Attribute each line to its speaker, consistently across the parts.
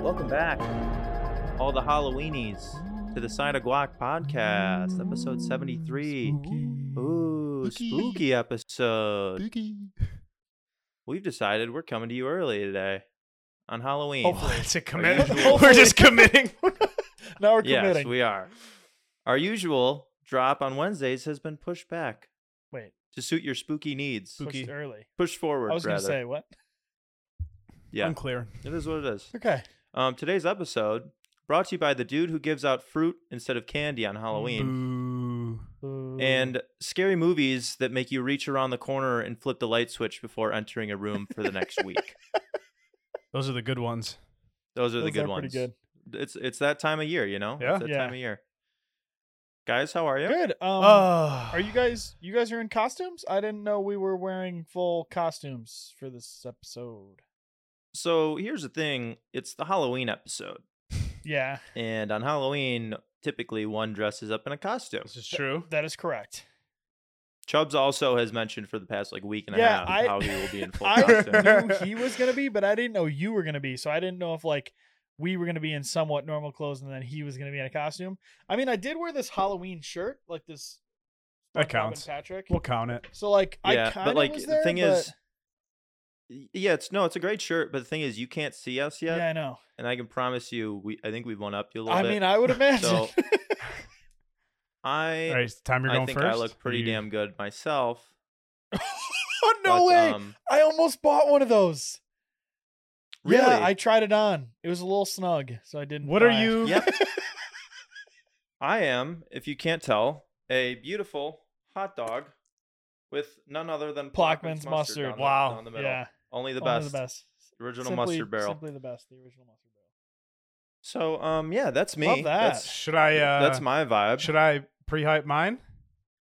Speaker 1: Welcome back, all the Halloweenies, to the Side of Guac podcast, episode 73. Ooh,
Speaker 2: Spooky.
Speaker 1: spooky episode.
Speaker 2: Spooky.
Speaker 1: We've decided we're coming to you early today on Halloween.
Speaker 3: Hopefully,
Speaker 2: Oh,
Speaker 3: it's a commit.
Speaker 1: usual-
Speaker 3: We're just committing.
Speaker 2: Now we're
Speaker 1: yes,
Speaker 2: committing.
Speaker 1: we are. Our usual drop on Wednesdays has been pushed back
Speaker 3: Wait,
Speaker 1: to suit your spooky needs.
Speaker 3: pushed
Speaker 2: Spooky.
Speaker 3: early.
Speaker 1: Push forward,
Speaker 3: er- I was going
Speaker 1: rather.
Speaker 3: to say what?
Speaker 1: yeah,
Speaker 2: Unclear.
Speaker 1: it is what it is.
Speaker 3: Okay.
Speaker 1: Um, today's episode brought to you by the dude who gives out fruit instead of candy on Halloween.
Speaker 2: Boo.
Speaker 3: Mm.
Speaker 1: and scary movies that make you reach around the corner and flip the light switch before entering a room for the next week.
Speaker 2: Those are the good ones.
Speaker 1: Those are the
Speaker 3: Those
Speaker 1: good
Speaker 3: are
Speaker 1: ones.
Speaker 3: Pretty
Speaker 1: It's it's that time of year, you know.
Speaker 2: Yeah.
Speaker 1: it's that
Speaker 3: Yeah.
Speaker 1: time of year. Guys, how are you?
Speaker 3: good. Good. Um,
Speaker 2: oh.
Speaker 3: are you guys? You guys are in costumes? I didn't know we were wearing full costumes for this episode.
Speaker 1: So here's the thing: it's the Halloween episode,
Speaker 3: Yeah,
Speaker 1: and on Halloween, typically one dresses up in a costume.
Speaker 2: This is true.
Speaker 3: that is correct.
Speaker 1: Chubbs also has mentioned for the past like week and a
Speaker 3: Yeah,
Speaker 1: half
Speaker 3: I-
Speaker 1: how he will be in full
Speaker 3: I
Speaker 1: costume.
Speaker 3: knew he was gonna be, but I didn't know you were gonna be. So I didn't know if like we were gonna be in somewhat normal clothes, and then he was gonna be in a costume. I mean, I did wear this Halloween shirt, like this.
Speaker 2: That
Speaker 3: SpongeBob and
Speaker 2: counts.
Speaker 3: Patrick.
Speaker 2: We'll count it.
Speaker 3: So like,
Speaker 1: yeah,
Speaker 3: I kind
Speaker 1: but like
Speaker 3: was
Speaker 1: the
Speaker 3: there,
Speaker 1: thing
Speaker 3: but-
Speaker 1: is, y- yeah, it's no, it's a great shirt, but the thing is, you can't see us yet,
Speaker 3: yeah, I know.
Speaker 1: and I can promise you, we I think we've won up to you a little
Speaker 3: I
Speaker 1: bit.
Speaker 3: mean, I would imagine.
Speaker 1: so I
Speaker 2: All right, it's time you're
Speaker 1: I
Speaker 2: going
Speaker 1: think
Speaker 2: first.
Speaker 1: I look pretty
Speaker 2: You-
Speaker 1: damn good myself.
Speaker 3: oh no
Speaker 1: but,
Speaker 3: way!
Speaker 1: Um,
Speaker 3: I almost bought one of those.
Speaker 1: really?
Speaker 3: Yeah, I tried it on. It was a little snug, so I didn't.
Speaker 2: What are
Speaker 3: buy it.
Speaker 2: you?
Speaker 1: Yep. I am, if you can't tell, a beautiful hot dog with none other than
Speaker 3: Plaquemines mustard.
Speaker 1: down the-
Speaker 2: Wow,
Speaker 1: down the middle.
Speaker 3: Yeah,
Speaker 1: Only the
Speaker 3: only
Speaker 1: best.
Speaker 3: the best.
Speaker 1: Original
Speaker 3: Simply-
Speaker 1: mustard barrel.
Speaker 3: Simply the best. The original mustard barrel.
Speaker 1: So, um, yeah, that's me.
Speaker 3: Love that.
Speaker 1: That's,
Speaker 2: Should I? Uh,
Speaker 1: that's my vibe.
Speaker 2: Should I pre-hype mine?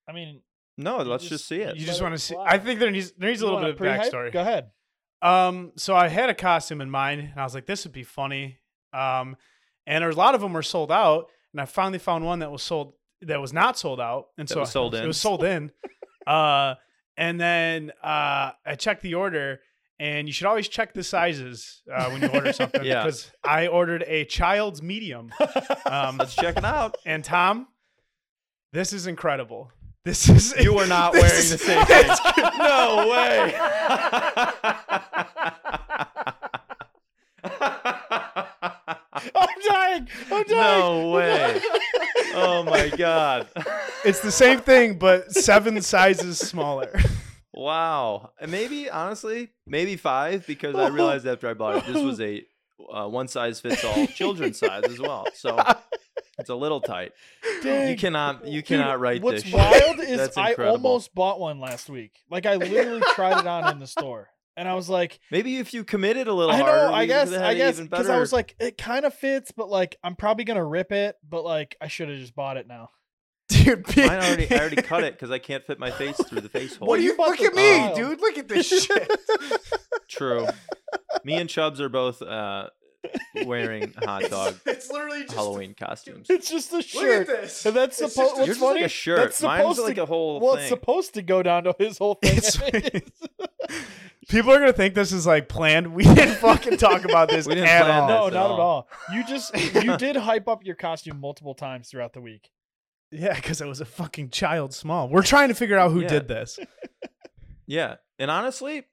Speaker 3: I mean,
Speaker 1: no, let's
Speaker 3: just-
Speaker 1: just, see it.
Speaker 2: You just
Speaker 3: let
Speaker 2: want
Speaker 3: it
Speaker 2: to see?
Speaker 3: fly.
Speaker 2: I think there needs there needs
Speaker 3: you
Speaker 2: a little
Speaker 3: want
Speaker 2: bit of
Speaker 3: pre-hype?
Speaker 2: backstory.
Speaker 3: Go ahead.
Speaker 2: Um, so I had a costume in mind, and I was like, this would be funny. Um, and there was a lot of them were sold out, and I finally found one that was sold that was not sold out, and
Speaker 1: That
Speaker 2: so
Speaker 1: was sold
Speaker 2: It
Speaker 1: in.
Speaker 2: was sold in. uh, and then uh, I checked the order, and you should always check the sizes uh, when you order something
Speaker 1: Yeah.
Speaker 2: because I ordered a child's medium. Um,
Speaker 1: Let's check it out.
Speaker 2: and Tom, this is incredible. This is
Speaker 1: You are not
Speaker 2: this
Speaker 1: wearing
Speaker 2: is-
Speaker 1: the same thing. no way.
Speaker 3: I'm dying. I'm dying.
Speaker 1: no way. Oh my god.
Speaker 2: It's the same thing, but seven sizes smaller.
Speaker 1: Wow. And Maybe honestly, maybe five because I realized after I bought it this was a uh, one size fits all children's size as well. So it's a little tight. You
Speaker 3: Dang.
Speaker 1: cannot you
Speaker 3: Dude,
Speaker 1: cannot write
Speaker 3: What's
Speaker 1: this. shit.
Speaker 3: wild is
Speaker 1: That's
Speaker 3: I
Speaker 1: incredible.
Speaker 3: almost bought one last week. Like I literally tried it on in the store, and I was like,
Speaker 1: Maybe if you committed a little
Speaker 3: I know.
Speaker 1: harder,
Speaker 3: I
Speaker 1: we
Speaker 3: guess.
Speaker 1: could've
Speaker 3: I
Speaker 1: had
Speaker 3: guess
Speaker 1: even
Speaker 3: because I
Speaker 1: better-
Speaker 3: was like, it kind of fits, but like, I'm probably gonna rip it. But like, I should have just bought it now.
Speaker 2: Dude,
Speaker 1: Mine already I already cut it because I can't fit my face through the face hole.
Speaker 2: What do
Speaker 3: you
Speaker 2: you
Speaker 3: bought
Speaker 2: look
Speaker 3: the
Speaker 2: at me,
Speaker 3: tile.
Speaker 2: dude? Look at this shit.
Speaker 1: True. Me and Chubbs are both uh, wearing hot dog
Speaker 2: It's literally just
Speaker 1: Halloween costumes.
Speaker 3: It's just a
Speaker 2: Look
Speaker 3: shirt.
Speaker 2: at this.
Speaker 3: And that's
Speaker 2: It's
Speaker 3: supposed.
Speaker 2: just-
Speaker 3: What's
Speaker 1: Yours is
Speaker 3: funny?
Speaker 1: like a shirt.
Speaker 3: That's
Speaker 1: Mine's
Speaker 3: supposed
Speaker 1: like
Speaker 3: to.
Speaker 1: a whole
Speaker 3: well, it's
Speaker 1: thing.
Speaker 3: supposed to go down to his whole thing.
Speaker 2: It's- People are gonna think this is like planned. We didn't fucking talk about this
Speaker 1: We didn't
Speaker 2: at
Speaker 1: plan
Speaker 2: all.
Speaker 1: this.
Speaker 3: no,
Speaker 1: at
Speaker 3: Oh, not
Speaker 1: all.
Speaker 3: at all. You just you did hype up your costume multiple times throughout the week.
Speaker 2: Yeah, because I was a fucking child small. We're trying to figure out who
Speaker 1: Yeah.
Speaker 2: did this.
Speaker 1: yeah, and honestly,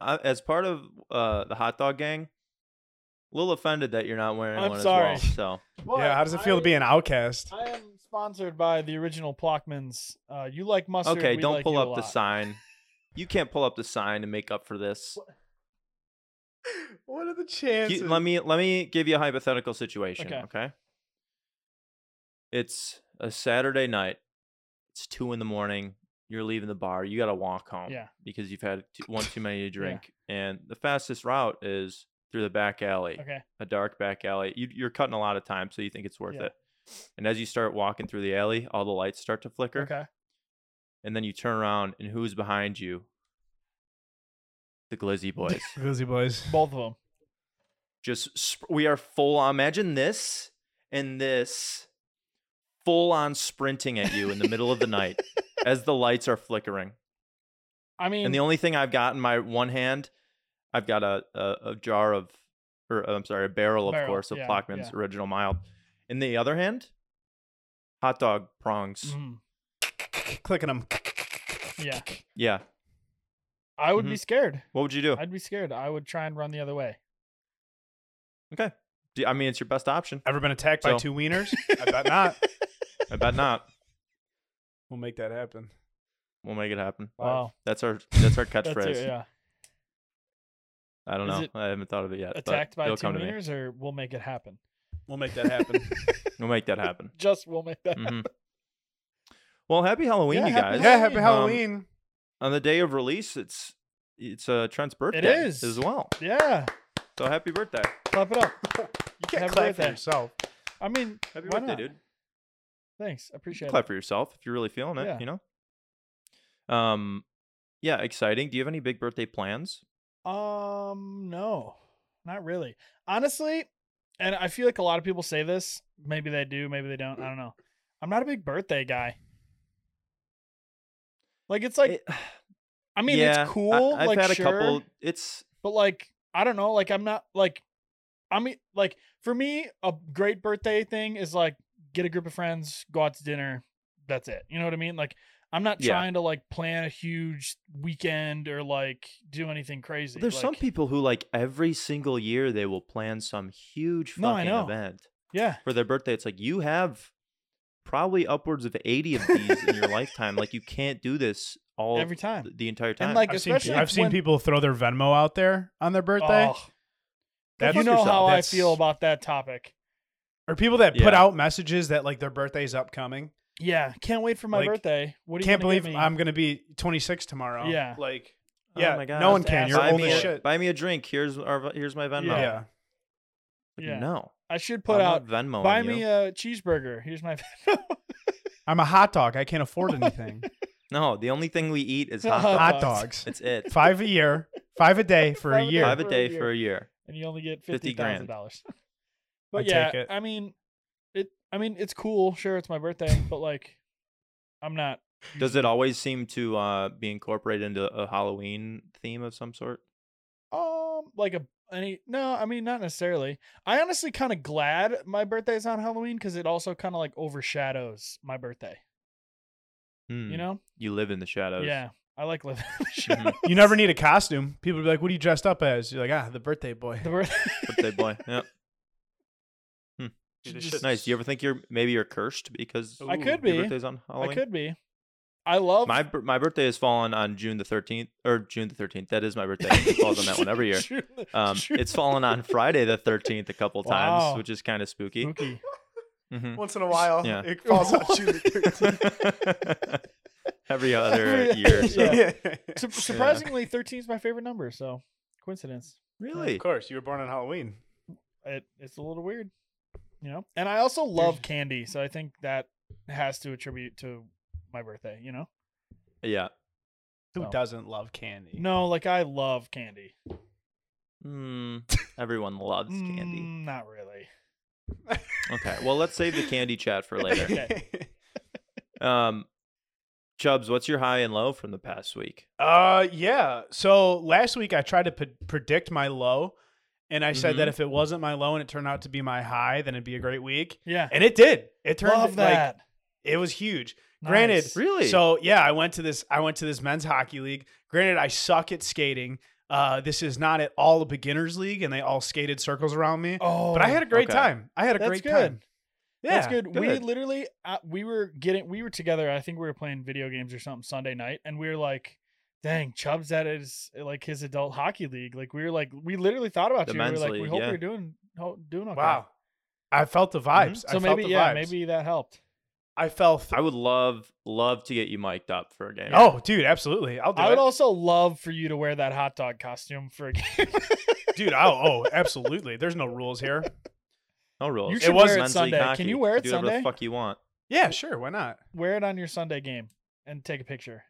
Speaker 1: I, as part of uh, the hot dog gang, a little offended that you're not wearing
Speaker 3: I'm
Speaker 1: one
Speaker 3: sorry.
Speaker 1: as well. So
Speaker 2: yeah, how does it feel to be an outcast?
Speaker 3: I am sponsored by the original Plockmans. Uh, you like mustard?
Speaker 1: okay,
Speaker 3: we
Speaker 1: don't
Speaker 3: like
Speaker 1: pull
Speaker 3: you a
Speaker 1: up the
Speaker 3: lot.
Speaker 1: sign. You can't pull up the sign to make up for this.
Speaker 2: What are the
Speaker 1: You-
Speaker 2: chances?
Speaker 1: let me let me give you a hypothetical situation.
Speaker 3: Okay.
Speaker 1: Okay. It's a Saturday night. It's two in the morning. You're leaving the bar. You got to walk home.
Speaker 3: Yeah.
Speaker 1: Because you've had t- one too many to drink, and the fastest route is through the back alley,
Speaker 3: Okay.
Speaker 1: a dark back alley. You, you're cutting a lot of time, so you think it's worth
Speaker 3: Yeah.
Speaker 1: it. And as you start walking through the alley, all the lights start to flicker,
Speaker 3: Okay.
Speaker 1: and then you turn around, and who's behind you? The Glizzy Boys.
Speaker 2: Glizzy boys.
Speaker 3: Both of them.
Speaker 1: just sp- we are full on imagine this and this full on sprinting at you in the middle of the night as the lights are flickering
Speaker 3: I mean,
Speaker 1: and the only thing i've got in my one hand i've got a, a, a jar of or uh, I'm sorry, a barrel, of
Speaker 3: Barrel,
Speaker 1: course, of
Speaker 3: yeah,
Speaker 1: Plaquemines
Speaker 3: yeah.
Speaker 1: original mild. In the other hand, hot dog prongs.
Speaker 3: Mm,
Speaker 2: Clicking them.
Speaker 3: yeah.
Speaker 1: Yeah.
Speaker 3: I
Speaker 1: Mm-hmm.
Speaker 3: would be scared.
Speaker 1: What would you do?
Speaker 3: I'd be scared. I would try and run the other way.
Speaker 1: okay. Do- I mean, it's your best option.
Speaker 2: Ever been attacked by
Speaker 1: So-
Speaker 2: two wieners? I bet not.
Speaker 1: I bet not.
Speaker 2: We'll make that happen.
Speaker 1: We'll make it happen.
Speaker 3: Wow.
Speaker 1: That's our that's our
Speaker 3: That's
Speaker 1: catchphrase.
Speaker 3: it, yeah.
Speaker 1: I don't
Speaker 3: Is
Speaker 1: know.
Speaker 3: it
Speaker 1: I haven't thought of it yet. but
Speaker 3: Attacked by
Speaker 1: it'll
Speaker 3: two
Speaker 1: come to me.
Speaker 3: meters, or we'll make it happen.
Speaker 2: We'll make that happen.
Speaker 1: We'll make that happen.
Speaker 3: Just we'll make that.
Speaker 1: hmm Well, happy Halloween,
Speaker 3: Yeah,
Speaker 1: you
Speaker 3: happy
Speaker 1: guys.
Speaker 2: yeah, happy
Speaker 3: Um,
Speaker 2: Halloween.
Speaker 1: On the day of release, it's it's uh, Trent's birthday.
Speaker 3: is.
Speaker 1: as well.
Speaker 3: Yeah.
Speaker 1: So happy birthday!
Speaker 3: Clap it up.
Speaker 2: you can't
Speaker 3: have a
Speaker 2: clap for
Speaker 3: birthday.
Speaker 2: yourself.
Speaker 3: I mean,
Speaker 1: Happy
Speaker 3: Why
Speaker 1: birthday,
Speaker 3: not?
Speaker 1: dude.
Speaker 3: thanks. Appreciate
Speaker 1: Clap
Speaker 3: it.
Speaker 1: for yourself if you're really feeling it.
Speaker 3: Yeah.
Speaker 1: You know. Um, yeah, exciting. Do you have any big birthday plans?
Speaker 3: Um, no, not really. Honestly, and I feel like a lot of people say this. Maybe they do, maybe they don't. I don't know. I'm not a big birthday guy. Like it's like
Speaker 1: It-
Speaker 3: I mean
Speaker 1: yeah,
Speaker 3: it's cool.
Speaker 1: I, have
Speaker 3: like
Speaker 1: had
Speaker 3: sure,
Speaker 1: a couple. It's
Speaker 3: but like I don't know. Like I'm not like I mean like for me a great birthday thing is like get a group of friends, go out to dinner. That's it. You know what I mean? Like I'm not
Speaker 1: Yeah.
Speaker 3: trying to like plan a huge weekend or like do anything crazy.
Speaker 1: there's some
Speaker 3: Like,
Speaker 1: people who like every single year they will plan some huge fucking
Speaker 3: No, I know.
Speaker 1: event.
Speaker 3: Yeah.
Speaker 1: for their birthday. It's like you have probably upwards of 80 of these in your lifetime. Like you can't do this all
Speaker 3: Every time.
Speaker 1: th- the entire time.
Speaker 3: like,
Speaker 2: I've seen,
Speaker 3: especially
Speaker 2: pe- I've
Speaker 3: if
Speaker 2: seen
Speaker 3: when-
Speaker 2: people throw their Venmo out there on their birthday.
Speaker 3: Oh.
Speaker 2: That's-
Speaker 3: you know
Speaker 1: yourself.
Speaker 3: how
Speaker 2: That's-
Speaker 3: I feel about that topic.
Speaker 2: Or people that put
Speaker 1: Yeah.
Speaker 2: out messages that like their birthday's upcoming.
Speaker 3: Yeah, can't wait for my
Speaker 2: Like,
Speaker 3: birthday. What do you
Speaker 2: Can't
Speaker 3: gonna give
Speaker 2: believe
Speaker 3: me?
Speaker 2: I'm gonna be 26 tomorrow.
Speaker 3: Yeah.
Speaker 2: Like,
Speaker 1: Oh
Speaker 2: yeah,
Speaker 1: my God.
Speaker 2: no one
Speaker 3: Just
Speaker 2: can.
Speaker 3: ask
Speaker 2: You're
Speaker 1: buy
Speaker 2: old
Speaker 1: me,
Speaker 2: as
Speaker 1: a,
Speaker 2: shit.
Speaker 1: buy me a drink. Here's our here's my Venmo.
Speaker 3: Yeah.
Speaker 2: yeah.
Speaker 1: Like,
Speaker 3: Yeah.
Speaker 1: No,
Speaker 3: I should put
Speaker 1: I'm
Speaker 3: out
Speaker 1: not Venmo.
Speaker 3: buy me a cheeseburger. Here's my
Speaker 2: I'm a hot dog. I can't afford anything.
Speaker 1: no. The only thing we eat is hot
Speaker 3: Hot
Speaker 1: dogs.
Speaker 2: hot dogs.
Speaker 1: That's it.
Speaker 2: Five a year, five a day for a
Speaker 3: Five a
Speaker 2: year.
Speaker 1: Five a
Speaker 3: for a
Speaker 1: day
Speaker 3: year.
Speaker 1: for a year.
Speaker 3: and you only get
Speaker 1: 50
Speaker 3: fifty thousand
Speaker 1: grand.
Speaker 3: dollars. But
Speaker 2: I'd
Speaker 3: yeah,
Speaker 2: take it.
Speaker 3: I mean, it. I mean, it's cool. Sure, it's my birthday, but like, I'm not.
Speaker 1: Does it always seem to uh, be incorporated into a Halloween theme of some sort?
Speaker 3: Um, like a any. No, I mean, not necessarily. I honestly kind of glad my birthday is on Halloween because it also kind of like overshadows my birthday.
Speaker 1: Hmm,
Speaker 3: You know?
Speaker 1: you live in the shadows.
Speaker 3: Yeah, I like living. in the
Speaker 1: Mhm.
Speaker 3: shadows.
Speaker 2: You never need a costume. People be like, "What are you dressed up as?" You're like, "Ah, the birthday boy."
Speaker 3: The birth-
Speaker 1: birthday boy. Yeah,
Speaker 2: Dude,
Speaker 3: Should
Speaker 2: this
Speaker 3: just-
Speaker 2: shit's-
Speaker 1: nice. Do you ever think you're maybe you're cursed because
Speaker 3: I could
Speaker 1: your
Speaker 3: be.
Speaker 1: birthday's on Halloween?
Speaker 3: I could be. I love
Speaker 1: My bir- my birthday is fallen on June the thirteenth or June the thirteenth. That is my birthday. It falls on that one every year.
Speaker 3: Shoot the-
Speaker 1: Um,
Speaker 3: shoot
Speaker 1: it's fallen on Friday the thirteenth a couple times,
Speaker 3: Wow.
Speaker 1: which is kind of
Speaker 3: the-
Speaker 1: spooky.
Speaker 3: spooky.
Speaker 1: hmm
Speaker 2: Once in a while,
Speaker 1: Yeah.
Speaker 2: it falls on June the 13th.
Speaker 1: every other
Speaker 3: Every-
Speaker 1: year. So.
Speaker 3: Yeah.
Speaker 2: Yeah.
Speaker 3: Sur- surprisingly, thirteen is my favorite number. So coincidence. Uh,
Speaker 1: Really?
Speaker 2: Of course, you were born on Halloween.
Speaker 3: It, it's a little weird, you know. And I also love candy, so I think that has to attribute to my birthday. You know,
Speaker 1: Yeah.
Speaker 2: Who
Speaker 3: So.
Speaker 2: doesn't love candy?
Speaker 3: no, like I love candy.
Speaker 1: Mm, everyone loves candy.
Speaker 3: Mm, not really. Hmm.
Speaker 1: Okay. Well, let's save the candy chat for later.
Speaker 3: Okay.
Speaker 1: Um, Chubbs, what's your high and low from the past week?
Speaker 2: Uh, yeah. So last week I tried to p- predict my low, and I said that
Speaker 3: Mm-hmm.
Speaker 2: if it wasn't my low and it turned out to be my high, then it'd be a great week,
Speaker 3: Yeah,
Speaker 2: and it did. It turned
Speaker 3: love that.
Speaker 2: like it was huge. Granted,
Speaker 3: Nice.
Speaker 1: Really?
Speaker 2: So yeah, I went to this. I went to this men's hockey league. Granted, I suck at skating. Uh, this is not at all a beginners league, and they all skated circles around me.
Speaker 3: oh,
Speaker 2: but I had a great
Speaker 1: okay.
Speaker 2: time. I had a
Speaker 3: That's
Speaker 2: great
Speaker 3: good.
Speaker 2: time. Yeah,
Speaker 3: That's good. We
Speaker 1: good.
Speaker 3: literally uh, we were getting we were together. I think we were playing video games or something Sunday night, and we were like, "Dang, Chubb's at his like his adult hockey league." Like we were like we literally thought about
Speaker 1: The
Speaker 3: you. We were
Speaker 1: men's
Speaker 3: like, "We
Speaker 1: league,
Speaker 3: hope
Speaker 1: yeah.
Speaker 3: you're doing ho- doing okay." Mm-hmm.
Speaker 2: Wow, I felt the vibes. I
Speaker 3: So
Speaker 2: felt
Speaker 3: maybe
Speaker 2: the
Speaker 3: yeah,
Speaker 2: vibes.
Speaker 3: maybe that helped.
Speaker 2: I felt.
Speaker 1: I would love love to get you mic'd up for a game.
Speaker 2: Oh, dude, absolutely. I'll do
Speaker 3: I would
Speaker 2: it.
Speaker 3: also love for you to wear that hot dog costume for a game.
Speaker 2: dude. I'll, oh, absolutely. There's no rules here.
Speaker 1: no rules.
Speaker 3: You
Speaker 1: It
Speaker 3: should
Speaker 1: was
Speaker 3: wear it
Speaker 1: men's league
Speaker 3: Sunday. Can
Speaker 1: hockey.
Speaker 3: you wear it
Speaker 1: do whatever
Speaker 3: Sunday?
Speaker 1: the fuck you want.
Speaker 2: Yeah, sure. Why not?
Speaker 3: wear it on your Sunday game and take a picture.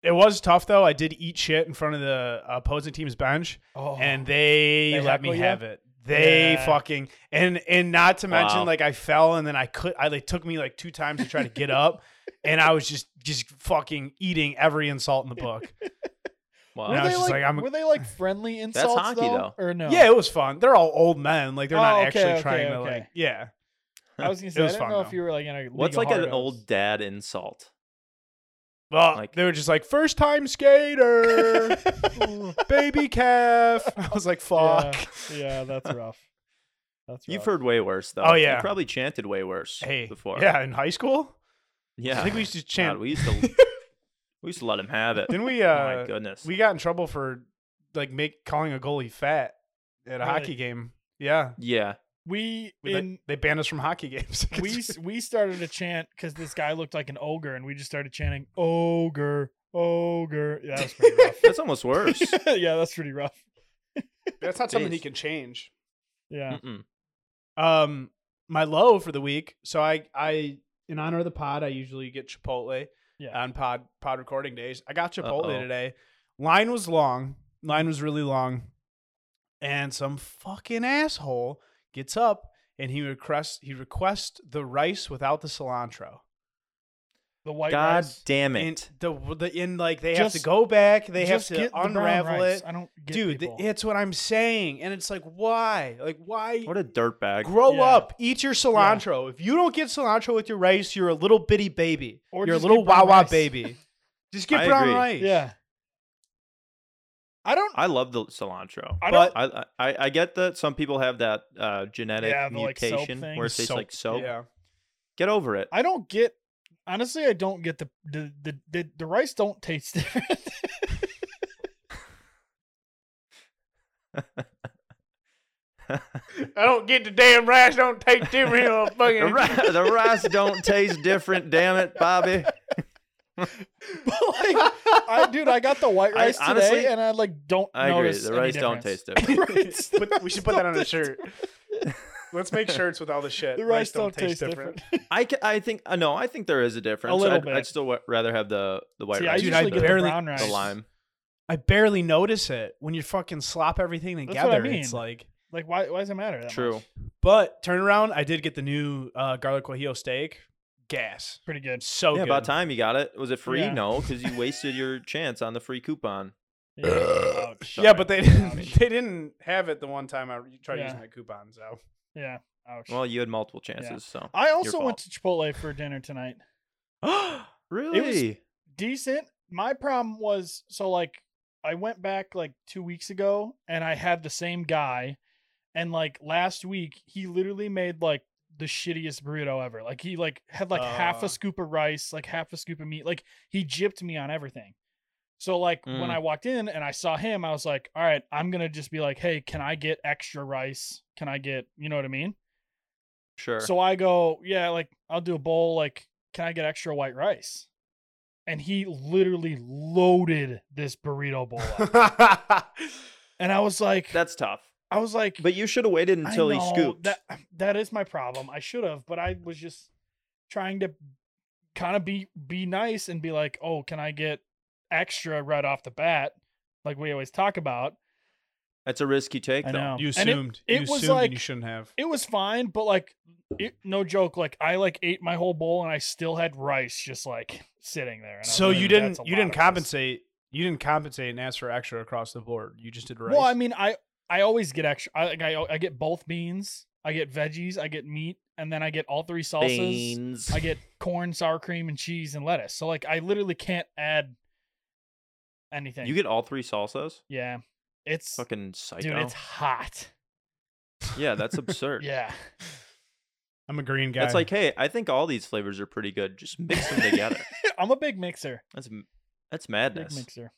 Speaker 2: It was tough though. I did eat shit in front of the opposing team's bench,
Speaker 3: Oh,
Speaker 2: and they,
Speaker 3: They
Speaker 2: let me
Speaker 3: heckle ya?
Speaker 2: have it. They
Speaker 3: Yeah.
Speaker 2: fucking and and not to mention
Speaker 1: Wow.
Speaker 2: like I fell and then I could I they took me like two times to try to get up, and I was just just fucking eating every insult in the book.
Speaker 1: Wow.
Speaker 3: Were
Speaker 2: No,
Speaker 3: they
Speaker 2: it's just
Speaker 3: like,
Speaker 2: like, I'm a-
Speaker 3: were they like friendly insults
Speaker 1: hockey,
Speaker 3: though? Or no?
Speaker 2: Yeah, it was fun. They're all old men. Like they're
Speaker 3: Oh,
Speaker 2: not
Speaker 3: okay,
Speaker 2: actually
Speaker 3: okay,
Speaker 2: trying to
Speaker 3: okay.
Speaker 2: like. Yeah.
Speaker 3: I was gonna say I
Speaker 2: was
Speaker 3: didn't
Speaker 2: fun,
Speaker 3: know
Speaker 2: though.
Speaker 3: if you were like in a
Speaker 1: What's
Speaker 3: league
Speaker 1: like
Speaker 3: of
Speaker 1: an
Speaker 3: hardos.
Speaker 1: old dad insult?
Speaker 2: Well,
Speaker 1: Like-
Speaker 2: they were just like first time skater, baby calf. I was like, fuck.
Speaker 3: Yeah, that's rough. That's rough.
Speaker 1: You've heard way worse though.
Speaker 2: Oh, yeah.
Speaker 1: you probably chanted way worse.
Speaker 2: Hey,
Speaker 1: before.
Speaker 2: yeah, in high school,
Speaker 1: yeah.
Speaker 2: I think we used to chant.
Speaker 1: God, we used to we used to let him have it.
Speaker 2: Didn't we?
Speaker 1: oh my
Speaker 2: Uh,
Speaker 1: goodness.
Speaker 2: we got in trouble for like make calling a goalie fat at a
Speaker 3: Really?
Speaker 2: hockey game. Yeah,
Speaker 1: yeah.
Speaker 3: we
Speaker 2: We- they-
Speaker 3: in
Speaker 2: they banned us from hockey games.
Speaker 3: we s- we started a chant because this guy looked like an ogre, and we just started chanting ogre, ogre. Yeah, that was pretty rough.
Speaker 1: That's almost worse.
Speaker 3: yeah, that's pretty rough.
Speaker 2: That's not something he
Speaker 1: Jeez.
Speaker 2: can change.
Speaker 3: Yeah.
Speaker 1: Mm-mm.
Speaker 2: Um, my low for the week. So I, I, in honor of the pod, I usually get Chipotle
Speaker 3: Yeah.
Speaker 2: on pod pod recording days. I got Chipotle
Speaker 1: Uh-oh.
Speaker 2: today. Line was long. Line was really long, and some fucking asshole gets up and he requests he requests the rice without the cilantro.
Speaker 3: The white
Speaker 1: God
Speaker 3: rice.
Speaker 1: damn it.
Speaker 2: And the the in like they have to
Speaker 3: Just-
Speaker 2: go back. They have
Speaker 3: Just
Speaker 2: to
Speaker 3: get the brown
Speaker 2: unravel
Speaker 3: rice.
Speaker 2: it.
Speaker 3: I don't get
Speaker 2: Dude, th-
Speaker 3: people.
Speaker 2: it's what I'm saying, and it's like why? Like why?
Speaker 1: what a dirtbag.
Speaker 2: Grow
Speaker 3: Yeah.
Speaker 2: up, eat your cilantro. If you don't get cilantro with your rice, you're a little bitty baby.
Speaker 3: Or
Speaker 2: you're a
Speaker 3: just
Speaker 2: little
Speaker 3: get brown
Speaker 2: wawa
Speaker 3: rice.
Speaker 2: baby. Just get
Speaker 1: I
Speaker 2: brown
Speaker 1: agree.
Speaker 2: rice.
Speaker 3: yeah. I don't.
Speaker 1: I love the cilantro.
Speaker 3: I
Speaker 2: but
Speaker 3: don't.
Speaker 1: I, I I get that some people have that uh, genetic
Speaker 3: Yeah, the, like, soap
Speaker 1: mutation
Speaker 3: thing.
Speaker 1: where it tastes
Speaker 2: Soap,
Speaker 1: like soap.
Speaker 2: Yeah.
Speaker 1: Get over it.
Speaker 3: I don't get. Honestly, I don't get the the the, the, the rice. Don't taste different.
Speaker 2: I don't get the damn rice. Don't take Jimmy on fucking.
Speaker 1: the, ri- the rice don't taste different. Damn it, Bobby.
Speaker 3: I dude, I got the white
Speaker 1: I-
Speaker 3: rice today,
Speaker 1: honestly-
Speaker 3: and I like don't.
Speaker 1: I agree.
Speaker 3: notice
Speaker 1: The
Speaker 3: any
Speaker 1: rice don't
Speaker 3: difference.
Speaker 1: taste different.
Speaker 3: The rice- the
Speaker 2: Put- we should put
Speaker 3: rice
Speaker 2: that on
Speaker 3: don't
Speaker 2: a
Speaker 3: taste-
Speaker 2: shirt. Let's make shirts with all the shit.
Speaker 3: The rice don't taste different.
Speaker 1: I, ca- I think uh, no. I think there is a difference.
Speaker 3: A little
Speaker 1: I'd,
Speaker 3: bit.
Speaker 1: I'd still wa- rather have the the white
Speaker 3: See, I
Speaker 1: rice.
Speaker 2: Dude,
Speaker 3: usually
Speaker 2: I
Speaker 1: than
Speaker 3: get
Speaker 1: the,
Speaker 2: barely-
Speaker 3: the brown rice.
Speaker 1: the lime.
Speaker 2: I barely notice it when you fucking slop everything
Speaker 3: That's
Speaker 2: together.
Speaker 3: what I
Speaker 2: It's
Speaker 3: mean.
Speaker 2: like,
Speaker 3: Like, why? Why does it matter? That
Speaker 1: True.
Speaker 3: much?
Speaker 2: but turn around. I did get the new uh, garlic guajillo steak. Gas.
Speaker 3: Pretty good.
Speaker 2: So
Speaker 1: yeah,
Speaker 2: good.
Speaker 1: about time you got it. Was it free?
Speaker 3: Yeah.
Speaker 1: No, because you wasted your chance on the free coupon.
Speaker 3: Yeah. Ouch.
Speaker 2: Yeah, but they didn't.
Speaker 3: Ouch.
Speaker 2: They didn't have it the one time I tried
Speaker 3: Yeah.
Speaker 2: using that coupon. So
Speaker 3: Yeah. Ouch.
Speaker 1: Well, you had multiple chances. So
Speaker 3: I also
Speaker 1: fault.
Speaker 3: went to Chipotle for dinner tonight.
Speaker 1: really,
Speaker 3: decent. My problem was so like I went back like two weeks ago and I had the same guy, and like last week he literally made like the shittiest burrito ever. Like he like had like half
Speaker 2: Uh.
Speaker 3: a scoop of rice, like half a scoop of meat. Like he gypped me on everything. So like when
Speaker 1: Mm.
Speaker 3: I walked in and I saw him, I was like, all right, I'm gonna just be like, hey, can I get extra rice? Can I get you know what I mean?
Speaker 1: sure.
Speaker 3: So I go, yeah, like I'll do a bowl. Like, can I get extra white rice? And he literally loaded this burrito bowl up.
Speaker 2: Oh,
Speaker 3: and I was like,
Speaker 1: that's tough.
Speaker 3: I was like,
Speaker 1: But you should have waited
Speaker 3: I
Speaker 1: until he
Speaker 3: know
Speaker 1: scooped.
Speaker 3: That that is my problem. I should have, but I was just trying to kind of be be nice and be like, oh, can I get extra right off the bat? Like we always talk about.
Speaker 1: That's a risk you take,
Speaker 3: I
Speaker 1: though.
Speaker 3: know.
Speaker 2: you
Speaker 3: And it-
Speaker 2: assumed.
Speaker 3: it
Speaker 2: you
Speaker 3: was
Speaker 2: assumed and
Speaker 3: like-
Speaker 2: you shouldn't have.
Speaker 3: it was fine, but like, it, no joke. Like I like ate my whole bowl and I still had rice just like sitting there. and I was
Speaker 2: So
Speaker 3: like,
Speaker 2: you
Speaker 3: "That's
Speaker 2: didn't.
Speaker 3: a
Speaker 2: You
Speaker 3: lot
Speaker 2: didn't
Speaker 3: of rice."
Speaker 2: compensate. You didn't compensate and ask for extra across the board. You just did rice.
Speaker 3: Well, I mean, I I always get extra. I like I I get both beans. I get veggies. I get meat, and then I get all three salsas.
Speaker 1: Beans.
Speaker 3: I get corn, sour cream, and cheese and lettuce. So like I literally can't add anything.
Speaker 1: You get all three salsas.
Speaker 3: yeah, it's
Speaker 1: Fucking psycho.
Speaker 3: dude, it's hot.
Speaker 1: yeah, that's absurd.
Speaker 3: Yeah,
Speaker 2: I'm a green guy.
Speaker 1: That's like, hey, I think all these flavors are pretty good. Just mix them together.
Speaker 3: I'm a big mixer.
Speaker 1: That's that's
Speaker 3: Big
Speaker 1: madness.
Speaker 3: mixer.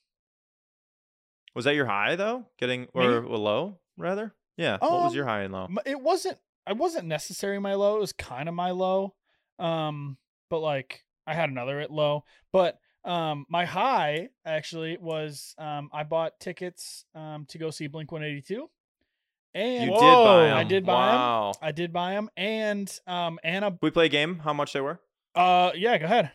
Speaker 1: Was that your high though? Getting or well, low rather? Yeah. what was your
Speaker 3: Um,
Speaker 1: high and low?
Speaker 3: M- it wasn't it wasn't necessarily my low it was kind of my low um but like i had another at low but um my high actually was um i bought tickets um to go see blink 182
Speaker 1: You
Speaker 3: and
Speaker 1: did buy
Speaker 2: Whoa.
Speaker 1: them.
Speaker 2: I
Speaker 3: did buy 'em.
Speaker 1: wow.
Speaker 3: i did buy them and um anna
Speaker 1: We play a game. How much they were?
Speaker 3: uh yeah go ahead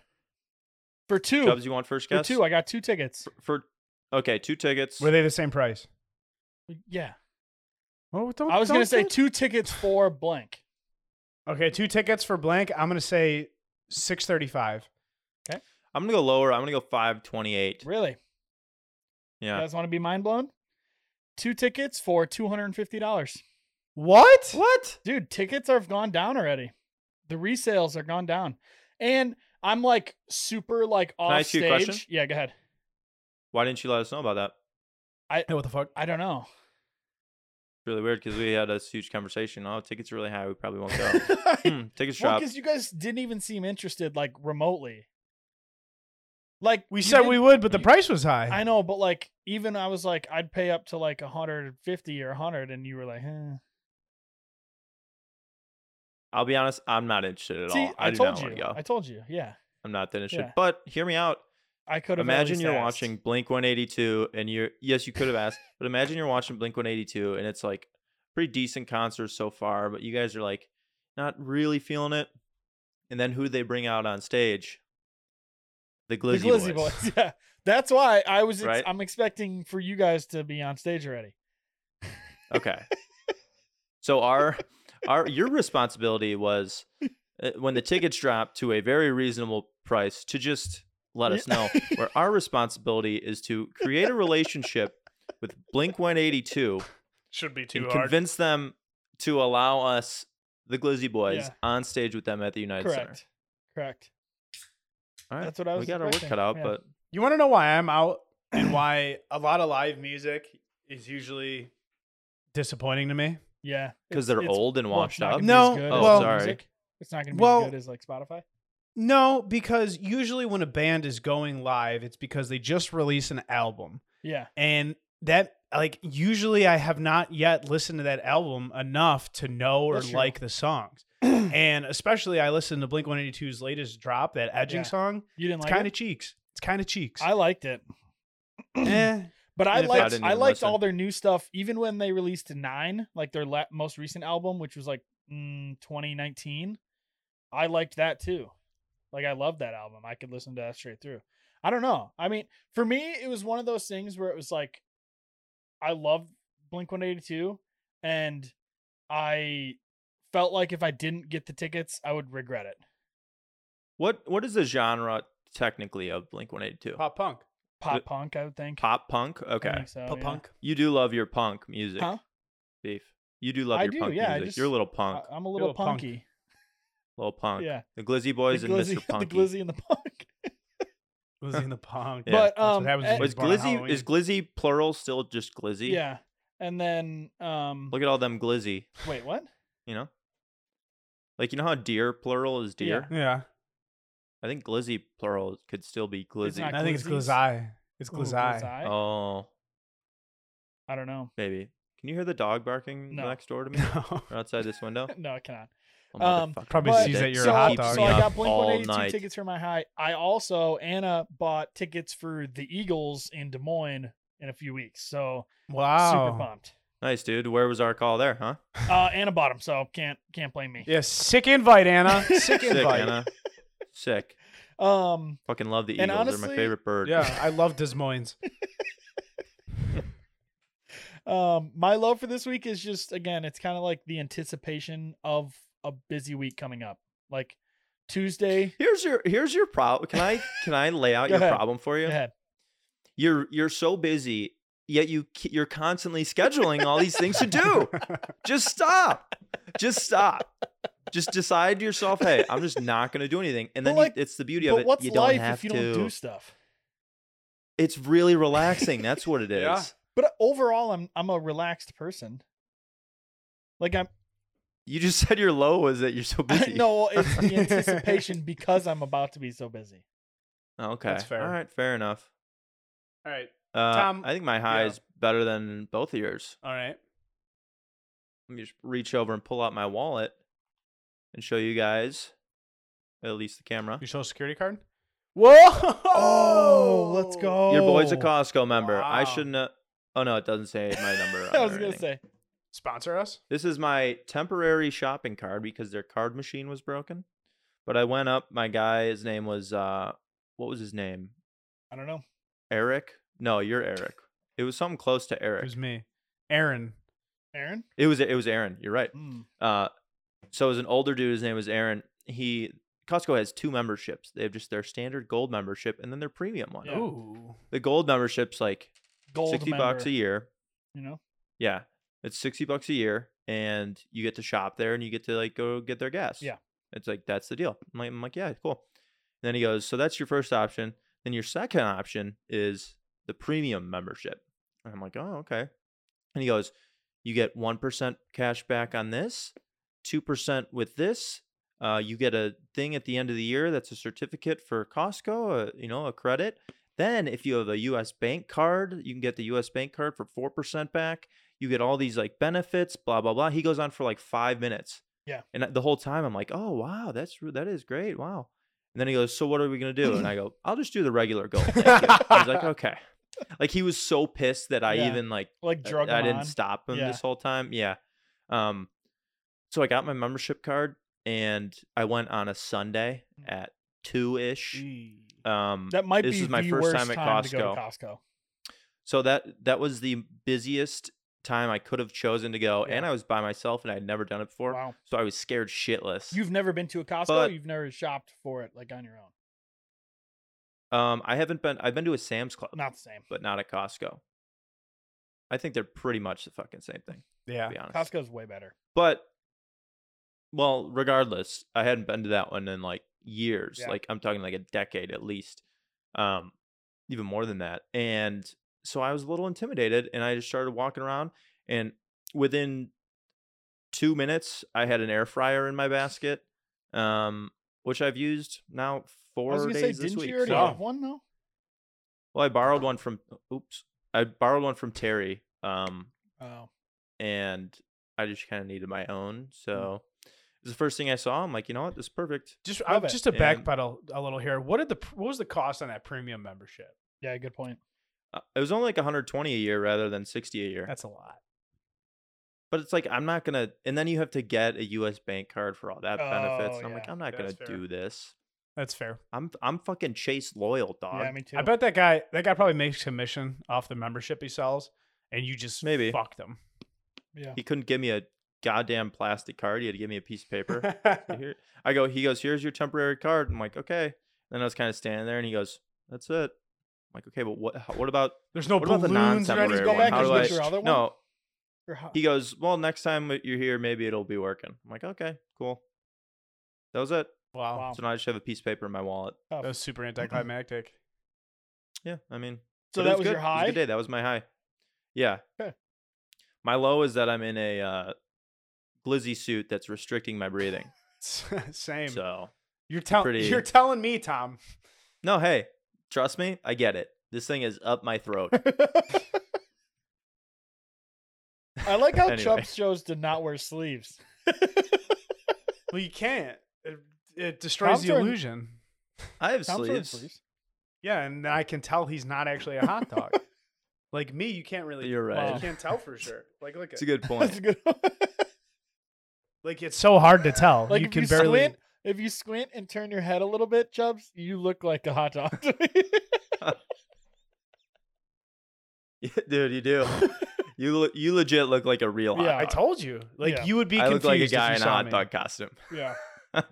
Speaker 3: for two
Speaker 1: Dubs, you want first
Speaker 3: for
Speaker 1: guess?
Speaker 3: two i got two tickets
Speaker 1: For okay, two tickets.
Speaker 2: were they the same price?
Speaker 3: yeah
Speaker 2: Well, don't,
Speaker 3: i was
Speaker 2: don't
Speaker 3: gonna say
Speaker 2: get-
Speaker 3: two tickets for blank
Speaker 2: Okay, two tickets for blank. I'm gonna say six thirty-five.
Speaker 1: I'm gonna go lower. I'm gonna go five twenty-eight.
Speaker 3: really You
Speaker 1: Yeah.
Speaker 3: guys want to be mind blown? Two tickets for two hundred and fifty dollars.
Speaker 2: What?
Speaker 1: What?
Speaker 3: Dude, tickets have gone down already. The resales are gone down, and I'm like super like off
Speaker 1: I ask you
Speaker 3: stage.
Speaker 1: a question?
Speaker 3: Yeah, go ahead.
Speaker 1: Why didn't you let us know about that?
Speaker 2: Hey, what the fuck?
Speaker 3: I don't know.
Speaker 1: It's really weird because we had this huge conversation. Oh, tickets are really high. We probably won't go.
Speaker 3: Because
Speaker 1: Hmm, tickets drop.
Speaker 3: you guys didn't even seem interested, like remotely. Like
Speaker 2: We
Speaker 3: you
Speaker 2: said
Speaker 3: didn't-
Speaker 2: we would, but the
Speaker 3: you-
Speaker 2: price was high.
Speaker 3: I know, but like even I was like I'd pay up to like 150 or 100 and you were like, eh.
Speaker 1: I'll be honest. I'm not interested at
Speaker 3: See,
Speaker 1: all. I,
Speaker 3: I,
Speaker 1: do
Speaker 3: told
Speaker 1: not
Speaker 3: you.
Speaker 1: want to go.
Speaker 3: I told you. Yeah.
Speaker 1: I'm not that interested.
Speaker 3: Yeah.
Speaker 1: But hear me out.
Speaker 3: I could have at
Speaker 1: Imagine
Speaker 3: least
Speaker 1: you're
Speaker 3: asked.
Speaker 1: watching Blink 182 and you're, yes, you could have asked, but imagine you're watching Blink 182 and it's like pretty decent concert so far, but you guys are like not really feeling it. And then who they bring out on stage? The
Speaker 3: the
Speaker 1: Glizzy,
Speaker 3: Glizzy
Speaker 1: Boys.
Speaker 3: Boys. Yeah. That's why I was ex-
Speaker 1: Right?
Speaker 3: I'm expecting for you guys to be on stage already.
Speaker 1: Okay. so our our your responsibility was uh, when the tickets dropped to a very reasonable price to just let us know. Where our responsibility is to create a relationship with Blink 182
Speaker 2: Should be
Speaker 1: and convince them to allow us the Glizzy Boys
Speaker 3: Yeah.
Speaker 1: on stage with them at the United
Speaker 3: Correct.
Speaker 1: Center.
Speaker 3: Correct.
Speaker 1: All
Speaker 3: That's what I
Speaker 1: We
Speaker 3: was
Speaker 1: got our work
Speaker 3: expecting,
Speaker 1: cut out,
Speaker 3: yeah.
Speaker 1: but
Speaker 2: You want to know why I'm out and why a lot of live music is usually disappointing to me?
Speaker 3: Yeah.
Speaker 1: because
Speaker 3: It's-
Speaker 1: they're
Speaker 3: it's-
Speaker 1: old and
Speaker 3: well, it's
Speaker 1: washed
Speaker 3: not
Speaker 1: up.
Speaker 3: gonna be as
Speaker 2: No,
Speaker 3: good
Speaker 1: oh,
Speaker 3: as
Speaker 2: well-
Speaker 3: Apple
Speaker 1: sorry.
Speaker 3: Music. It's not going to be
Speaker 2: Well-
Speaker 3: as good as like Spotify.
Speaker 2: No, because usually when a band is going live, it's because they just release an album.
Speaker 3: Yeah.
Speaker 2: And that like usually I have not yet listened to that album enough to know or
Speaker 3: That's true.
Speaker 2: like the songs. and especially I listened to Blink 182's latest drop, that edging
Speaker 3: Yeah.
Speaker 2: song.
Speaker 3: You didn't
Speaker 2: It's
Speaker 3: like
Speaker 2: kind
Speaker 3: it?
Speaker 2: of cheeks. It's kind of cheeks.
Speaker 3: I liked it.
Speaker 2: Eh.
Speaker 3: But I
Speaker 1: Even if I
Speaker 3: liked
Speaker 1: didn't
Speaker 3: I
Speaker 1: even
Speaker 3: liked all
Speaker 1: listen.
Speaker 3: their new stuff, even when they released Nine, like their la- most recent album, which was like mm, 2019. I liked that too. Like I loved that album. I could listen to that straight through. I don't know. I mean, for me, it was one of those things where it was like, I love Blink 182, and I felt like if I didn't get the tickets, I would regret it.
Speaker 1: what what is the genre technically of Blink 182?
Speaker 2: Pop punk.
Speaker 3: Pop
Speaker 1: Th-
Speaker 3: punk, I would think.
Speaker 1: Pop punk.
Speaker 3: I
Speaker 1: Okay.
Speaker 3: think so,
Speaker 2: Pop
Speaker 3: Oh, yeah.
Speaker 2: punk.
Speaker 1: You do love your punk music,
Speaker 3: Huh?
Speaker 1: Beef. You do love
Speaker 3: I
Speaker 1: your
Speaker 3: do,
Speaker 1: punk
Speaker 3: yeah, I
Speaker 1: music.
Speaker 3: just-
Speaker 1: You're a little
Speaker 3: I-
Speaker 1: punk,
Speaker 3: I'm a little,
Speaker 2: little punk.
Speaker 3: punky.
Speaker 1: little punk.
Speaker 3: Yeah.
Speaker 1: The Glizzy Boys
Speaker 3: the
Speaker 1: and
Speaker 3: glizzy,
Speaker 1: Mr. Punky.
Speaker 3: the glizzy and the punk.
Speaker 2: Was in the punk.
Speaker 1: Yeah.
Speaker 3: But
Speaker 2: That's what
Speaker 3: um,
Speaker 2: happens when
Speaker 3: and-
Speaker 2: you
Speaker 1: Was
Speaker 2: born on
Speaker 1: Glizzy Oh, is Glizzy plural still just Glizzy?
Speaker 3: yeah, and then um,
Speaker 1: Look at all them Glizzy.
Speaker 3: wait, what?
Speaker 1: You know, like you know how deer plural is deer.
Speaker 2: Halloween. yeah.
Speaker 1: I think Glizzy plural could still be Glizzy.
Speaker 3: not
Speaker 2: I think it's
Speaker 3: Glizzy's?
Speaker 2: Glizzy. It's
Speaker 3: Ooh,
Speaker 2: Glizzy.
Speaker 3: Glizzy?
Speaker 1: Oh,
Speaker 3: I don't know.
Speaker 1: maybe. Can you hear the dog barking
Speaker 3: No.
Speaker 1: next door to me
Speaker 2: No.
Speaker 1: or outside this window?
Speaker 3: No, I cannot.
Speaker 1: Oh,
Speaker 3: Um,
Speaker 1: motherfucker.
Speaker 2: Probably
Speaker 3: But-
Speaker 2: sees that you're
Speaker 3: so,
Speaker 2: a hot
Speaker 1: keeps
Speaker 2: dog.
Speaker 3: so I
Speaker 1: me
Speaker 3: got
Speaker 1: up
Speaker 3: Blink
Speaker 1: all
Speaker 3: 182
Speaker 1: night.
Speaker 3: tickets for my high. I also Anna bought tickets for the Eagles in Des Moines in a few weeks. So super
Speaker 2: Wow.
Speaker 3: pumped.
Speaker 1: Nice, dude. Where was our call there, huh?
Speaker 3: Uh, Anna bought them, so can't can't blame me.
Speaker 2: Yeah, sick invite, Anna. Sick
Speaker 1: Sick,
Speaker 2: invite.
Speaker 1: Anna. Sick.
Speaker 3: Um,
Speaker 1: Fucking love the
Speaker 3: And
Speaker 1: Eagles. They're
Speaker 3: honestly-
Speaker 1: my favorite bird.
Speaker 2: Yeah, I love Des Moines.
Speaker 3: um, my low for this week is just again, it's kind of like the anticipation of a busy week coming up. Like Tuesday,
Speaker 1: Here's your here's your problem. Can I can I lay out
Speaker 3: Go
Speaker 1: your
Speaker 3: ahead.
Speaker 1: problem for
Speaker 3: go
Speaker 1: you?
Speaker 3: ahead.
Speaker 1: You're you're so busy, yet you ke- you're constantly scheduling all these things to do. Just stop. Just stop. Just decide to yourself, hey, I'm just not going to do anything. And
Speaker 3: But
Speaker 1: then
Speaker 3: like-
Speaker 1: you, it's the beauty of
Speaker 3: But
Speaker 1: it.
Speaker 3: what's
Speaker 1: you don't
Speaker 3: life
Speaker 1: have
Speaker 3: if you
Speaker 1: to.
Speaker 3: don't do stuff?
Speaker 1: it's really relaxing. That's what it is.
Speaker 2: Yeah.
Speaker 3: But uh, overall, I'm I'm a relaxed person. Like I'm
Speaker 1: You just said your low was that you're so busy.
Speaker 3: no, it's the anticipation because I'm about to be so busy.
Speaker 1: Oh, Okay.
Speaker 2: That's fair.
Speaker 1: All right. Fair enough.
Speaker 2: All right.
Speaker 1: Uh,
Speaker 2: Tom,
Speaker 1: I think my high
Speaker 2: yeah.
Speaker 1: is better than both of yours.
Speaker 2: All right.
Speaker 1: Let me just reach over and pull out my wallet and show you guys, at least the camera.
Speaker 2: Your social security card? Whoa!
Speaker 3: Oh, let's go.
Speaker 1: Your boy's a Costco member. I
Speaker 2: wow.
Speaker 1: shouldn't. Uh, oh no, it doesn't say my number.
Speaker 3: I
Speaker 1: on there
Speaker 3: was
Speaker 1: or
Speaker 3: gonna
Speaker 1: anything.
Speaker 3: say.
Speaker 2: Sponsor us?
Speaker 1: This is my temporary shopping card because their card machine was broken. But I went up. My guy, his name was uh, what was his name?
Speaker 3: I don't know.
Speaker 1: Eric? No, you're Eric. It was something close to
Speaker 2: It
Speaker 1: Eric.
Speaker 2: was me. Aaron.
Speaker 3: Aaron?
Speaker 1: It was it was Aaron. You're right.
Speaker 3: Mm.
Speaker 1: Uh, so it was an older dude. His name was Aaron. He Costco has two memberships. They have just their standard gold membership and then their premium one.
Speaker 3: Yeah.
Speaker 2: Ooh.
Speaker 1: The gold membership's like
Speaker 3: Gold
Speaker 1: 60
Speaker 3: member,
Speaker 1: bucks a year.
Speaker 3: You know,
Speaker 1: Yeah. It's 60 bucks a year and you get to shop there and you get to like go get their gas.
Speaker 3: Yeah.
Speaker 1: It's like that's the deal. I'm like, I'm like, yeah, cool. And then he goes, "So that's your first option. Then your second option is the premium membership." And I'm like, "Oh, okay." And he goes, "You get 1% cash back on this, 2% with this. Uh, you get a thing at the end of the year that's a certificate for Costco, uh, you know, a credit. Then if you have a US bank card, you can get the US bank card for 4% back. You get all these like benefits, blah blah blah." He goes on for like 5 minutes.
Speaker 3: Yeah.
Speaker 1: And the whole time I'm like, "Oh, wow, that's re- that is great. Wow." And then he goes, "So what are we gonna do?" And I go, "I'll just do the regular gold." Thank you." I was like, "Okay." Like he was so pissed that I
Speaker 3: Yeah.
Speaker 1: even like
Speaker 3: like
Speaker 1: I-
Speaker 3: drug
Speaker 1: I,
Speaker 3: 'em
Speaker 1: didn't
Speaker 3: on.
Speaker 1: stop him
Speaker 3: Yeah.
Speaker 1: this whole time. Yeah. Um. So I got my membership card and I went on a Sunday
Speaker 3: Mm.
Speaker 1: at two ish. Um.
Speaker 3: That might
Speaker 1: this
Speaker 3: be
Speaker 1: is my
Speaker 3: the
Speaker 1: first
Speaker 3: worst
Speaker 1: time at
Speaker 3: to go to Costco.
Speaker 1: so that that was the busiest time I could have chosen to go, and
Speaker 3: Yeah.
Speaker 1: I was by myself and I had never done it before,
Speaker 3: Wow.
Speaker 1: so I was scared shitless.
Speaker 3: You've never been to a Costco.
Speaker 1: But-
Speaker 3: You've never shopped for it like on your own.
Speaker 1: um. I haven't been. I've been to a Sam's Club,
Speaker 3: Not the same.
Speaker 1: but not at Costco. I think they're pretty much the fucking same thing.
Speaker 2: Yeah.
Speaker 1: To be honest.
Speaker 3: Costco's way better.
Speaker 1: But well, regardless, I hadn't been to that one in like years.
Speaker 3: Yeah.
Speaker 1: Like I'm talking like a decade at least. Um even more than that. And so I was a little intimidated and I just started walking around and within 2 minutes I had an air fryer in my basket. Um which I've used now 4
Speaker 3: I was gonna say,
Speaker 1: days this
Speaker 3: didn't
Speaker 1: week.
Speaker 3: you already
Speaker 1: so-
Speaker 3: have one though?
Speaker 1: Well, I borrowed one from oops. I borrowed one from Terry. Um
Speaker 3: Oh,
Speaker 1: and I just kind of needed my
Speaker 3: Mm.
Speaker 1: own. So it was the first thing I saw. I'm like, you know what? This is perfect.
Speaker 2: Just
Speaker 3: Love
Speaker 2: uh,
Speaker 3: it.
Speaker 2: just to
Speaker 1: And-
Speaker 2: backpedal a little here. What did the pr- what was the cost on that premium membership?
Speaker 3: yeah. Good point.
Speaker 1: Uh, It was only like 120 a year rather than 60 a year.
Speaker 2: That's a lot.
Speaker 1: but it's like I'm not gonna. And then you have to get a U.S. bank card for all that benefits.
Speaker 3: Oh,
Speaker 1: And I'm like,
Speaker 3: yeah.
Speaker 1: I'm not gonna
Speaker 2: That's fair.
Speaker 1: do this.
Speaker 2: That's fair.
Speaker 1: I'm I'm fucking Chase loyal, dog.
Speaker 3: Yeah, me too.
Speaker 2: I bet that guy that guy probably makes commission off the membership he sells, and you just
Speaker 1: Maybe.
Speaker 2: fucked him.
Speaker 3: Yeah.
Speaker 1: he couldn't give me a goddamn plastic card. He had to give me a piece of paper. here I go, he goes, here's your temporary card. I'm like, okay. Then I was kind of standing there and he goes, that's it. I'm like, okay, but what how- what about
Speaker 2: The's
Speaker 3: Oh,
Speaker 2: no
Speaker 1: what about the
Speaker 2: balloons or
Speaker 1: non-temporary
Speaker 2: anything.
Speaker 3: Go
Speaker 1: one?
Speaker 3: back
Speaker 1: How
Speaker 3: and
Speaker 1: do I-
Speaker 3: get your other one?
Speaker 1: No,
Speaker 3: Or how-
Speaker 1: he goes, "Well, next time that you're here, maybe it'll be working." I'm like, "Okay, cool." That was it.
Speaker 2: Wow.
Speaker 3: Wow.
Speaker 1: So now I just have a piece of paper in my wallet.
Speaker 3: Tough.
Speaker 2: That was super anticlimactic.
Speaker 1: Yeah, I mean, but
Speaker 3: so
Speaker 1: it
Speaker 3: that was
Speaker 1: good.
Speaker 3: your
Speaker 1: It was
Speaker 3: high.
Speaker 1: a good day. That was my high. Yeah.
Speaker 3: Okay.
Speaker 1: My low is that I'm in a uh, glizzy suit that's restricting my breathing.
Speaker 2: Same.
Speaker 1: so
Speaker 2: you're telling
Speaker 1: pretty-
Speaker 2: you're telling me, Tom.
Speaker 1: no, hey, trust me, I get it. This thing is up my throat.
Speaker 3: I like how
Speaker 1: Anyway.
Speaker 3: Chubbs shows did not wear sleeves.
Speaker 2: Well, you can't. It, it destroys
Speaker 3: Tom's
Speaker 2: the
Speaker 3: wearing-
Speaker 2: illusion.
Speaker 1: I have
Speaker 3: Tom's wearing
Speaker 1: sleeves.
Speaker 2: Yeah, and I can tell he's not actually a hot dog. like me, you can't really.
Speaker 1: Oh, You're right.
Speaker 2: You can't tell for sure. Like look at
Speaker 1: It's a good
Speaker 3: That's
Speaker 1: point.
Speaker 3: a good. one.
Speaker 2: like it's so hard to tell.
Speaker 3: like
Speaker 2: you
Speaker 3: if
Speaker 2: can
Speaker 3: you
Speaker 2: barely.
Speaker 3: squint, if you squint and turn your head a little bit, Chubbs, you look like a hot dog. to me.
Speaker 1: Dude, you do. You le- you legit look like a real hot
Speaker 3: Yeah.
Speaker 1: dog.
Speaker 2: I told you. Like
Speaker 3: Yeah.
Speaker 2: you would be
Speaker 1: I look
Speaker 2: confused
Speaker 1: like a
Speaker 2: if you
Speaker 1: guy in a
Speaker 2: saw
Speaker 1: hot
Speaker 2: me.
Speaker 1: dog costume.
Speaker 3: yeah.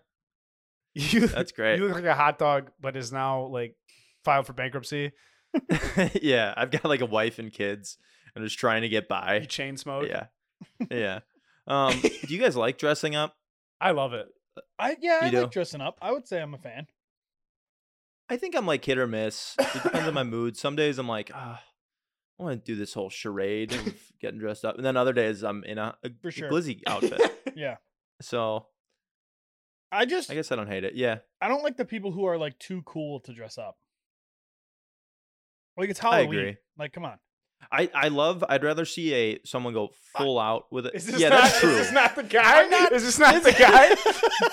Speaker 2: You,
Speaker 1: That's great.
Speaker 2: you look like a hot dog, but is now like filed for bankruptcy.
Speaker 1: yeah, I've got like a wife and kids. I'm just trying to get
Speaker 2: You
Speaker 1: by.
Speaker 2: chain smoke.
Speaker 1: Yeah, yeah. Um, do you guys like dressing up?
Speaker 2: I love it.
Speaker 3: I yeah, I
Speaker 1: You
Speaker 3: like
Speaker 1: do.
Speaker 3: dressing up. I would say I'm a fan.
Speaker 1: I think I'm like hit or miss. It depends on my mood. Some days I'm like, ah, I want to do this whole charade of getting dressed up, and then other days I'm in a, a
Speaker 3: For sure.
Speaker 1: glizzy outfit.
Speaker 3: Yeah.
Speaker 1: So
Speaker 3: I just
Speaker 1: I guess I don't hate it. Yeah,
Speaker 3: I don't like the people who are like too cool to dress up. Like it's
Speaker 1: I
Speaker 3: Halloween.
Speaker 1: agree.
Speaker 3: Like come on.
Speaker 1: I, I love. I'd rather see a someone go full out with it.
Speaker 2: Is this
Speaker 1: yeah,
Speaker 2: not,
Speaker 1: that's true.
Speaker 2: Is this not the guy?
Speaker 3: I'm not-
Speaker 2: is this not the guy?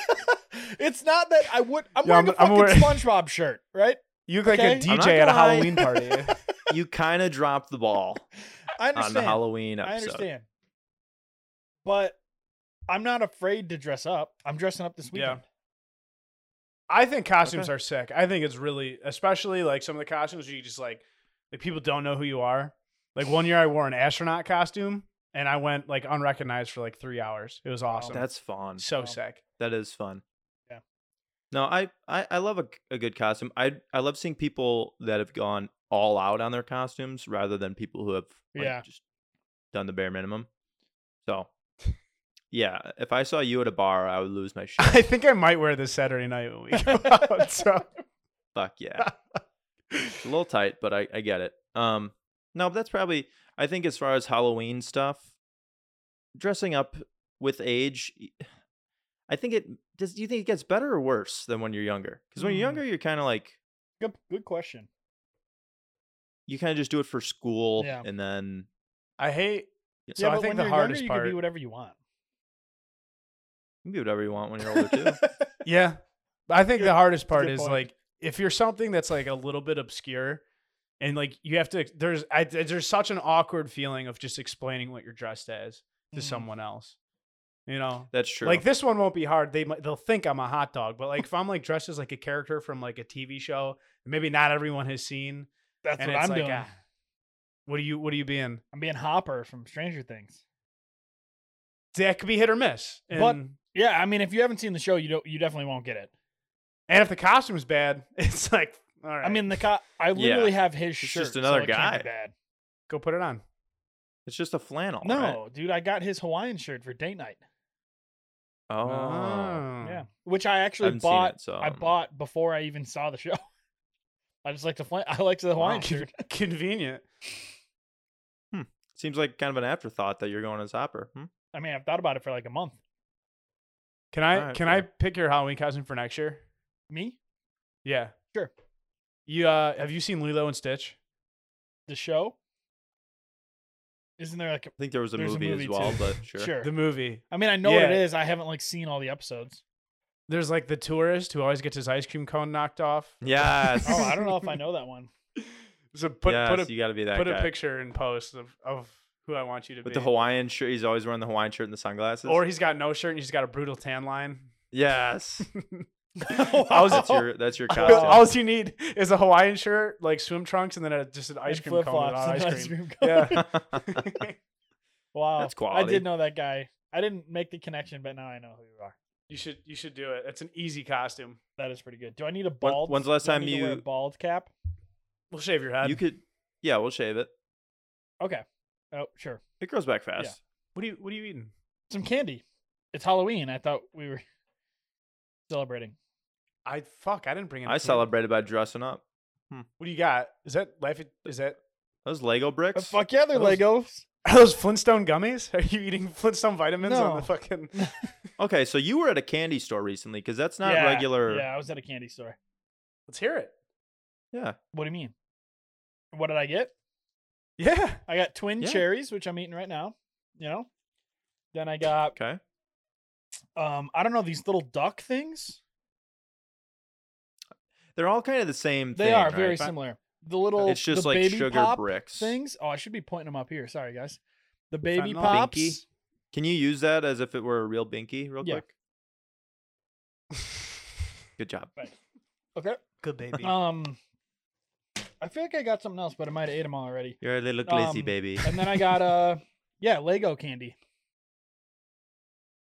Speaker 3: it's not that I would I'm
Speaker 2: Yeah,
Speaker 3: wearing
Speaker 2: I'm-
Speaker 3: a
Speaker 2: I'm
Speaker 3: fucking
Speaker 2: aware-
Speaker 3: SpongeBob shirt, right?
Speaker 2: You look like
Speaker 3: Okay.
Speaker 2: a
Speaker 3: I'm
Speaker 1: not
Speaker 2: DJ at a
Speaker 1: gonna lie.
Speaker 2: Halloween party.
Speaker 1: you kind of dropped the ball
Speaker 3: I
Speaker 1: on the
Speaker 3: understand.
Speaker 1: Halloween
Speaker 3: I
Speaker 1: episode.
Speaker 3: understand. But I'm not afraid to dress up. I'm dressing up this
Speaker 2: Yeah.
Speaker 3: weekend.
Speaker 2: I think costumes
Speaker 1: Okay.
Speaker 2: are sick. I think it's really, especially like some of the costumes you just like, like people don't know who you are. Like one year I wore an astronaut costume and I went like unrecognized for like three hours. It was awesome.
Speaker 1: That's fun.
Speaker 2: so
Speaker 3: Wow.
Speaker 2: sick.
Speaker 1: That is fun.
Speaker 3: Yeah.
Speaker 1: No, I I, I love a, a good costume. I I love seeing people that have gone all out on their costumes rather than people who have like,
Speaker 3: Yeah.
Speaker 1: just done the bare minimum. So, yeah, if I saw you at a bar, I would lose my shit.
Speaker 2: I think I might wear this Saturday night when we go out. So
Speaker 1: Fuck yeah. It's a little tight, but I, I get it. Um, no, but that's probably I think as far as Halloween stuff, dressing up with age, y- I think it does. Do you think it gets better or worse than when you're younger? Because when you're
Speaker 3: Mm.
Speaker 2: Hmm.
Speaker 1: younger, you're kind of like
Speaker 3: Good, good question.
Speaker 1: you kind of just do it for school,
Speaker 3: Yeah.
Speaker 1: and then
Speaker 2: I hate.
Speaker 1: Yeah,
Speaker 2: So
Speaker 3: yeah,
Speaker 2: I
Speaker 3: but
Speaker 2: think
Speaker 3: when
Speaker 2: the
Speaker 3: you're
Speaker 2: hardest
Speaker 3: younger,
Speaker 2: part.
Speaker 3: you can be whatever you want.
Speaker 1: you can be whatever you want when you're older too.
Speaker 2: Yeah. I think the hardest
Speaker 3: That's a
Speaker 2: part
Speaker 3: good
Speaker 2: is
Speaker 3: point.
Speaker 2: like if you're something that's like a little bit obscure and like you have to there's I, there's such an awkward feeling of just explaining what you're dressed as to
Speaker 3: Mhm.
Speaker 2: someone else. You know.
Speaker 1: That's true.
Speaker 2: Like this one won't be hard. They might they'll think I'm a hot dog, but like if I'm like dressed as like a character from like a TV show, maybe not everyone has seen.
Speaker 3: That's
Speaker 2: and
Speaker 3: what
Speaker 2: it's
Speaker 3: I'm
Speaker 2: like,
Speaker 3: doing.
Speaker 2: ah, what are you what are you being?
Speaker 3: I'm being Hopper from Stranger Things.
Speaker 2: That could be hit or miss. And
Speaker 3: But- Yeah, I mean, if you haven't seen the show, you don't, you definitely won't get it.
Speaker 2: and if the costume's bad, it's like all right.
Speaker 3: I mean, the co- I literally have his shirt.
Speaker 1: just
Speaker 3: so
Speaker 1: another
Speaker 3: it can't be
Speaker 1: guy.
Speaker 3: bad.
Speaker 2: go put it on.
Speaker 1: it's just a flannel.
Speaker 3: No,
Speaker 1: right?
Speaker 3: dude, I got his Hawaiian shirt for date night.
Speaker 1: Oh.
Speaker 2: Oh.
Speaker 3: Yeah, which I
Speaker 1: I
Speaker 3: actually
Speaker 1: haven't seen
Speaker 3: bought.
Speaker 1: it, so
Speaker 3: I
Speaker 1: don't know.
Speaker 3: bought before I even saw the show. I just like the flan- I liked the Hawaiian
Speaker 2: Con-
Speaker 3: shirt.
Speaker 2: Convenient.
Speaker 1: Seems like kind of an afterthought that you're going as Hopper. Hmm?
Speaker 3: I mean, I've thought about it for like a month.
Speaker 2: Can I
Speaker 1: Alright,
Speaker 2: can I pick your Halloween costume for next year?
Speaker 3: Me,
Speaker 2: Yeah.
Speaker 3: Sure.
Speaker 2: You uh have you seen Lilo and Stitch?
Speaker 3: the show. Isn't there like a,
Speaker 1: I think there was a,
Speaker 3: There's a
Speaker 1: movie,
Speaker 3: movie,
Speaker 1: as well,
Speaker 3: too.
Speaker 1: but
Speaker 3: sure.
Speaker 1: sure.
Speaker 2: The movie.
Speaker 3: I mean, I know what it
Speaker 2: Yeah.
Speaker 3: is. I haven't like seen all the episodes.
Speaker 2: There's like the tourist who always gets his ice cream cone knocked off.
Speaker 1: Yes.
Speaker 3: Oh, I don't know if I know that one.
Speaker 2: So put
Speaker 1: yes,
Speaker 2: put a
Speaker 1: you got to be that
Speaker 2: put
Speaker 1: guy.
Speaker 2: a picture in post of, of who I want you to
Speaker 1: With
Speaker 2: be.
Speaker 1: the Hawaiian shirt, he's always wearing the Hawaiian shirt and the sunglasses.
Speaker 2: or he's got no shirt and he's got a brutal tan line.
Speaker 1: yes,
Speaker 2: I was-
Speaker 1: that's your that's your
Speaker 2: All-
Speaker 1: costume.
Speaker 2: All you need is a Hawaiian shirt, like swim trunks, and then a, just an ice
Speaker 3: And
Speaker 2: cream cone
Speaker 3: flip-flops
Speaker 2: without
Speaker 3: and
Speaker 2: ice
Speaker 3: an
Speaker 2: cream.
Speaker 3: cone.
Speaker 2: Yeah.
Speaker 3: Wow,
Speaker 1: That's
Speaker 3: I
Speaker 1: quality.
Speaker 3: did know that guy. I didn't make the connection, but now I know who you are.
Speaker 2: you should you should do it. It's an easy costume.
Speaker 3: That is pretty good. Do I need a bald?
Speaker 1: when's the last
Speaker 3: do I
Speaker 1: time
Speaker 3: need to wear a
Speaker 1: you-
Speaker 3: bald cap?
Speaker 2: We'll shave your head.
Speaker 1: you could, yeah, we'll shave it.
Speaker 3: Okay. Oh, sure.
Speaker 1: It grows back fast.
Speaker 2: what are you what are you eating?
Speaker 3: Some candy. It's Halloween. I thought we were celebrating.
Speaker 2: I fuck. I didn't bring it.
Speaker 1: I celebrated by dressing up.
Speaker 2: What do you got? Is that life? Is that
Speaker 1: Those Lego bricks.
Speaker 3: yeah, they're
Speaker 2: Those-
Speaker 3: Legos.
Speaker 2: are those Flintstone gummies? Are you eating Flintstone vitamins on
Speaker 3: No.
Speaker 2: the fucking?
Speaker 1: Okay, so you were at a candy store recently because that's not
Speaker 3: Yeah,
Speaker 1: regular.
Speaker 3: Yeah, I was at a candy store.
Speaker 2: Let's hear it.
Speaker 1: Yeah.
Speaker 3: What do you mean? What did I get?
Speaker 2: Yeah.
Speaker 3: I got twin
Speaker 1: Yeah.
Speaker 3: cherries, which I'm eating right now. You know. Then I got
Speaker 1: Okay.
Speaker 3: um I don't know these little duck things.
Speaker 1: They're all kind of the same.
Speaker 3: They
Speaker 1: thing,
Speaker 3: are very
Speaker 1: right?
Speaker 3: similar. The little
Speaker 1: It's just
Speaker 3: the
Speaker 1: like
Speaker 3: baby
Speaker 1: sugar
Speaker 3: pop
Speaker 1: bricks.
Speaker 3: things. Oh, I should be pointing them up here. Sorry guys. The baby
Speaker 2: Fentanyl.
Speaker 3: pops.
Speaker 1: Binky. Can you use that as if it were a real binky, real
Speaker 3: Yeah.
Speaker 1: quick? Good job.
Speaker 3: Okay.
Speaker 2: Good baby.
Speaker 3: Um, I feel like I got something else, but I might have ate them all already.
Speaker 1: You're a little glazy
Speaker 3: Um,
Speaker 1: baby.
Speaker 3: And then I got uh, yeah, Lego candy.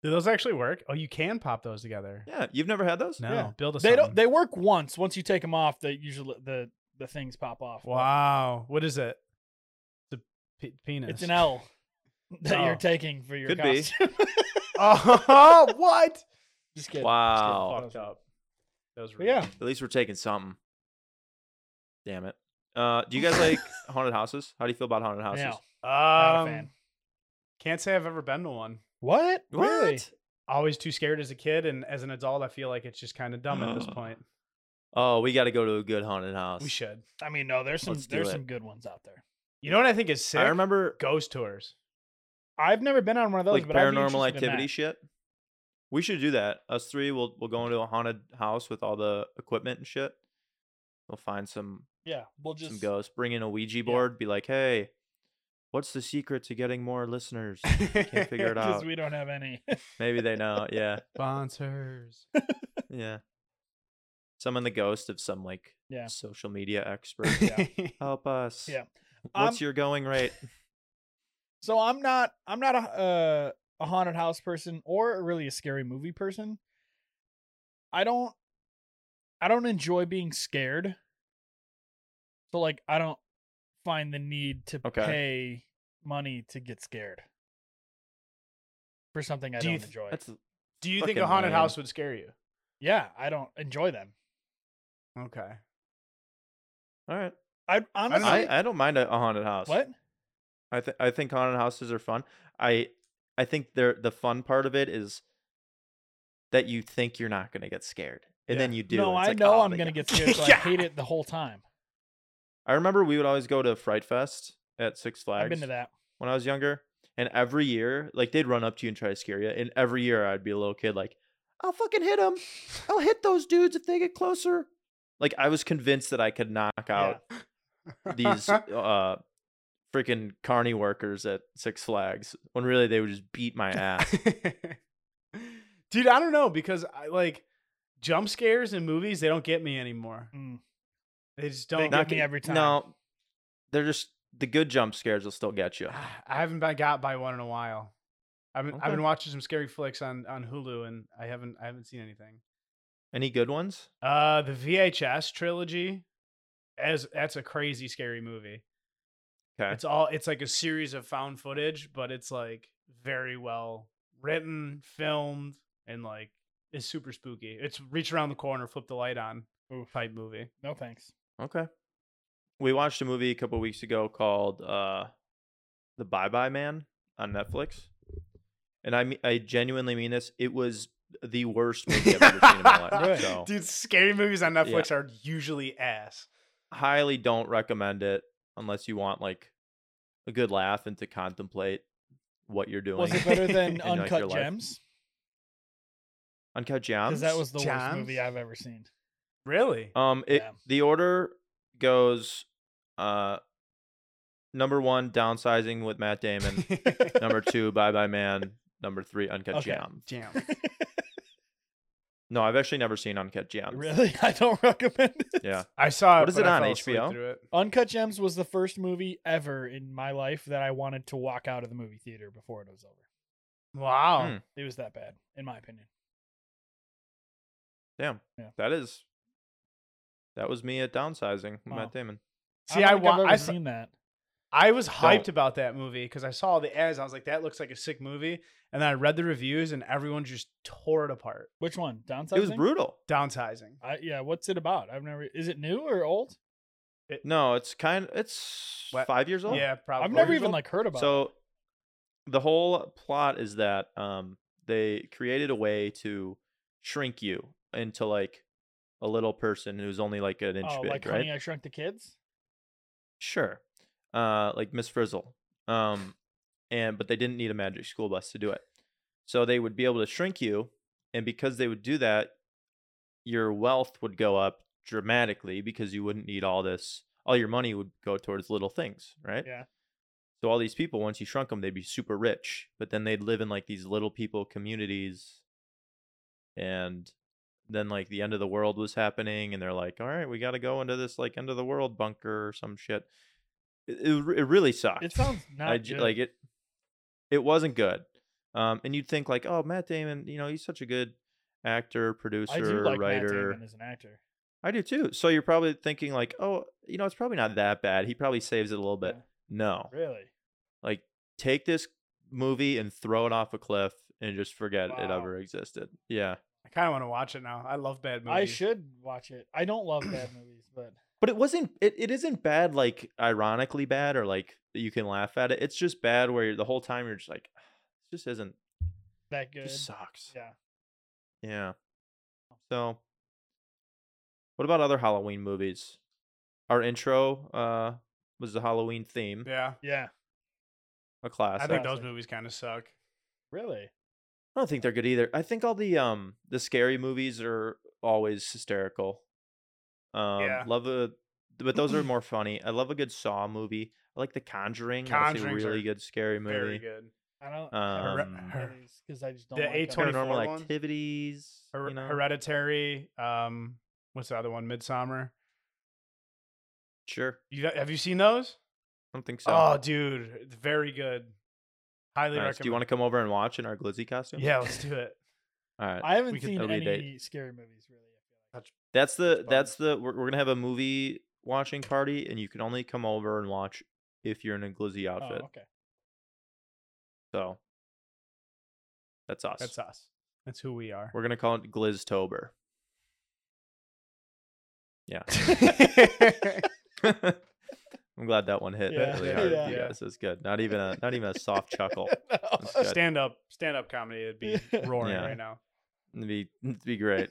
Speaker 2: Do those actually work? Oh, you can pop those together.
Speaker 1: Yeah, you've never had those?
Speaker 2: No,
Speaker 3: Yeah.
Speaker 2: build a.
Speaker 3: They don't. They work once. Once you take them off, they usually the the things pop off. but
Speaker 2: wow. What is it? The pe- penis.
Speaker 3: It's an L that you're
Speaker 2: Oh.
Speaker 3: taking for your
Speaker 1: Could be.
Speaker 3: costume.
Speaker 2: oh, what?
Speaker 3: Just kidding.
Speaker 1: Wow.
Speaker 3: That
Speaker 2: Fucked
Speaker 3: was-
Speaker 2: up. That was
Speaker 3: But yeah,
Speaker 1: At least we're taking something. Damn it. Uh, do you guys like haunted houses? How do you feel about haunted houses?
Speaker 3: No. Not a
Speaker 2: Um,
Speaker 3: fan.
Speaker 2: can't say I've ever been to one.
Speaker 3: What?
Speaker 1: What?
Speaker 3: Really?
Speaker 2: Always too scared as a kid, and as an adult, I feel like it's just kind of dumb at this point.
Speaker 1: Oh, we got to go to a good haunted house.
Speaker 2: We should.
Speaker 3: I mean, no. There's some
Speaker 1: Let's do
Speaker 3: there's
Speaker 1: it.
Speaker 3: some good ones out there.
Speaker 2: You know what I think is sick?
Speaker 1: I remember
Speaker 2: ghost tours.
Speaker 3: I've never been on one of those.
Speaker 1: like
Speaker 3: but I'd be
Speaker 1: paranormal
Speaker 3: interested in
Speaker 1: activity
Speaker 3: that.
Speaker 1: shit. We should do that. Us three, we'll we'll
Speaker 3: Mm.
Speaker 1: go into a haunted house with all the equipment and shit. We'll find some
Speaker 3: Yeah, we'll just
Speaker 1: some ghosts. Bring in a Ouija board. Be like, hey, what's the secret to getting more listeners? Can't figure it
Speaker 3: because
Speaker 1: out.
Speaker 3: we don't have any.
Speaker 1: Maybe they know. Yeah,
Speaker 2: Sponsors.
Speaker 1: yeah. Summon the ghost of some like
Speaker 3: Yeah.
Speaker 1: social media expert.
Speaker 3: Yeah.
Speaker 1: Help us.
Speaker 3: Yeah.
Speaker 1: What's
Speaker 3: Um,
Speaker 1: your going rate?
Speaker 3: So I'm not I'm not a uh, a haunted house person or really a scary movie person. I don't I don't enjoy being scared. So like I don't find the need to
Speaker 1: Okay.
Speaker 3: pay money to get scared for something I
Speaker 2: Do
Speaker 3: Do
Speaker 2: you
Speaker 3: not
Speaker 2: th-
Speaker 3: enjoy.
Speaker 1: That's
Speaker 2: Do you think a
Speaker 1: Fucking
Speaker 2: haunted
Speaker 1: lame.
Speaker 2: house would scare you?
Speaker 3: yeah, I don't enjoy them.
Speaker 2: Okay.
Speaker 1: all right.
Speaker 3: I
Speaker 2: don't know.
Speaker 3: honestly
Speaker 1: I, I don't mind a a haunted house.
Speaker 3: what
Speaker 1: I think I think haunted houses are fun. I I think they're the fun part of it is that you think you're not gonna get scared, and then you do.
Speaker 3: no,
Speaker 1: and
Speaker 3: I
Speaker 1: it's like,
Speaker 3: know
Speaker 1: "Oh,
Speaker 3: I'm
Speaker 1: they
Speaker 3: gonna
Speaker 1: got
Speaker 3: get
Speaker 1: me."
Speaker 3: scared, so I
Speaker 2: Yeah.
Speaker 3: hate it the whole time.
Speaker 1: I remember we would always go to Fright Fest at Six Flags.
Speaker 3: I've been to that.
Speaker 1: when I was younger, and every year, like they'd run up to you and try to scare you. And every year, I'd be a little kid, like, "I'll fucking hit them. I'll hit those dudes if they get closer." Like I was convinced that I could knock
Speaker 3: Yeah.
Speaker 1: out these uh freaking carny workers at Six Flags when really they would just beat my ass.
Speaker 2: Dude, I don't know because I like jump scares in movies, they don't get me anymore.
Speaker 3: Mm.
Speaker 2: They just
Speaker 3: They
Speaker 2: don't
Speaker 3: get
Speaker 1: Not
Speaker 3: me
Speaker 1: get-
Speaker 3: every time.
Speaker 1: No, they're just the good jump scares will still get you.
Speaker 2: I haven't been got by one in a while. I've been I've
Speaker 1: Okay.
Speaker 2: been watching some scary flicks on on Hulu and I haven't I haven't seen anything.
Speaker 1: Any good ones?
Speaker 2: Uh the VHS trilogy as that's a crazy scary movie.
Speaker 1: Okay.
Speaker 2: It's all it's like a series of found footage, but it's like very well written, filmed and like is super spooky. It's reach around the corner, flip the light on
Speaker 3: Oof.
Speaker 2: type movie.
Speaker 3: No thanks.
Speaker 1: Okay. We watched a movie a couple weeks ago called uh The Bye Bye Man on Netflix. And I me- I genuinely mean this. It was the worst movie I've ever seen in my life.
Speaker 3: Really?
Speaker 1: So
Speaker 2: Dude, scary movies on Netflix are usually ass.
Speaker 1: highly don't recommend it unless you want like a good laugh and to contemplate what you're doing.
Speaker 3: Was it better
Speaker 1: And,
Speaker 3: than
Speaker 1: like, your
Speaker 3: Uncut
Speaker 1: life.
Speaker 3: Gems?
Speaker 1: Uncut
Speaker 3: Because
Speaker 1: Gems?
Speaker 3: that was the worst
Speaker 2: Gems?
Speaker 3: movie I've ever seen.
Speaker 2: Really?
Speaker 1: Um, it
Speaker 3: Yeah.
Speaker 1: the order goes, uh, number one, downsizing with Matt Damon. number two, Bye Bye Man. Number three, Uncut
Speaker 3: Okay.
Speaker 1: Gems.
Speaker 2: Jam.
Speaker 1: No, I've actually never seen Uncut Gems.
Speaker 3: Really, I don't recommend it.
Speaker 1: Yeah.
Speaker 2: I saw it.
Speaker 1: What is
Speaker 2: but
Speaker 1: it
Speaker 2: I
Speaker 1: on,
Speaker 2: fell asleep
Speaker 1: HBO?
Speaker 2: through it.
Speaker 3: Uncut Gems was the first movie ever in my life that I wanted to walk out of the movie theater before it was over.
Speaker 2: Wow.
Speaker 1: Hmm.
Speaker 3: It was that bad, in my opinion.
Speaker 1: Damn.
Speaker 3: Yeah.
Speaker 1: That is. That was me at downsizing with
Speaker 3: Wow.
Speaker 1: Matt Damon.
Speaker 2: See,
Speaker 3: I,
Speaker 2: I,
Speaker 3: don't think I've
Speaker 2: wa-
Speaker 3: ever
Speaker 2: I, saw-
Speaker 3: seen that.
Speaker 2: I was hyped
Speaker 1: Don't.
Speaker 2: about that movie because I saw the ads. I was like, that looks like a sick movie. And then I read the reviews and everyone just tore it apart.
Speaker 3: Which one? Downsizing.
Speaker 1: It was brutal.
Speaker 2: Downsizing.
Speaker 3: I, yeah, what's it about? I've never. Is it new or old?
Speaker 1: No, it's kind. It's
Speaker 2: What?
Speaker 1: five years old.
Speaker 2: Yeah, probably.
Speaker 3: I've never
Speaker 1: years
Speaker 3: even
Speaker 1: old?
Speaker 3: like heard about. it.
Speaker 1: So, the whole plot is that um they created a way to shrink you into like a little person who's only like an inch
Speaker 3: oh,
Speaker 1: big,
Speaker 3: like
Speaker 1: right?
Speaker 3: Honey, I Shrunk the Kids.
Speaker 1: Sure. Uh, like Miss Frizzle. Um, and but they didn't need a magic school bus to do it. So they would be able to shrink you, and because they would do that, your wealth would go up dramatically because you wouldn't need all this. All your money would go towards little things, right?
Speaker 3: Yeah.
Speaker 1: So all these people, once you shrunk them, they'd be super rich, but then they'd live in like these little people communities, and then like the end of the world was happening, and they're like, "All right, we got to go into this like end of the world bunker or some shit." It, it, re- it really sucked.
Speaker 3: It sounds not
Speaker 1: I j-
Speaker 3: good.
Speaker 1: like it. It wasn't good. Um, and you'd think like, "Oh, Matt Damon, you know, he's such a good actor, producer,
Speaker 3: I do like
Speaker 1: writer."
Speaker 3: Matt Damon as an actor.
Speaker 1: I do too. So you're probably thinking like, "Oh, you know, it's probably not that bad. He probably saves it a little bit."
Speaker 3: Yeah.
Speaker 1: No
Speaker 3: Really?
Speaker 1: like take this movie and throw it off a cliff and just forget it
Speaker 3: Wow.
Speaker 1: ever existed. Yeah.
Speaker 2: I kind of want to watch it now. I love bad movies.
Speaker 3: I should watch it. I don't love bad movies, but
Speaker 1: But it wasn't it, it isn't bad like ironically bad or like you can laugh at it. It's just bad where you're, the whole time you're just like "This just isn't
Speaker 3: that
Speaker 1: it
Speaker 3: good.
Speaker 1: just sucks.
Speaker 3: Yeah.
Speaker 1: Yeah. So what about other Halloween movies? Our intro uh was the Halloween theme,
Speaker 2: Yeah.
Speaker 3: Yeah.
Speaker 1: a
Speaker 2: I
Speaker 1: classic. I,
Speaker 2: think those
Speaker 3: Classic.
Speaker 2: movies kind of suck.
Speaker 3: Really?
Speaker 1: don't think they're good either. I think all the um the scary movies are always hysterical. Um
Speaker 2: Yeah.
Speaker 1: love a but those are more funny. I love a good Saw movie. I like The Conjuring. That's
Speaker 2: Conjurings
Speaker 1: a
Speaker 2: are
Speaker 1: really good scary movie.
Speaker 2: Very good.
Speaker 3: I don't.
Speaker 1: Um,
Speaker 3: because I just don't.
Speaker 2: the
Speaker 3: like them.
Speaker 2: A24
Speaker 1: Paranormal
Speaker 2: one?
Speaker 1: activities.
Speaker 2: Her-
Speaker 1: you know?
Speaker 2: Hereditary. Um, what's the other one? Midsummer.
Speaker 1: Sure.
Speaker 2: You have you seen those?
Speaker 1: I don't think so.
Speaker 2: Oh, dude, it's very good. Highly
Speaker 1: Nice.
Speaker 2: recommend.
Speaker 1: Do you want to come over and watch in our glizzy costume?
Speaker 2: Yeah, let's do it.
Speaker 1: All right.
Speaker 3: I haven't
Speaker 1: we could-
Speaker 3: seen
Speaker 1: that'll be a
Speaker 3: any
Speaker 1: date.
Speaker 3: scary movies really. I feel like.
Speaker 1: That's the
Speaker 2: That's
Speaker 1: that's the we're, we're gonna have a movie watching party, and you can only come over and watch if you're in a glizzy
Speaker 3: Oh,
Speaker 1: outfit.
Speaker 3: okay.
Speaker 1: So that's us.
Speaker 2: That's us. That's who we are.
Speaker 1: We're gonna call it Gliztober. Yeah, I'm glad that one hit
Speaker 3: Yeah.
Speaker 1: really hard.
Speaker 3: Yeah.
Speaker 1: You
Speaker 2: Yeah.
Speaker 1: guys, it's good. Not even a not even a soft chuckle.
Speaker 3: Oh, No.
Speaker 1: It's good.
Speaker 2: stand up, stand up comedy. It'd be roaring
Speaker 1: Yeah.
Speaker 2: right now.
Speaker 1: It'd be it'd be great.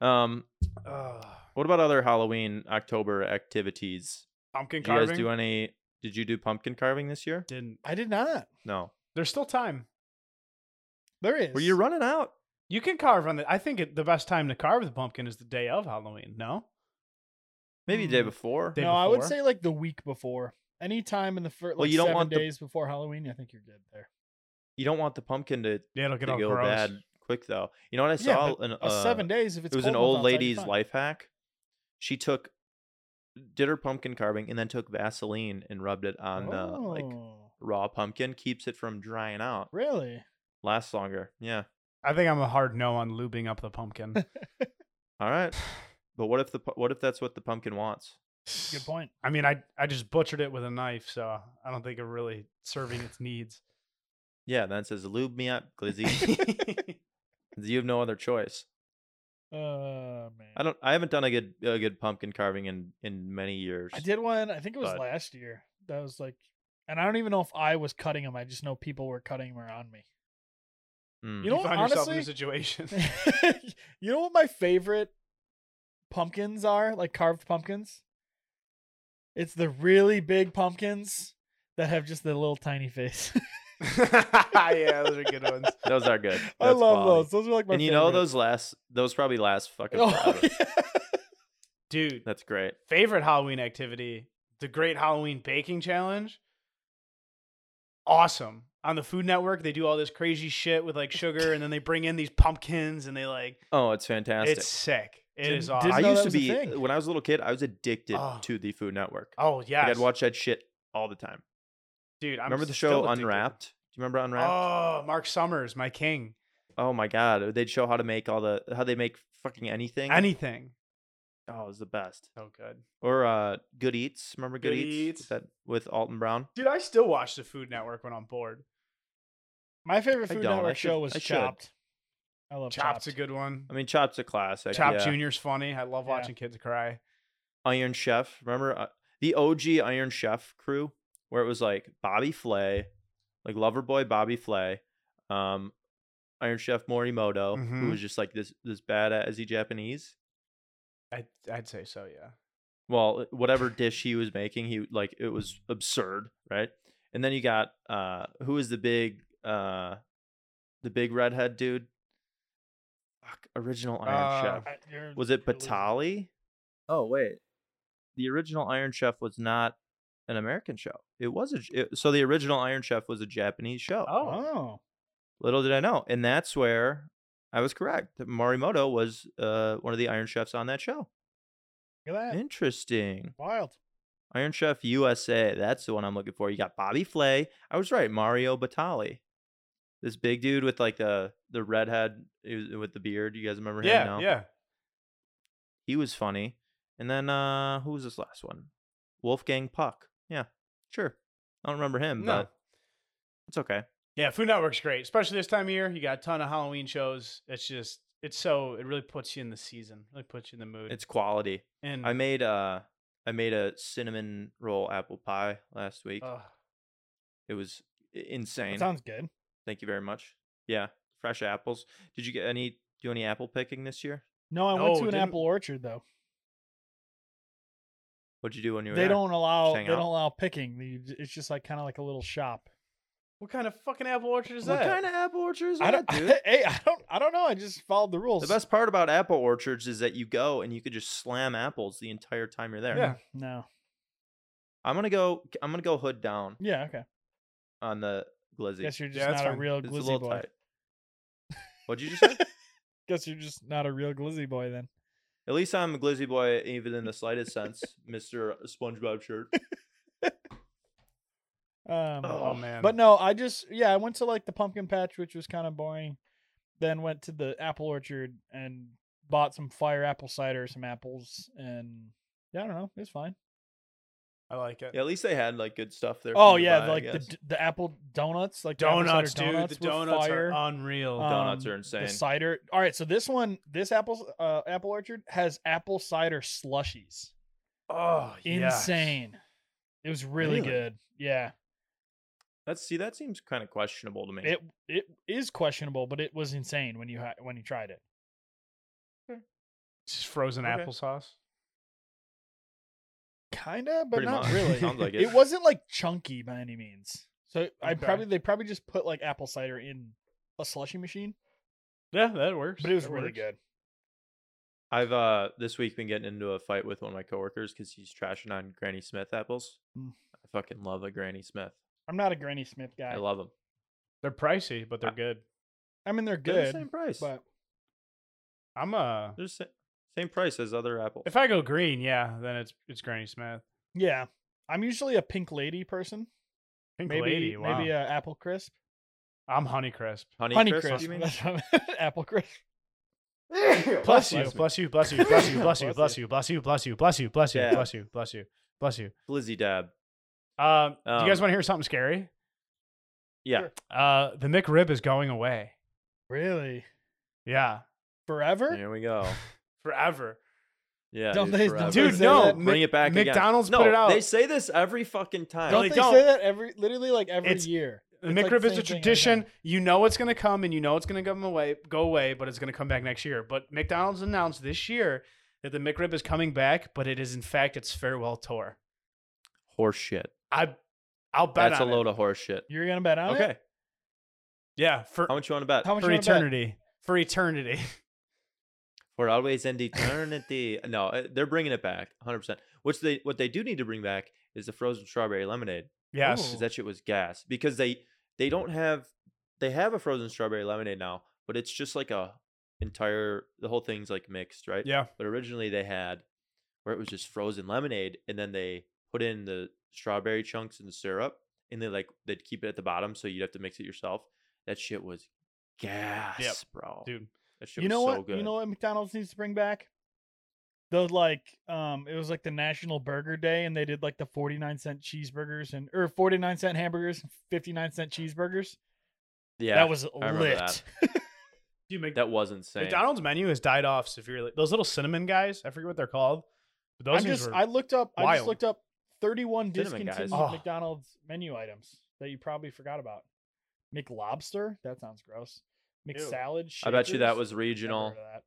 Speaker 1: Um,
Speaker 2: Ugh.
Speaker 1: what about other Halloween October activities?
Speaker 2: pumpkin
Speaker 1: Did you
Speaker 2: carving.
Speaker 1: guys do any? Did you do pumpkin carving this year?
Speaker 2: Didn't.
Speaker 3: I did not.
Speaker 1: No.
Speaker 2: There's still time.
Speaker 3: There is.
Speaker 1: Well, you're running out.
Speaker 2: You can carve on the. I think it, the best time to carve the pumpkin is the day of Halloween. No,
Speaker 1: Maybe the day
Speaker 3: Hmm.
Speaker 1: before.
Speaker 2: Day
Speaker 3: no, I would
Speaker 2: before?
Speaker 3: say like the week before. Any time in the first, like
Speaker 1: Well, you don't
Speaker 3: seven
Speaker 1: want the-
Speaker 3: days before Halloween, I think you're good there.
Speaker 1: You don't want the pumpkin to,
Speaker 2: yeah, it'll
Speaker 1: to
Speaker 2: get all
Speaker 1: go
Speaker 2: gross.
Speaker 1: bad quick though. You know what I
Speaker 3: Yeah,
Speaker 1: saw?
Speaker 3: but
Speaker 1: An,
Speaker 3: Uh,
Speaker 1: uh,
Speaker 3: seven days if it's
Speaker 1: it was an
Speaker 3: cold
Speaker 1: old
Speaker 3: enough outside, you're
Speaker 1: lady's
Speaker 3: fine.
Speaker 1: life hack. She took did her pumpkin carving and then took Vaseline and rubbed it on uh, like
Speaker 3: Oh,
Speaker 1: raw pumpkin. Keeps it from drying out.
Speaker 3: really?
Speaker 1: Lasts longer. Yeah.
Speaker 2: I think I'm a hard no on lubing up the pumpkin.
Speaker 1: All right. But what if the pu- what if that's what the pumpkin wants?
Speaker 3: Good point.
Speaker 2: I mean, I I just butchered it with a knife, so I don't think it really serving its needs.
Speaker 1: Yeah, then it says lube me up, Glizzy. Mm. you have no other choice.
Speaker 3: Uh, man.
Speaker 1: I don't. I haven't done a good a good pumpkin carving in in many years.
Speaker 3: I did one. I think it was
Speaker 1: but-
Speaker 3: last year. That was like, and I don't even know if I was cutting them. I just know people were cutting them around me.
Speaker 1: Mm.
Speaker 3: You
Speaker 2: You
Speaker 3: know,
Speaker 2: find yourself in
Speaker 3: honestly,
Speaker 2: a situation.
Speaker 3: you know what my favorite pumpkins are? Like carved pumpkins. It's the really big pumpkins that have just the little tiny face.
Speaker 2: yeah, those are good ones.
Speaker 1: those are good.
Speaker 3: I
Speaker 1: That's
Speaker 3: love
Speaker 1: quality.
Speaker 3: those. Those are like my.
Speaker 1: And you know
Speaker 3: favorite.
Speaker 1: those last those probably last fucking
Speaker 3: Oh,
Speaker 1: forever.
Speaker 3: yeah.
Speaker 2: Dude,
Speaker 1: That's great.
Speaker 2: favorite Halloween activity, the Great Halloween Baking Challenge. Awesome. On the Food Network, they do all this crazy shit with like sugar and then they bring in these pumpkins and they like
Speaker 1: Oh, it's fantastic.
Speaker 2: it's sick. It is
Speaker 3: Didn't- didn't
Speaker 2: awesome.
Speaker 1: I
Speaker 3: know
Speaker 1: used
Speaker 3: that
Speaker 1: to
Speaker 3: was a
Speaker 1: be
Speaker 3: thing.
Speaker 1: when I was a little kid. I was addicted
Speaker 2: Oh.
Speaker 1: to the Food Network.
Speaker 2: oh yeah.
Speaker 1: Like, I'd watch that shit all the time.
Speaker 2: Dude, I'm
Speaker 1: remember the
Speaker 2: still
Speaker 1: show
Speaker 2: addicted.
Speaker 1: Unwrapped? Do you remember Unwrapped?
Speaker 2: Oh, Mark Summers, my king.
Speaker 1: Oh. my god, they'd show how to make all the how they make fucking anything.
Speaker 2: Anything.
Speaker 1: oh, it was the best.
Speaker 2: So good.
Speaker 1: Or uh, Good Eats. Remember Good,
Speaker 2: Good
Speaker 1: Eats?
Speaker 2: Eats.
Speaker 1: With that with Alton Brown.
Speaker 2: Dude, I still watch the Food Network when I'm bored.
Speaker 3: My favorite
Speaker 1: I
Speaker 3: Food
Speaker 1: don't. I
Speaker 3: Network
Speaker 1: should-
Speaker 3: show was
Speaker 1: I should.
Speaker 3: Chopped. I love Chopped.
Speaker 2: Chop's a good one.
Speaker 1: I mean, Chop's a classic.
Speaker 2: Chop
Speaker 1: yeah.
Speaker 2: Junior's funny. I love
Speaker 3: Yeah.
Speaker 2: watching kids cry.
Speaker 1: Iron Chef. Remember uh, the OG Iron Chef crew, where it was like Bobby Flay, like Loverboy Bobby Flay, um, Iron Chef Morimoto, who
Speaker 2: Mhm.
Speaker 1: was just like this this badassy Japanese.
Speaker 2: I I'd say so, yeah.
Speaker 1: Well, whatever dish he was making, he like it was absurd, right? And then you got uh, who is the big uh, the big redhead dude? Fuck, original Iron
Speaker 2: Uh,
Speaker 1: Chef. Was it Batali? Oh wait, the original Iron Chef was not an American show. It was a J- it, so the original Iron Chef was a Japanese show.
Speaker 3: Oh,
Speaker 1: Little did I know, and that's where I was correct. that Morimoto was uh, one of the Iron Chefs on that show.
Speaker 3: look at that.
Speaker 1: Interesting.
Speaker 3: Wild.
Speaker 1: Iron Chef USA. That's the one I'm looking for. You got Bobby Flay. I was right. Mario Batali. This big dude with like the the redhead he was- with the beard. You guys remember him?
Speaker 2: yeah,
Speaker 1: now?
Speaker 2: yeah.
Speaker 1: he was funny. And then uh who was this last one? Wolfgang Puck. Yeah, sure. I don't remember him,
Speaker 2: No.
Speaker 1: but it's okay.
Speaker 2: Yeah, Food Network's great, especially this time of year. You got a ton of Halloween shows. It's just it's so it really puts you in the season, really puts you in the mood.
Speaker 1: It's quality.
Speaker 2: and
Speaker 3: Mm.
Speaker 1: I made uh I made a cinnamon roll apple pie last week.
Speaker 2: ugh,
Speaker 1: it was i-
Speaker 3: Uh. That
Speaker 1: insane.
Speaker 3: sounds good.
Speaker 1: Thank you very much. Yeah, fresh apples. Did you get any do any apple picking this year?
Speaker 3: No, I
Speaker 2: No,
Speaker 3: went to an
Speaker 2: didn't-
Speaker 3: apple orchard though.
Speaker 1: What'd you do when you were
Speaker 3: They
Speaker 1: there?
Speaker 3: don't allow they
Speaker 1: hang out?
Speaker 3: don't allow picking. They- It's just like kind of like a little shop.
Speaker 2: what kind of fucking apple orchard is
Speaker 1: What
Speaker 2: that?
Speaker 1: kind of apple orchard is
Speaker 3: I
Speaker 1: that,
Speaker 3: don't.
Speaker 1: dude?
Speaker 3: hey, I don't. I don't know. I just followed the rules.
Speaker 1: The best part about apple orchards is that you go and you could just slam apples the entire time you're there.
Speaker 2: Yeah.
Speaker 3: No.
Speaker 1: I'm gonna go. I'm gonna go hood down
Speaker 3: Yeah. Okay.
Speaker 1: on the glizzy.
Speaker 3: Guess you're just
Speaker 2: Yeah, that's
Speaker 3: not a
Speaker 2: fine.
Speaker 3: real
Speaker 1: It's a
Speaker 3: glizzy
Speaker 1: little
Speaker 3: boy.
Speaker 1: tight. What'd you just say?
Speaker 3: Guess you're just not a real glizzy boy then.
Speaker 1: At least I'm a glizzy boy, even in the slightest sense, Mister SpongeBob shirt.
Speaker 3: Um,
Speaker 2: oh man.
Speaker 3: But no, I just yeah, I went to like the pumpkin patch, which was kind of boring. Then went to the apple orchard and bought some fire apple cider, some apples, and Yeah, I don't know. It's fine.
Speaker 2: I like it.
Speaker 1: Yeah, at least they had like good stuff there. for
Speaker 3: Oh
Speaker 1: you to
Speaker 3: yeah,
Speaker 1: buy, I
Speaker 3: like the,
Speaker 1: guess.
Speaker 3: d- the apple donuts, like the apple cider
Speaker 2: Donuts, dude.
Speaker 3: donuts
Speaker 2: the
Speaker 3: were
Speaker 2: donuts
Speaker 3: fire.
Speaker 2: are unreal.
Speaker 3: Uh,
Speaker 1: donuts
Speaker 3: um,
Speaker 1: are
Speaker 3: the
Speaker 1: insane.
Speaker 3: cider. All right, so this one, this apple uh, apple orchard has apple cider slushies.
Speaker 2: oh, yes.
Speaker 3: Insane. It was really,
Speaker 1: Really?
Speaker 3: good. Yeah.
Speaker 1: That's see, that seems kind of questionable to me.
Speaker 3: It it is questionable, but it was insane when you ha- when you tried it.
Speaker 2: It's just frozen
Speaker 1: Okay.
Speaker 2: applesauce.
Speaker 3: Kinda, but
Speaker 1: Pretty
Speaker 3: not
Speaker 1: much.
Speaker 3: really.
Speaker 1: Sounds like
Speaker 3: it.
Speaker 1: it.
Speaker 3: wasn't like chunky by any means. So I
Speaker 2: Okay.
Speaker 3: probably they probably just put like apple cider in a slushy machine,
Speaker 2: Yeah, that works.
Speaker 3: but it was
Speaker 2: That
Speaker 3: really
Speaker 2: works.
Speaker 3: good.
Speaker 1: I've uh this week been getting into a fight with one of my coworkers because he's trashing on Granny Smith apples.
Speaker 3: Mm.
Speaker 1: I fucking love a Granny Smith.
Speaker 3: I'm not a Granny Smith guy.
Speaker 1: I love them.
Speaker 2: They're pricey, but they're
Speaker 1: I-
Speaker 2: good.
Speaker 3: I mean, they're
Speaker 1: They're the
Speaker 3: good,
Speaker 1: same price.
Speaker 3: but
Speaker 2: I'm a.
Speaker 1: They're sa- same price as other apples.
Speaker 2: If I go green, yeah, then it's it's Granny Smith.
Speaker 3: yeah, I'm usually a pink lady person.
Speaker 2: Pink
Speaker 3: maybe
Speaker 2: lady. Wow.
Speaker 3: maybe uh, a apple crisp,
Speaker 2: I'm Honeycrisp.
Speaker 1: Honey,
Speaker 3: honey
Speaker 1: crisp,
Speaker 3: crisp,
Speaker 1: you mean?
Speaker 3: that's what I meant. apple crisp.
Speaker 2: Bless you,
Speaker 1: Bless me.
Speaker 2: bless you, bless you, bless you, bless you, bless
Speaker 3: Bless
Speaker 2: you, bless you, bless you, bless you, bless you,
Speaker 1: Yeah.
Speaker 2: bless you, bless you, bless you.
Speaker 1: Blizzy dab.
Speaker 2: Um, do you guys
Speaker 1: Um,
Speaker 2: want to hear something scary?
Speaker 1: Yeah.
Speaker 3: Sure.
Speaker 2: Uh, the McRib is going away.
Speaker 3: Really?
Speaker 2: Yeah,
Speaker 3: Forever?
Speaker 1: Here we go.
Speaker 2: forever.
Speaker 1: Yeah.
Speaker 3: Don't
Speaker 1: dude,
Speaker 3: they-
Speaker 1: forever.
Speaker 3: don't they
Speaker 2: Dude,
Speaker 3: say
Speaker 2: no,
Speaker 3: that?
Speaker 2: Mc-
Speaker 1: Bring it back again.
Speaker 2: McDonald's
Speaker 1: no,
Speaker 2: put it out.
Speaker 1: They say this every fucking time.
Speaker 3: Don't
Speaker 2: they
Speaker 3: they
Speaker 2: don't.
Speaker 3: say that every literally like every
Speaker 2: It's-
Speaker 3: year?
Speaker 2: The
Speaker 3: It's like
Speaker 2: McRib
Speaker 3: the
Speaker 2: is
Speaker 3: same
Speaker 2: a
Speaker 3: thing every
Speaker 2: tradition.
Speaker 3: time.
Speaker 2: You know it's going to come, and you know it's going to come away, go away, but it's going to come back next year. But McDonald's announced this year that the McRib is coming back, but it is in fact its farewell tour.
Speaker 1: Horse shit.
Speaker 2: I, I'll bet
Speaker 1: That's a
Speaker 2: on it.
Speaker 1: load of horse shit.
Speaker 3: You're gonna bet on
Speaker 1: Okay.
Speaker 3: it?
Speaker 2: Yeah, for
Speaker 1: How much you want to bet?
Speaker 3: How much
Speaker 2: for
Speaker 3: you wanna bet?
Speaker 2: eternity. For eternity.
Speaker 1: For always and eternity. no, uh, they're bringing it back 100%. Which they what they do need to bring back is the frozen strawberry lemonade.
Speaker 2: yes.
Speaker 3: Ooh.
Speaker 1: 'cause that shit was gas because they they don't have they have a frozen strawberry lemonade now, but it's just like a entire the whole thing's like mixed, right?
Speaker 2: Yeah.
Speaker 1: But originally they had where it was just frozen lemonade, and then they put in the strawberry chunks and the syrup, and they like they'd keep it at the bottom, so you'd have to mix it yourself. That shit was gas, bro.
Speaker 2: Dude.
Speaker 1: that shit
Speaker 3: you
Speaker 1: was
Speaker 3: know
Speaker 1: so
Speaker 3: what?
Speaker 1: good.
Speaker 3: You know what McDonald's needs to bring back? The like um it was like the National Burger Day and they did like the 49 cent cheeseburgers and or 49 cent hamburgers, 59 cent cheeseburgers.
Speaker 1: yeah,
Speaker 3: that was
Speaker 1: I remember
Speaker 3: lit.
Speaker 1: that.
Speaker 2: Dude, Mc-
Speaker 1: that was insane.
Speaker 2: McDonald's menu has died off severely. Those little cinnamon guys, I forget what they're called. But those
Speaker 3: I'm
Speaker 2: things
Speaker 3: just
Speaker 2: were,
Speaker 3: I looked up I
Speaker 2: wild.
Speaker 3: just looked up 31
Speaker 1: Cinnamon guys.
Speaker 3: discontinued
Speaker 2: Oh.
Speaker 3: McDonald's menu items that you probably forgot about. McLobster? That sounds gross. McSalad
Speaker 1: I bet you that
Speaker 3: shakers?
Speaker 1: was
Speaker 3: Never
Speaker 1: regional.
Speaker 3: heard of that.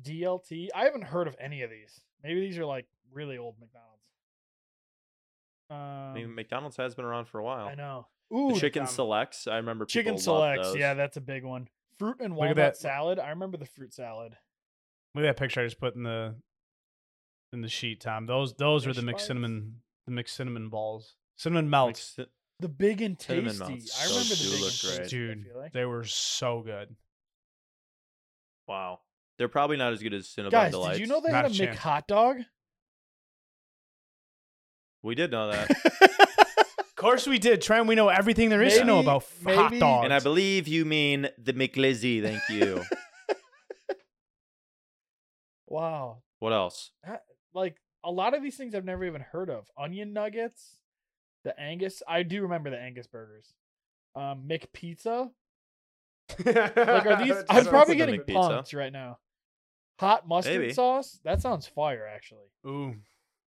Speaker 3: McDLT. I haven't heard of any of these. Maybe these are like really old McDonald's.
Speaker 1: I mean,
Speaker 3: Um,
Speaker 1: McDonald's has been around for a while.
Speaker 3: I know. Ooh,
Speaker 1: the chicken
Speaker 3: um,
Speaker 1: selects. I remember people
Speaker 3: chicken
Speaker 1: loved
Speaker 3: selects.
Speaker 1: those.
Speaker 3: Yeah, that's a big one. Fruit and
Speaker 2: Look
Speaker 3: walnut
Speaker 2: at that.
Speaker 3: salad. I remember the fruit salad.
Speaker 2: look at that picture I just put in the in the sheet, Tom. Those those are the
Speaker 3: Fish bites?
Speaker 2: McCinnamon the McCinnamon balls. Cinnamon melts.
Speaker 1: Like,
Speaker 3: The big and
Speaker 1: Cinnamon
Speaker 3: tasty. I remember
Speaker 1: melts so
Speaker 3: the
Speaker 1: do
Speaker 3: big
Speaker 1: look
Speaker 3: and tasty. I
Speaker 2: Dude,
Speaker 3: feel like.
Speaker 2: they were so good.
Speaker 1: Wow. They're probably not as good as Cinnabon
Speaker 3: Guys,
Speaker 1: Delights.
Speaker 3: did you know they
Speaker 2: Not
Speaker 3: had a
Speaker 2: a chance.
Speaker 3: McHot dog?
Speaker 1: We did know that.
Speaker 2: Of course we did. Trent, we know everything there is to know
Speaker 3: Maybe-
Speaker 2: about f- hot
Speaker 3: maybe-
Speaker 2: dogs.
Speaker 1: and I believe you mean the McLizzy. Thank you.
Speaker 3: wow.
Speaker 1: what else?
Speaker 3: Like a lot of these things I've never even heard of. Onion nuggets, the Angus. I do remember the Angus burgers. Um, McPizza. Like, are these? I'm
Speaker 1: sounds
Speaker 3: probably
Speaker 1: like a
Speaker 3: getting
Speaker 1: McPizza.
Speaker 3: punked right now. Hot mustard
Speaker 1: Maybe.
Speaker 3: sauce? That sounds fire, actually.
Speaker 2: Ooh.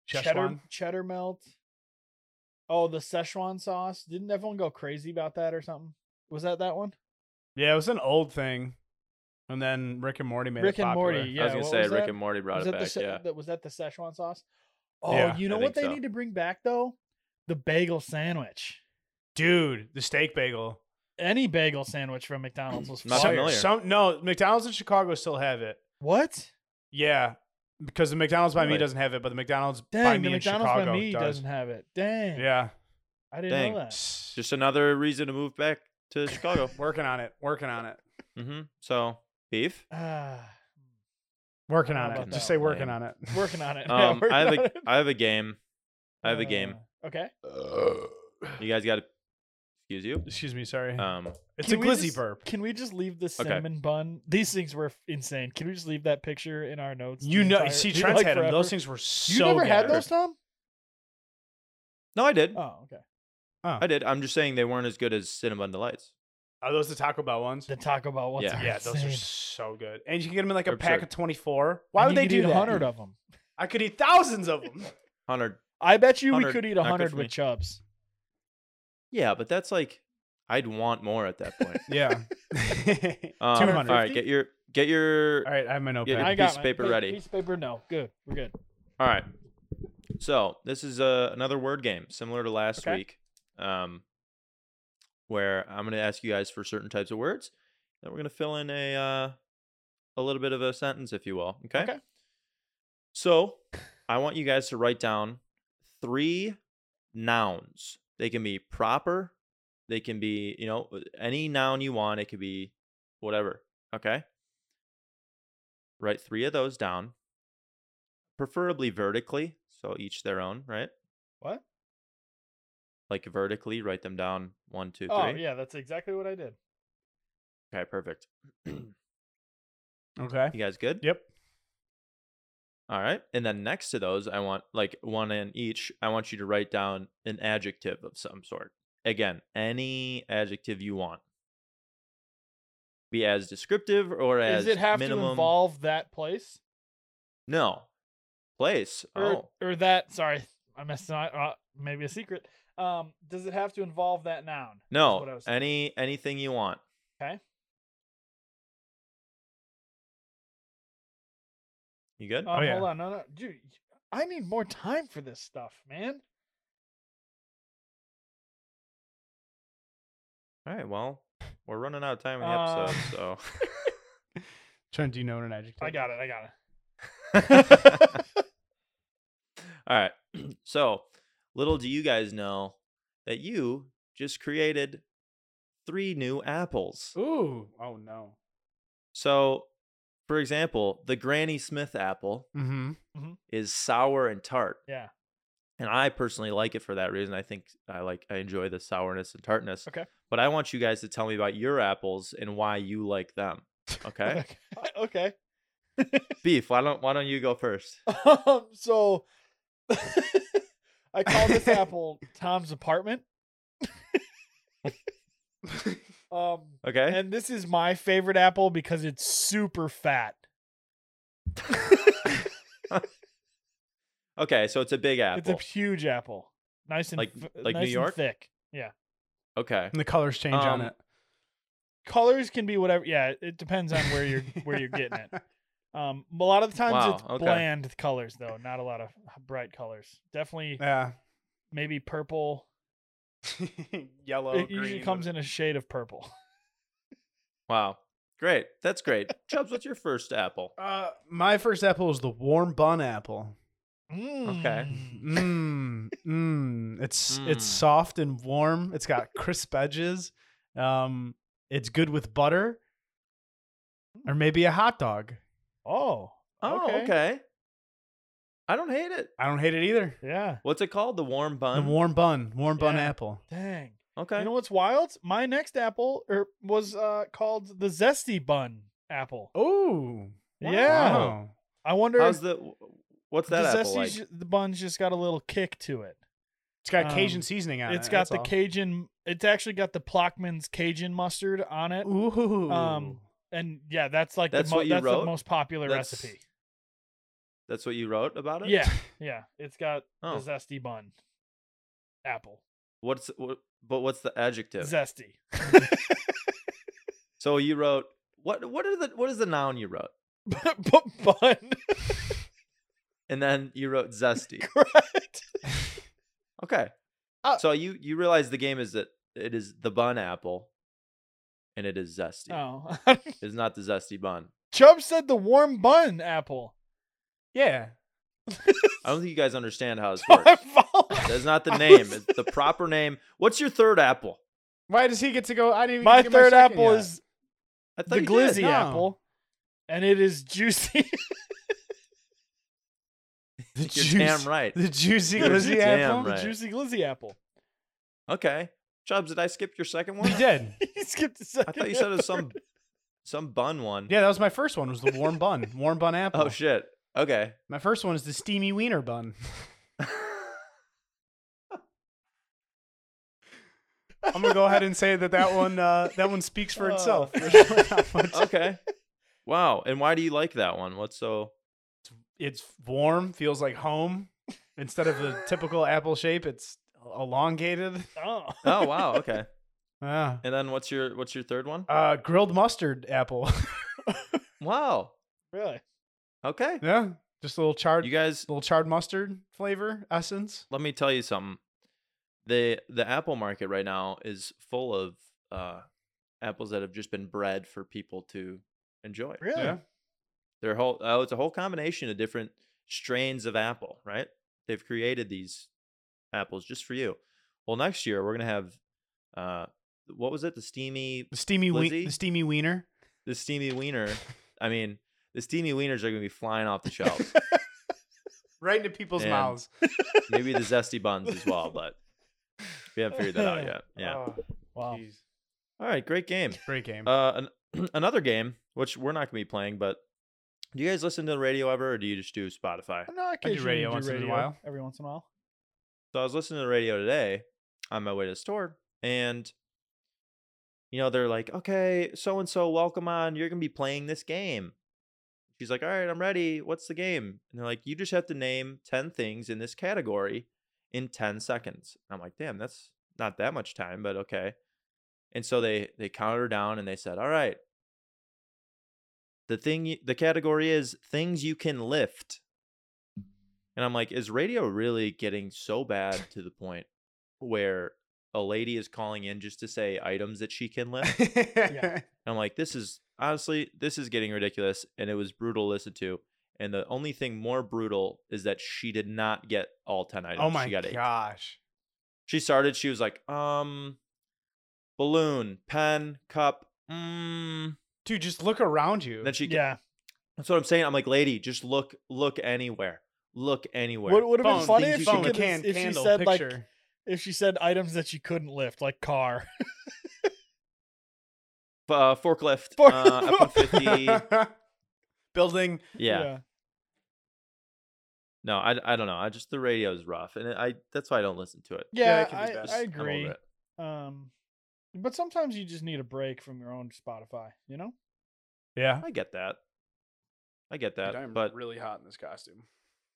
Speaker 3: Cheddar,
Speaker 2: Szechuan.
Speaker 3: cheddar melt. Oh, the Szechuan sauce. Didn't everyone go crazy about that or something? Was that that one?
Speaker 2: Yeah, it was an old thing. And then Rick and Morty made
Speaker 3: Rick
Speaker 2: it
Speaker 3: and
Speaker 2: popular.
Speaker 3: Morty, yeah.
Speaker 1: I was gonna
Speaker 3: what
Speaker 1: say
Speaker 3: was
Speaker 1: Rick
Speaker 3: that?
Speaker 1: and Morty brought
Speaker 3: Was
Speaker 1: it
Speaker 3: that the
Speaker 1: back.
Speaker 3: Se-
Speaker 1: yeah.
Speaker 3: that- was that the Szechuan sauce? Oh,
Speaker 2: Yeah,
Speaker 3: you know
Speaker 1: I think
Speaker 3: what they
Speaker 1: so.
Speaker 3: need to bring back though? The bagel sandwich.
Speaker 2: Dude, the steak bagel.
Speaker 3: Any bagel sandwich from McDonald's was
Speaker 1: Not
Speaker 3: fire.
Speaker 1: familiar.
Speaker 2: Some no McDonald's in Chicago still have it.
Speaker 3: What?
Speaker 2: Yeah, because the McDonald's by me
Speaker 1: Really?
Speaker 2: doesn't have it, but the McDonald's by
Speaker 3: Dang,
Speaker 2: me
Speaker 3: the
Speaker 2: in
Speaker 3: McDonald's
Speaker 2: Chicago
Speaker 3: by me
Speaker 2: does.
Speaker 3: doesn't have it. Dang.
Speaker 2: Yeah,
Speaker 3: I didn't
Speaker 1: Dang.
Speaker 3: know that.
Speaker 1: Just another reason to move back to Chicago.
Speaker 2: working on it, working on it,
Speaker 1: mm-hmm. So beef.
Speaker 3: Ah.
Speaker 2: working
Speaker 3: I don't
Speaker 2: on
Speaker 3: know about
Speaker 2: it. Uh, Just
Speaker 3: that
Speaker 2: say
Speaker 1: one.
Speaker 2: working on it.
Speaker 3: working on it. Yeah,
Speaker 1: Um,
Speaker 3: working
Speaker 1: I have
Speaker 3: on
Speaker 1: a
Speaker 3: it. Ah,
Speaker 1: I have a game. I have a game.
Speaker 3: Uh, okay.
Speaker 1: You guys got to Excuse you.
Speaker 2: Excuse me, sorry.
Speaker 1: Um,
Speaker 2: it's a
Speaker 3: Can we
Speaker 2: glizzy
Speaker 3: just-
Speaker 2: burp.
Speaker 3: Can we just leave the
Speaker 1: Okay.
Speaker 3: cinnamon bun? These things were f- insane. Can we just leave that picture in our notes?
Speaker 2: You
Speaker 3: the
Speaker 2: know,
Speaker 3: entire-
Speaker 2: see,
Speaker 3: like,
Speaker 2: Trent's had them.
Speaker 3: forever?
Speaker 2: Those things were so.
Speaker 3: You never had
Speaker 2: good.
Speaker 3: those, Tom?
Speaker 1: no, I did.
Speaker 3: Oh, okay.
Speaker 2: Oh.
Speaker 1: I did. I'm just saying they weren't as good as Cinnabon Delights.
Speaker 2: Are those the Taco Bell ones?
Speaker 3: The Taco Bell ones.
Speaker 1: Yeah.
Speaker 3: are
Speaker 2: yeah, those are
Speaker 3: insane.
Speaker 2: so good. And you can get them in like a
Speaker 1: They're
Speaker 2: pack
Speaker 1: absurd.
Speaker 2: of 24. Why
Speaker 3: And
Speaker 2: would
Speaker 3: you
Speaker 2: they
Speaker 3: could
Speaker 2: do
Speaker 3: eat
Speaker 2: that?
Speaker 3: a hundred of them?
Speaker 2: I could eat thousands of them.
Speaker 1: Hunter.
Speaker 3: I bet you we
Speaker 1: 100,
Speaker 3: could eat a
Speaker 1: not good
Speaker 3: hundred
Speaker 1: for me.
Speaker 3: with Chubs.
Speaker 1: Yeah, but that's like I'd want more at that point.
Speaker 2: yeah. 200.
Speaker 1: Um, All right,
Speaker 3: 250?
Speaker 1: get your get your
Speaker 2: All right, I have my notepad.
Speaker 1: Good.
Speaker 3: I
Speaker 1: Piece
Speaker 3: got
Speaker 1: of
Speaker 3: mine.
Speaker 1: paper
Speaker 3: Wait,
Speaker 1: ready.
Speaker 3: Piece of paper, no. Good. We're good.
Speaker 1: All right. So this is uh, another word game, similar to last
Speaker 3: Okay.
Speaker 1: week, um, where I'm going to ask you guys for certain types of words, and we're going to fill in a uh, a little bit of a sentence, if you will. Okay.
Speaker 3: Okay.
Speaker 1: So I want you guys to write down three nouns. They can be proper. They can be you know any noun you want. It could be whatever. Okay. Write three of those down preferably vertically, so each their own, right?
Speaker 3: What?
Speaker 1: Like vertically, write them down one, two, three.
Speaker 3: Oh yeah, that's exactly what I did.
Speaker 1: Okay, perfect. you
Speaker 2: Okay.
Speaker 1: guys good?
Speaker 2: Yep.
Speaker 1: All right. And then next to those, I want like one in each. I want you to write down an adjective of some sort. Again, any adjective you want. Be as descriptive or as
Speaker 3: Does it have
Speaker 1: minimum.
Speaker 3: to involve that place
Speaker 1: no place.
Speaker 3: or
Speaker 1: oh,
Speaker 3: or that? Sorry, I messed up. Uh, maybe a secret. Um, does it have to involve that noun? Is what I
Speaker 1: no.
Speaker 3: was thinking.
Speaker 1: Any anything you want.
Speaker 3: Okay.
Speaker 1: You good?
Speaker 3: Um,
Speaker 2: Oh, yeah.
Speaker 3: Hold on, no, no, dude. I need more time for this stuff, man.
Speaker 1: All right. Well, we're running out of time in the
Speaker 3: Uh,
Speaker 1: episode, so
Speaker 2: Trent, do you know what an adjective?
Speaker 3: I got it. I got it.
Speaker 1: All right. So, little do you guys know that you just created three new apples.
Speaker 2: Ooh. Oh no.
Speaker 1: So, for example, the Granny Smith apple
Speaker 2: Mm-hmm.
Speaker 1: is sour and tart.
Speaker 3: Yeah.
Speaker 1: And I personally like it for that reason. I think I like I enjoy the sourness and tartness.
Speaker 3: Okay.
Speaker 1: But I want you guys to tell me about your apples and why you like them. Okay?
Speaker 3: okay.
Speaker 1: Beef, why don't why don't you go first?
Speaker 3: Um, so I call this apple Tom's apartment. um,
Speaker 1: Okay?
Speaker 3: and this is my favorite apple because it's super fat.
Speaker 1: Okay, so it's a big apple.
Speaker 3: It's a huge apple, nice and
Speaker 1: Like-
Speaker 3: f-
Speaker 1: like New
Speaker 3: nice and
Speaker 1: York?
Speaker 3: thick. Yeah,
Speaker 1: okay.
Speaker 2: And the colors change on
Speaker 1: Um,
Speaker 2: it.
Speaker 3: colors can be whatever. Yeah, it depends on where you're where you're getting it. Um, a lot of the times
Speaker 1: Wow,
Speaker 3: it's
Speaker 1: okay.
Speaker 3: bland colors though, not a lot of bright colors. Definitely,
Speaker 2: Yeah.
Speaker 3: maybe purple.
Speaker 2: Yellow.
Speaker 3: it usually comes in a shade of purple.
Speaker 1: Wow. Great. That's great. Chubbs, what's your first apple?
Speaker 2: Uh, my first apple is the warm bun apple.
Speaker 3: Mm.
Speaker 2: Mmm, mmm. It's it's
Speaker 1: Mm.
Speaker 2: soft and warm. It's got crisp edges. Um, it's good with butter, or maybe a hot dog.
Speaker 3: Oh.
Speaker 1: Oh, okay. I don't hate it.
Speaker 2: I don't hate it either.
Speaker 3: Yeah.
Speaker 1: What's it called? The warm bun?
Speaker 2: The warm bun, warm bun
Speaker 3: Yeah.
Speaker 2: apple.
Speaker 3: Dang.
Speaker 1: okay.
Speaker 3: You know what's wild? My next apple er, was uh, called the zesty bun apple.
Speaker 2: Oh,
Speaker 3: Yeah.
Speaker 2: wow.
Speaker 3: I wonder
Speaker 1: How's
Speaker 3: if
Speaker 1: the what's that
Speaker 3: the
Speaker 1: apple like?
Speaker 3: zesty's- the bun's just got a little kick to it.
Speaker 2: It's got Cajun
Speaker 3: Um,
Speaker 2: seasoning on it.
Speaker 3: it's got the
Speaker 2: Cajun.
Speaker 3: Cajun. It's actually got the Plockman's Cajun mustard on it,
Speaker 2: Ooh.
Speaker 3: Um, and yeah, that's like
Speaker 1: That's
Speaker 3: the, mo-
Speaker 1: what you
Speaker 3: that's
Speaker 1: wrote?
Speaker 3: the most popular
Speaker 1: That's
Speaker 3: recipe.
Speaker 1: That's what you wrote about it?
Speaker 3: Yeah, yeah. It's got
Speaker 1: Oh.
Speaker 3: the zesty bun apple.
Speaker 1: What's what, but what's the adjective?
Speaker 3: Zesty.
Speaker 1: so you wrote what what are the what is the noun you wrote?
Speaker 3: bun.
Speaker 1: And then you wrote zesty.
Speaker 3: Correct.
Speaker 1: Okay.
Speaker 2: Uh,
Speaker 1: so you you realize the game is that it is the bun apple and it is zesty.
Speaker 3: Oh.
Speaker 1: It's not the zesty bun.
Speaker 3: Chubb said the warm bun apple.
Speaker 2: yeah.
Speaker 1: I don't think you guys understand how this
Speaker 3: I'm
Speaker 1: works.
Speaker 3: following-
Speaker 1: That's not the
Speaker 3: I
Speaker 1: name.
Speaker 3: was-
Speaker 1: It's the proper name. What's your third apple?
Speaker 2: Why does he get to go? I didn't. Even
Speaker 3: my
Speaker 2: get
Speaker 3: third
Speaker 2: second
Speaker 3: apple
Speaker 2: yet.
Speaker 3: is
Speaker 1: I
Speaker 3: the
Speaker 1: you did.
Speaker 3: glizzy
Speaker 2: No.
Speaker 3: apple, and it is juicy.
Speaker 2: the
Speaker 1: You're
Speaker 2: juice.
Speaker 1: damn right.
Speaker 2: The juicy
Speaker 1: You're
Speaker 2: glizzy
Speaker 1: damn
Speaker 2: apple.
Speaker 1: right.
Speaker 3: the juicy glizzy apple.
Speaker 1: Okay. Chubbs, did I skip your second one?
Speaker 2: You did.
Speaker 3: he skipped
Speaker 1: I
Speaker 3: a second.
Speaker 1: thought you said it was some
Speaker 3: and
Speaker 1: some bun one.
Speaker 2: Yeah, that was my first one. Was the warm bun, warm bun apple.
Speaker 1: Oh shit. Okay.
Speaker 2: My first one is the steamy wiener bun. I'm gonna go ahead and say that that one uh, that one speaks for
Speaker 3: Oh.
Speaker 2: itself. There's really not much.
Speaker 1: okay. Wow. And why do you like that one? What's so
Speaker 2: It's warm, feels like home. Instead of the typical apple shape, it's elongated. Ah,
Speaker 3: third. Oh.
Speaker 1: Oh wow, okay.
Speaker 2: Yeah.
Speaker 1: And then what's your what's your third one?
Speaker 2: Uh, grilled mustard apple.
Speaker 1: Wow.
Speaker 3: really?
Speaker 1: Okay.
Speaker 2: yeah, just a little charred,
Speaker 1: You guys
Speaker 2: little charred mustard flavor essence.
Speaker 1: let me tell you something. The the apple market right now is full of uh apples that have just been bred for people to enjoy.
Speaker 3: Really?
Speaker 2: Yeah.
Speaker 1: They're whole oh, it's a whole combination of different strains of apple, right? They've created these apples just for you. Well, next year we're gonna have uh what was it? The steamy
Speaker 2: The steamy wiener.
Speaker 1: Lizzie?
Speaker 2: The steamy wiener.
Speaker 1: the steamy wiener. I mean, the steamy wieners are gonna be flying off the shelves.
Speaker 2: Right into people's
Speaker 1: And-
Speaker 2: mouths.
Speaker 1: Maybe the zesty buns as well, but we haven't figured that out yet. Yeah.
Speaker 2: Oh,
Speaker 3: Wow.
Speaker 2: jeez.
Speaker 1: All right, great game.
Speaker 2: Great game.
Speaker 1: Uh, an, another game which we're not gonna be playing, but do you guys listen to the radio ever, or do you just do Spotify?
Speaker 3: No, I
Speaker 2: do radio once in a while.
Speaker 3: Every once in a while.
Speaker 1: So I was listening to the radio today on my way to the store, and you know they're like, "Okay, so and so, welcome on. You're gonna be playing this game." She's like, "All right, I'm ready. What's the game?" And they're like, "You just have to name ten things in this category in ten seconds." And I'm like, "Damn, that's not that much time, but okay." And so they they counted her down, and they said, "All right, the thing, you, the category is things you can lift." And I'm like, is radio really getting so bad to the point where a lady is calling in just to say items that she can lift? And
Speaker 2: yeah.
Speaker 1: I'm like, this is honestly, this is getting ridiculous. And it was brutal to listen to. And the only thing more brutal is that she did not get all 10 items.
Speaker 2: Oh my
Speaker 1: she got eight.
Speaker 2: gosh.
Speaker 1: She started, she was like, um, balloon, pen, cup, mm.
Speaker 2: Dude, just look around you.
Speaker 1: And then she, yeah.
Speaker 3: Yeah.
Speaker 1: that's what I'm saying. I'm like, lady, just look, look anywhere. Look anywhere.
Speaker 3: What would have been
Speaker 1: Phone,
Speaker 3: funny
Speaker 1: things you
Speaker 3: if she,
Speaker 1: can
Speaker 3: could,
Speaker 2: can,
Speaker 3: if
Speaker 2: candle,
Speaker 3: she said
Speaker 2: picture.
Speaker 3: like if she said items that she couldn't lift, like car.
Speaker 1: F- uh, forklift,
Speaker 3: Fork-
Speaker 1: uh, F-150.
Speaker 2: building.
Speaker 1: yeah. No, I, I don't know. I just the radio is rough, and I that's why I don't listen to it.
Speaker 2: Yeah,
Speaker 3: Yeah,
Speaker 2: it can be bad.
Speaker 1: Just-
Speaker 3: I, I
Speaker 1: I'm over
Speaker 3: agree.
Speaker 1: it.
Speaker 3: Um, but sometimes you just need a break from your own Spotify. You know?
Speaker 2: Yeah.
Speaker 1: I get that. I get that.
Speaker 2: I'm
Speaker 1: but
Speaker 2: really hot in this costume.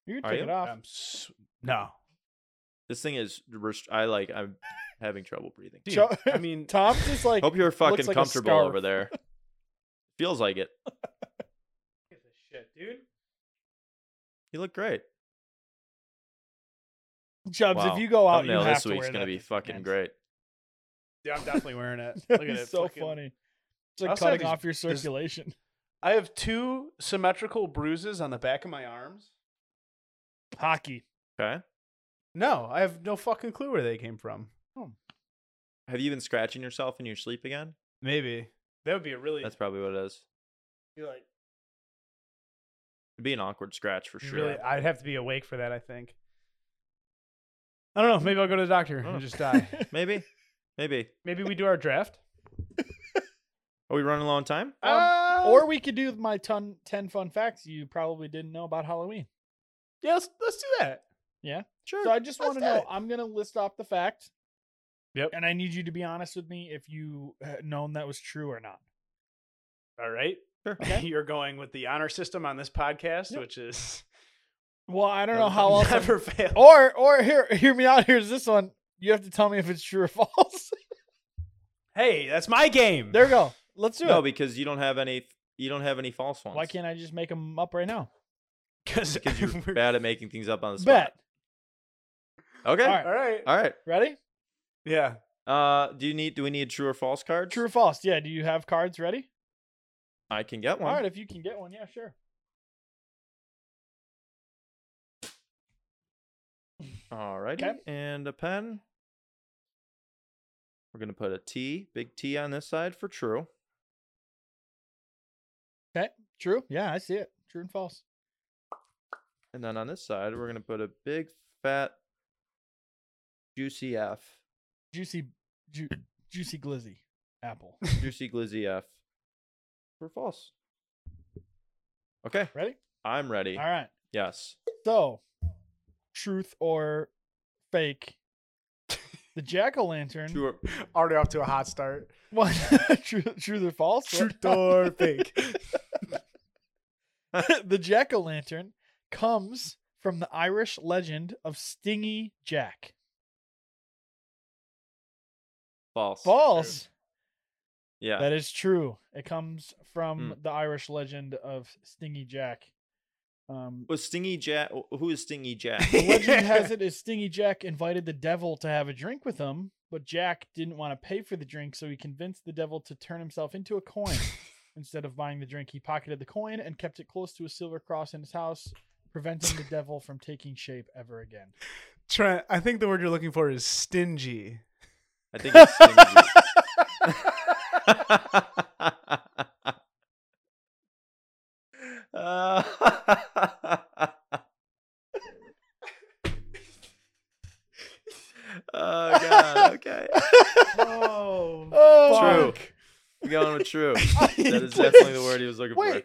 Speaker 3: You can
Speaker 1: Are
Speaker 3: take
Speaker 1: you?
Speaker 3: it off.
Speaker 2: I'm Uh, s no.
Speaker 1: this thing is rest- I like. I'm having trouble breathing.
Speaker 2: Dude,
Speaker 3: Cho-
Speaker 2: I mean,
Speaker 3: Tom's just like
Speaker 1: Hope you're fucking
Speaker 3: like a
Speaker 1: comfortable over
Speaker 3: scarf.
Speaker 1: there. Feels like it.
Speaker 2: shit, dude.
Speaker 1: You look great.
Speaker 3: Chubbs.
Speaker 1: wow.
Speaker 3: If you go out, you
Speaker 1: Thumbnail
Speaker 3: have
Speaker 1: this
Speaker 3: to
Speaker 1: week's
Speaker 3: wear
Speaker 1: gonna
Speaker 3: that
Speaker 1: be
Speaker 3: thing,
Speaker 1: fucking
Speaker 3: man.
Speaker 1: great.
Speaker 2: Yeah, I'm definitely wearing it. Look
Speaker 3: That'd
Speaker 2: at
Speaker 3: be
Speaker 2: it.
Speaker 3: so
Speaker 2: fucking-
Speaker 3: funny. It's
Speaker 2: I
Speaker 3: like
Speaker 2: also have
Speaker 3: cutting
Speaker 2: these-
Speaker 3: off your
Speaker 2: there's-
Speaker 3: circulation.
Speaker 2: I have two symmetrical bruises on the back of my arms.
Speaker 3: Hockey.
Speaker 1: Okay.
Speaker 2: No, I have no fucking clue where they came from.
Speaker 1: Have you been scratching yourself in your sleep again?
Speaker 2: Maybe that would be a really
Speaker 1: That's probably what it is.
Speaker 2: be like
Speaker 1: It'd be an awkward scratch for
Speaker 2: be
Speaker 1: sure.
Speaker 2: really- I'd have to be awake for that. I think. I don't know. Maybe I'll go to the doctor
Speaker 1: Oh.
Speaker 2: and just die.
Speaker 1: Maybe. Maybe.
Speaker 2: Maybe we do our draft.
Speaker 1: Are we running low on time?
Speaker 2: Uh,
Speaker 3: Or we could do my ton, 10 fun facts you probably didn't know about Halloween.
Speaker 2: yeah, let's, let's do that.
Speaker 1: Sure.
Speaker 3: So I just
Speaker 2: Let's
Speaker 3: want to
Speaker 2: do
Speaker 3: know.
Speaker 2: it.
Speaker 3: I'm gonna list off the fact.
Speaker 2: Yep.
Speaker 3: And I need you to be honest with me if you had known that was true or not.
Speaker 2: All right.
Speaker 1: Sure.
Speaker 2: You're going with the honor system on this podcast,
Speaker 3: Yep.
Speaker 2: which is
Speaker 3: Well, I don't
Speaker 1: Never
Speaker 3: know how
Speaker 1: done
Speaker 3: else. I'm-
Speaker 2: never fail.
Speaker 3: Or, or here, hear me out. Here's this one. You have to tell me if it's true or false.
Speaker 2: Hey, that's my game.
Speaker 3: there we go. Let's do
Speaker 1: no,
Speaker 3: it.
Speaker 1: because you don't have any. You don't have any false ones.
Speaker 3: Why can't I just make them up right now?
Speaker 2: because
Speaker 1: Because you're bad at making things up on the spot.
Speaker 3: Bet.
Speaker 1: Okay.
Speaker 3: All
Speaker 1: All
Speaker 3: right.
Speaker 1: right.
Speaker 2: All right.
Speaker 3: Ready?
Speaker 2: Yeah.
Speaker 1: Uh, do you need? Do we need true or false cards?
Speaker 3: True or false? Yeah. Do you have cards ready?
Speaker 1: I can get one.
Speaker 3: All right. If you can get one, yeah, sure.
Speaker 1: Alrighty.
Speaker 3: Okay.
Speaker 1: And a pen. We're gonna put a T, big T on this side for true.
Speaker 3: Okay. True. Yeah, I see it. True and false.
Speaker 1: And then on this side, we're gonna put a big fat juicy F.
Speaker 3: Juicy, ju- juicy glizzy apple.
Speaker 1: Juicy Glizzy F for false. Okay,
Speaker 3: Ready?
Speaker 1: I'm ready.
Speaker 3: All right.
Speaker 1: Yes.
Speaker 3: So, truth or fake? The jack o' lantern.
Speaker 1: True or-
Speaker 2: Already off to a hot start.
Speaker 3: What? True, truth or false? What?
Speaker 2: Truth or fake?
Speaker 3: the jack o' lantern comes from the Irish legend of Stingy Jack.
Speaker 1: false.
Speaker 3: False.
Speaker 1: Yeah.
Speaker 3: That is true. It comes from
Speaker 1: Hmm.
Speaker 3: the Irish legend of Stingy Jack. Um,
Speaker 1: was Stingy Jack? Who is Stingy Jack?
Speaker 3: the legend has it is Stingy Jack invited the devil to have a drink with him, but Jack didn't want to pay for the drink, so he convinced the devil to turn himself into a coin. Instead of buying the drink, he pocketed the coin and kept it close to a silver cross in his house, preventing the devil from taking shape ever again.
Speaker 2: Trent, I think the word you're looking for is stingy.
Speaker 1: I think it's stingy. Uh, oh god. Okay.
Speaker 2: Oh.
Speaker 3: Oh,
Speaker 1: True. We're going with true. That is
Speaker 3: Please.
Speaker 1: definitely the word he was looking
Speaker 3: Wait,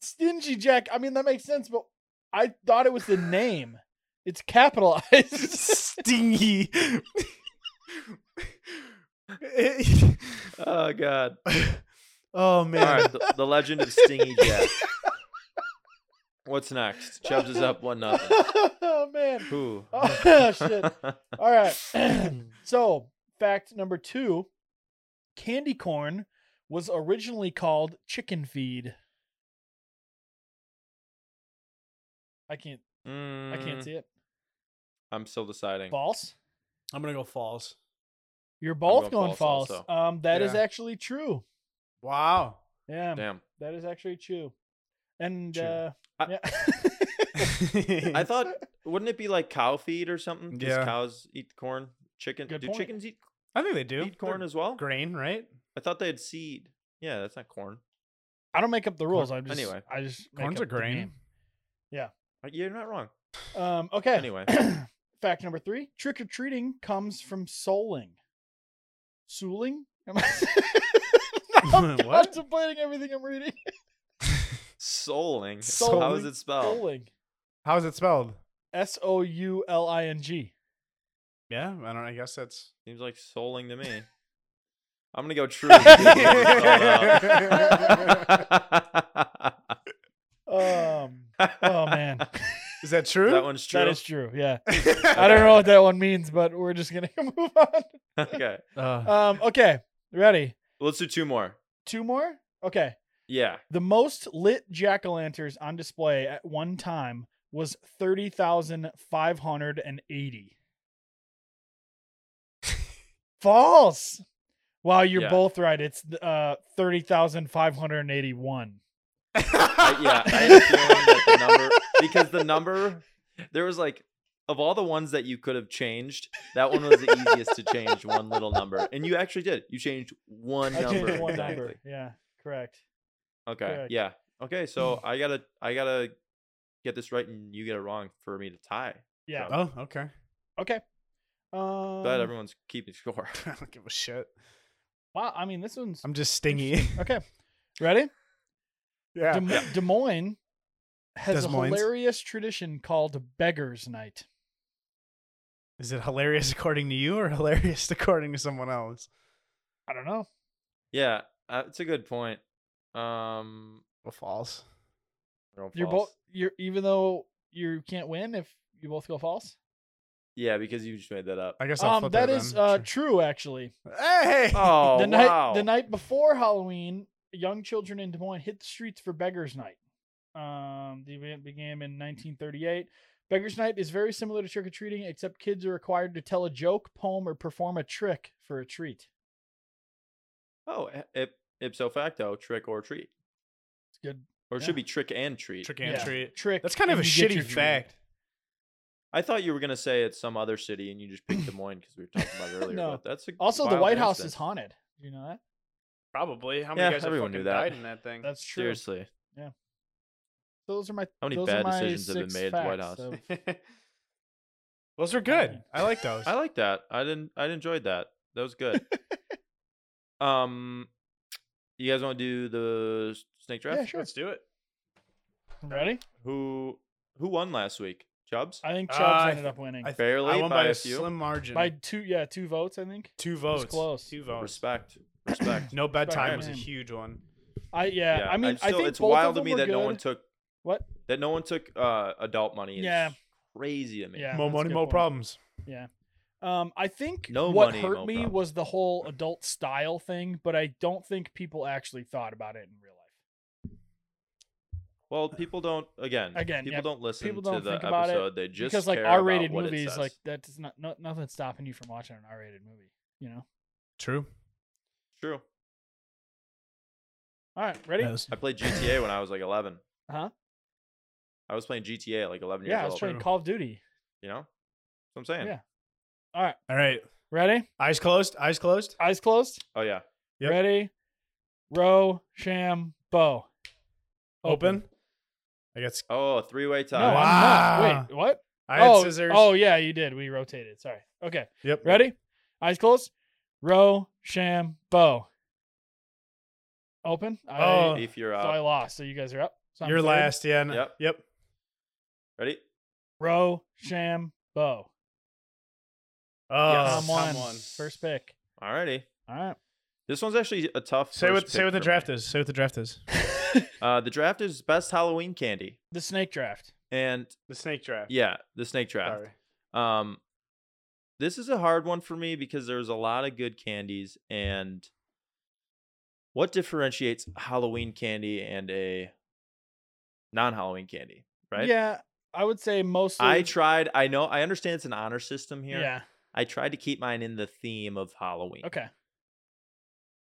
Speaker 3: stingy Jack. I mean, that makes sense, but I thought it was the name. It's capitalized.
Speaker 2: stingy.
Speaker 1: for. Oh god.
Speaker 2: oh
Speaker 1: All
Speaker 2: man.
Speaker 1: right. The, the legend of Stingy Jack. What's next? Chubbs is up one nothing.
Speaker 3: oh man.
Speaker 1: Who?
Speaker 3: Oh shit. All right. so, fact number 2, candy corn was originally called chicken feed. I can't I can't see
Speaker 1: Mm,
Speaker 3: it.
Speaker 1: I'm still deciding.
Speaker 3: False?
Speaker 2: I'm gonna go false.
Speaker 3: You're both
Speaker 1: going
Speaker 3: going false.
Speaker 1: false
Speaker 3: Um that is
Speaker 2: Yeah.
Speaker 3: actually true.
Speaker 2: Wow.
Speaker 3: Yeah.
Speaker 1: Damn.
Speaker 3: That is actually true. And
Speaker 2: True.
Speaker 3: uh
Speaker 1: I-
Speaker 3: yeah.
Speaker 1: I thought wouldn't it be like cow feed or something? Because
Speaker 2: Yeah.
Speaker 1: cows eat corn. Chicken
Speaker 3: Good
Speaker 1: do
Speaker 3: point.
Speaker 1: chickens eat,
Speaker 2: I think they do.
Speaker 1: eat corn
Speaker 2: They're
Speaker 1: as well?
Speaker 2: grain, right?
Speaker 1: I thought they had seed. Yeah, that's not corn.
Speaker 3: I don't make up the rules. I
Speaker 1: Corn-
Speaker 3: just
Speaker 1: anyway.
Speaker 3: I just make
Speaker 2: Corn's
Speaker 3: up
Speaker 2: a
Speaker 3: the
Speaker 2: grain.
Speaker 3: game.
Speaker 1: Uh, You're not wrong.
Speaker 3: Um, okay.
Speaker 1: Anyway.
Speaker 3: fact number three: trick or treating comes from souling. Souling. Am I- I'm
Speaker 2: What?
Speaker 3: contemplating everything I'm reading.
Speaker 1: Souling.
Speaker 3: Souling.
Speaker 1: How is it spelled?
Speaker 3: Souling.
Speaker 2: How is it spelled?
Speaker 3: S O U L I N G.
Speaker 2: Yeah, I don't. I guess that's.
Speaker 1: Seems like souling to me. I'm gonna go true. and see if I can spell it out.
Speaker 3: Um. Oh man,
Speaker 2: Is that true?
Speaker 1: that one's true.
Speaker 3: that is true. Yeah, I don't know what that one means, but we're just gonna move on.
Speaker 1: okay,
Speaker 2: Uh,
Speaker 3: Um. Okay. Ready?
Speaker 1: let's do two more.
Speaker 3: Two more. Okay.
Speaker 1: Yeah,
Speaker 3: The most lit jack o' lanterns on display at one time was 30,580. False. Wow, you're
Speaker 1: Yeah.
Speaker 3: both right. It's uh 30,581.
Speaker 1: I- yeah. I had a feeling that the number because the number there was like of all the ones that you could have changed, that one was the easiest to change one little number, and you actually did. You changed one
Speaker 3: I
Speaker 1: number.
Speaker 3: changed one
Speaker 1: exactly.
Speaker 3: number. Yeah, correct.
Speaker 1: Okay.
Speaker 3: Correct.
Speaker 1: Yeah. Okay. So I gotta I gotta get this right, and you get it wrong for me to tie.
Speaker 3: Yeah.
Speaker 2: oh, okay.
Speaker 3: Okay. Um,
Speaker 1: Glad everyone's keeping score.
Speaker 2: I don't give a shit.
Speaker 3: wow, I mean this one's
Speaker 2: I'm just stingy.
Speaker 3: Okay. Ready?
Speaker 2: yeah.
Speaker 3: Des, Des Moines has
Speaker 2: Des
Speaker 3: a
Speaker 2: Moines.
Speaker 3: hilarious tradition called Beggar's Night.
Speaker 2: is it hilarious according to you or hilarious according to someone else?
Speaker 3: I don't know.
Speaker 1: Yeah, uh, it's a good point. Um,
Speaker 2: Well, false.
Speaker 1: throw
Speaker 3: You're both
Speaker 1: false.
Speaker 3: you're even though you can't win if you both go false.
Speaker 1: Yeah, because you just made that up.
Speaker 2: I guess I'll
Speaker 3: Um,
Speaker 2: flip
Speaker 3: that
Speaker 2: it
Speaker 3: is
Speaker 2: then.
Speaker 3: uh,
Speaker 2: Sure.
Speaker 3: true actually.
Speaker 2: Hey.
Speaker 1: Oh
Speaker 3: the
Speaker 1: wow!
Speaker 3: night the night before Halloween, young children in Des Moines hit the streets for Beggars Night. Um, the event began in 1938. Beggars Night is very similar to trick or treating, except kids are required to tell a joke, poem, or perform a trick for a treat.
Speaker 1: Oh, i- ip, ipso facto, trick or treat,
Speaker 3: It's good
Speaker 1: or it
Speaker 3: Yeah.
Speaker 1: should be trick and treat.
Speaker 2: Trick and
Speaker 3: Yeah.
Speaker 2: treat.
Speaker 3: trick.
Speaker 2: That's kind of a
Speaker 3: and you get
Speaker 2: shitty
Speaker 3: your treat.
Speaker 2: fact.
Speaker 1: I thought you were gonna say it's some other city, and you just picked Des Moines because we were talking about it earlier.
Speaker 3: No.
Speaker 1: but that's a
Speaker 3: Also, the
Speaker 1: wild
Speaker 3: White House is
Speaker 1: coincidence.
Speaker 3: haunted. Do you know that?
Speaker 2: Probably. How
Speaker 1: many Yeah, guys have everyone knew fucking that. died in
Speaker 2: that thing?
Speaker 3: That's true.
Speaker 1: Seriously,
Speaker 3: So those are my
Speaker 1: How many
Speaker 3: those
Speaker 1: bad
Speaker 3: are my
Speaker 1: decisions have been
Speaker 3: six
Speaker 1: made at the White
Speaker 3: facts
Speaker 1: House?
Speaker 3: of-
Speaker 2: those are good. I like those.
Speaker 1: I like that. I didn't. I enjoyed that. That was good. um, you guys want to do the s- snake draft?
Speaker 3: Yeah, sure.
Speaker 2: Let's do it.
Speaker 3: Ready?
Speaker 1: Who who won last week? Chubbs.
Speaker 3: I think
Speaker 2: Uh,
Speaker 3: Chubbs
Speaker 2: I
Speaker 3: ended
Speaker 2: th-
Speaker 3: up winning
Speaker 2: I th-
Speaker 1: Barely
Speaker 2: I won
Speaker 1: by
Speaker 2: by
Speaker 1: a
Speaker 2: a
Speaker 1: few.
Speaker 2: slim margin.
Speaker 3: by two. Yeah, two votes. I think.
Speaker 2: two votes.
Speaker 3: close.
Speaker 2: Two votes.
Speaker 1: Respect. Respect.
Speaker 2: No bedtime was a
Speaker 3: Man.
Speaker 2: huge one.
Speaker 3: I yeah. I mean, I,
Speaker 1: still-
Speaker 3: think
Speaker 1: it's
Speaker 3: both
Speaker 1: wild
Speaker 3: of
Speaker 1: to
Speaker 3: them
Speaker 1: me
Speaker 3: were
Speaker 1: that
Speaker 3: good.
Speaker 1: no one took
Speaker 3: What?
Speaker 1: that no one took uh, adult money. It's
Speaker 3: Yeah.
Speaker 1: crazy to me.
Speaker 3: Yeah.
Speaker 2: more
Speaker 3: that's a
Speaker 2: money,
Speaker 3: good
Speaker 2: more
Speaker 3: point.
Speaker 2: problems.
Speaker 3: Um, I think
Speaker 1: No
Speaker 3: what
Speaker 1: money,
Speaker 3: hurt
Speaker 1: no
Speaker 3: me
Speaker 1: problem.
Speaker 3: was the whole adult style thing, but I don't think people actually thought about it in real life.
Speaker 1: Well, people don't again.
Speaker 3: Again,
Speaker 1: people
Speaker 3: yeah,
Speaker 1: don't listen
Speaker 3: people
Speaker 1: to
Speaker 3: don't
Speaker 1: the
Speaker 3: think about it
Speaker 1: episode. They just
Speaker 3: because like
Speaker 1: care about
Speaker 3: R-rated
Speaker 1: what it
Speaker 3: movies,
Speaker 1: says.
Speaker 3: like that's not no, nothing's stopping you from watching an R-rated movie. You know.
Speaker 2: True.
Speaker 1: true.
Speaker 3: All right, ready?
Speaker 2: That was-
Speaker 1: I played GTA when I was like 11.
Speaker 3: Huh?
Speaker 1: I was playing GTA at like 11
Speaker 3: Uh-huh. yeah, I
Speaker 1: years
Speaker 3: was
Speaker 1: old.
Speaker 3: playing
Speaker 2: True.
Speaker 3: Call of Duty.
Speaker 1: You know, That's what I'm saying.
Speaker 3: Yeah. All right,
Speaker 2: All right.
Speaker 3: ready?
Speaker 2: Eyes closed. Eyes closed.
Speaker 3: Eyes closed.
Speaker 1: Oh yeah.
Speaker 2: Yep.
Speaker 3: Ready? Row, sham, bow.
Speaker 2: Open. I guess.
Speaker 1: Oh, three way
Speaker 3: No,
Speaker 1: tie.
Speaker 3: I'm
Speaker 2: Wow.
Speaker 3: not. Wait, what?
Speaker 2: I had
Speaker 3: oh,
Speaker 2: scissors.
Speaker 3: oh yeah, you did. We rotated. Sorry. Okay.
Speaker 2: Yep.
Speaker 3: Ready? Eyes closed. Row, sham, bow. Open. I,
Speaker 2: Oh.
Speaker 1: If you're
Speaker 3: so I
Speaker 1: up,
Speaker 3: lost. So you guys are up. So I'm
Speaker 2: You're
Speaker 3: third.
Speaker 2: last. Yeah. no-
Speaker 1: Yep.
Speaker 2: Yep.
Speaker 1: ready?
Speaker 3: Row, sham, bow.
Speaker 2: Oh,
Speaker 3: Tom
Speaker 1: Tom
Speaker 3: won.
Speaker 1: won.
Speaker 3: First pick.
Speaker 1: Alrighty.
Speaker 3: All right.
Speaker 1: This one's actually a tough.
Speaker 2: Say
Speaker 1: first
Speaker 2: what? Say
Speaker 1: pick
Speaker 2: what the
Speaker 1: for
Speaker 2: draft
Speaker 1: me.
Speaker 2: is. Say what the draft is.
Speaker 1: Uh, the draft is best Halloween candy,
Speaker 3: The snake draft.
Speaker 1: and
Speaker 2: The snake draft.
Speaker 1: yeah, the snake draft.
Speaker 2: Sorry.
Speaker 1: Um, this is a hard one for me because there's a lot of good candies, and what differentiates Halloween candy and a non-Halloween candy, right?
Speaker 3: Yeah, I would say mostly.
Speaker 1: I tried. I know. I understand it's an honor system here.
Speaker 3: Yeah.
Speaker 1: I tried to keep mine in the theme of Halloween
Speaker 3: Okay.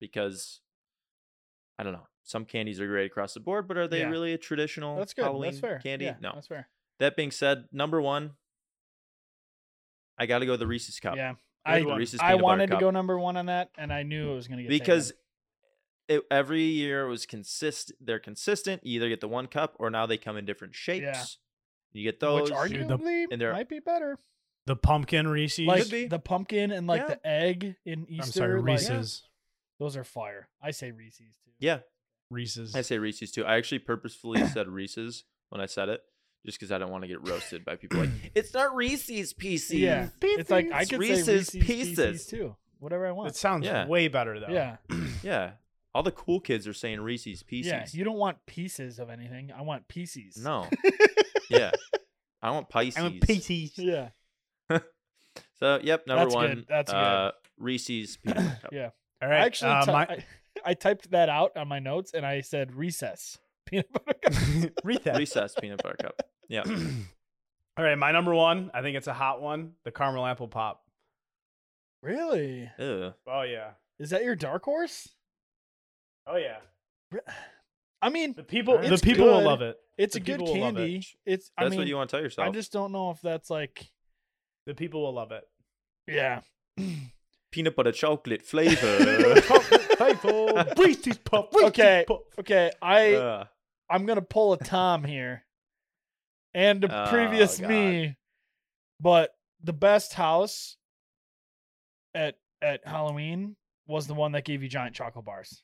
Speaker 1: because I don't know. Some candies are great across the board, but are they
Speaker 3: Yeah.
Speaker 1: really a traditional
Speaker 3: That's good.
Speaker 1: Halloween
Speaker 3: that's fair.
Speaker 1: candy?
Speaker 3: Yeah,
Speaker 1: no.
Speaker 3: that's fair.
Speaker 1: That being said, number one, I got to go the Reese's cup.
Speaker 3: Yeah,
Speaker 1: the
Speaker 3: I
Speaker 2: one.
Speaker 1: Reese's
Speaker 3: I
Speaker 1: peanut butter
Speaker 3: wanted to
Speaker 1: cup.
Speaker 3: go number one on that, and I knew it was gonna get taken.
Speaker 1: because it, every year it was consist. They're consistent. You either get the one cup or now they come in different shapes. You get those.
Speaker 3: which
Speaker 2: Dude, the-
Speaker 3: arguably
Speaker 1: and they're-
Speaker 3: might be better,
Speaker 2: The pumpkin Reese's.
Speaker 3: like
Speaker 1: be.
Speaker 3: the pumpkin and like
Speaker 1: Yeah.
Speaker 3: the egg in Easter.
Speaker 2: I'm sorry,
Speaker 3: like,
Speaker 2: Reese's.
Speaker 3: those are fire. I say Reese's too.
Speaker 1: yeah,
Speaker 2: Reese's.
Speaker 1: I say Reese's too. I actually purposefully said Reese's when I said it, just because I don't want to get roasted by people like it's not Reese's pieces.
Speaker 3: yeah. It's like I
Speaker 1: Reese's.
Speaker 3: could
Speaker 1: Reese's
Speaker 3: say Reese's
Speaker 1: Pieces.
Speaker 3: pieces too. Whatever I want.
Speaker 2: It sounds
Speaker 1: Yeah.
Speaker 2: way better though.
Speaker 3: yeah,
Speaker 1: yeah. All the cool kids are saying Reese's pieces.
Speaker 3: yeah. You don't want pieces of anything. I want pieces.
Speaker 1: no. yeah. I want Pisces.
Speaker 2: I'm a Pisces.
Speaker 3: Yeah.
Speaker 1: So yep, number
Speaker 3: That's good.
Speaker 1: one.
Speaker 3: That's good.
Speaker 1: uh, Reese's peanut butter cup.
Speaker 3: Yeah.
Speaker 2: All right.
Speaker 3: I actually
Speaker 2: uh,
Speaker 3: ty-
Speaker 2: my-
Speaker 3: I, I typed that out on my notes and I said recess. Peanut butter cup.
Speaker 2: read that.
Speaker 1: Recess peanut butter cup. Yeah.
Speaker 2: All right, my number one. I think it's a hot one. The caramel apple pop.
Speaker 3: Really?
Speaker 1: Ew.
Speaker 2: Oh yeah.
Speaker 3: Is that your dark horse?
Speaker 2: Oh yeah.
Speaker 3: I mean,
Speaker 2: The people.
Speaker 3: It's
Speaker 2: the people will
Speaker 3: good.
Speaker 2: love it.
Speaker 3: it's
Speaker 2: The
Speaker 3: a good
Speaker 2: people will love it.
Speaker 3: candy. It's I
Speaker 1: That's
Speaker 3: mean,
Speaker 1: what you want to tell yourself.
Speaker 3: I just don't know if that's like
Speaker 2: The people will love it.
Speaker 3: yeah.
Speaker 1: peanut butter chocolate flavor.
Speaker 2: Faithful. Reese's puff. Reese's
Speaker 3: Okay.
Speaker 2: puff.
Speaker 3: Okay, I
Speaker 1: Uh,
Speaker 3: I'm going to pull a Tom here. And the
Speaker 1: Oh,
Speaker 3: previous
Speaker 1: God.
Speaker 3: me. But the best house at at Halloween was the one that gave you giant chocolate bars.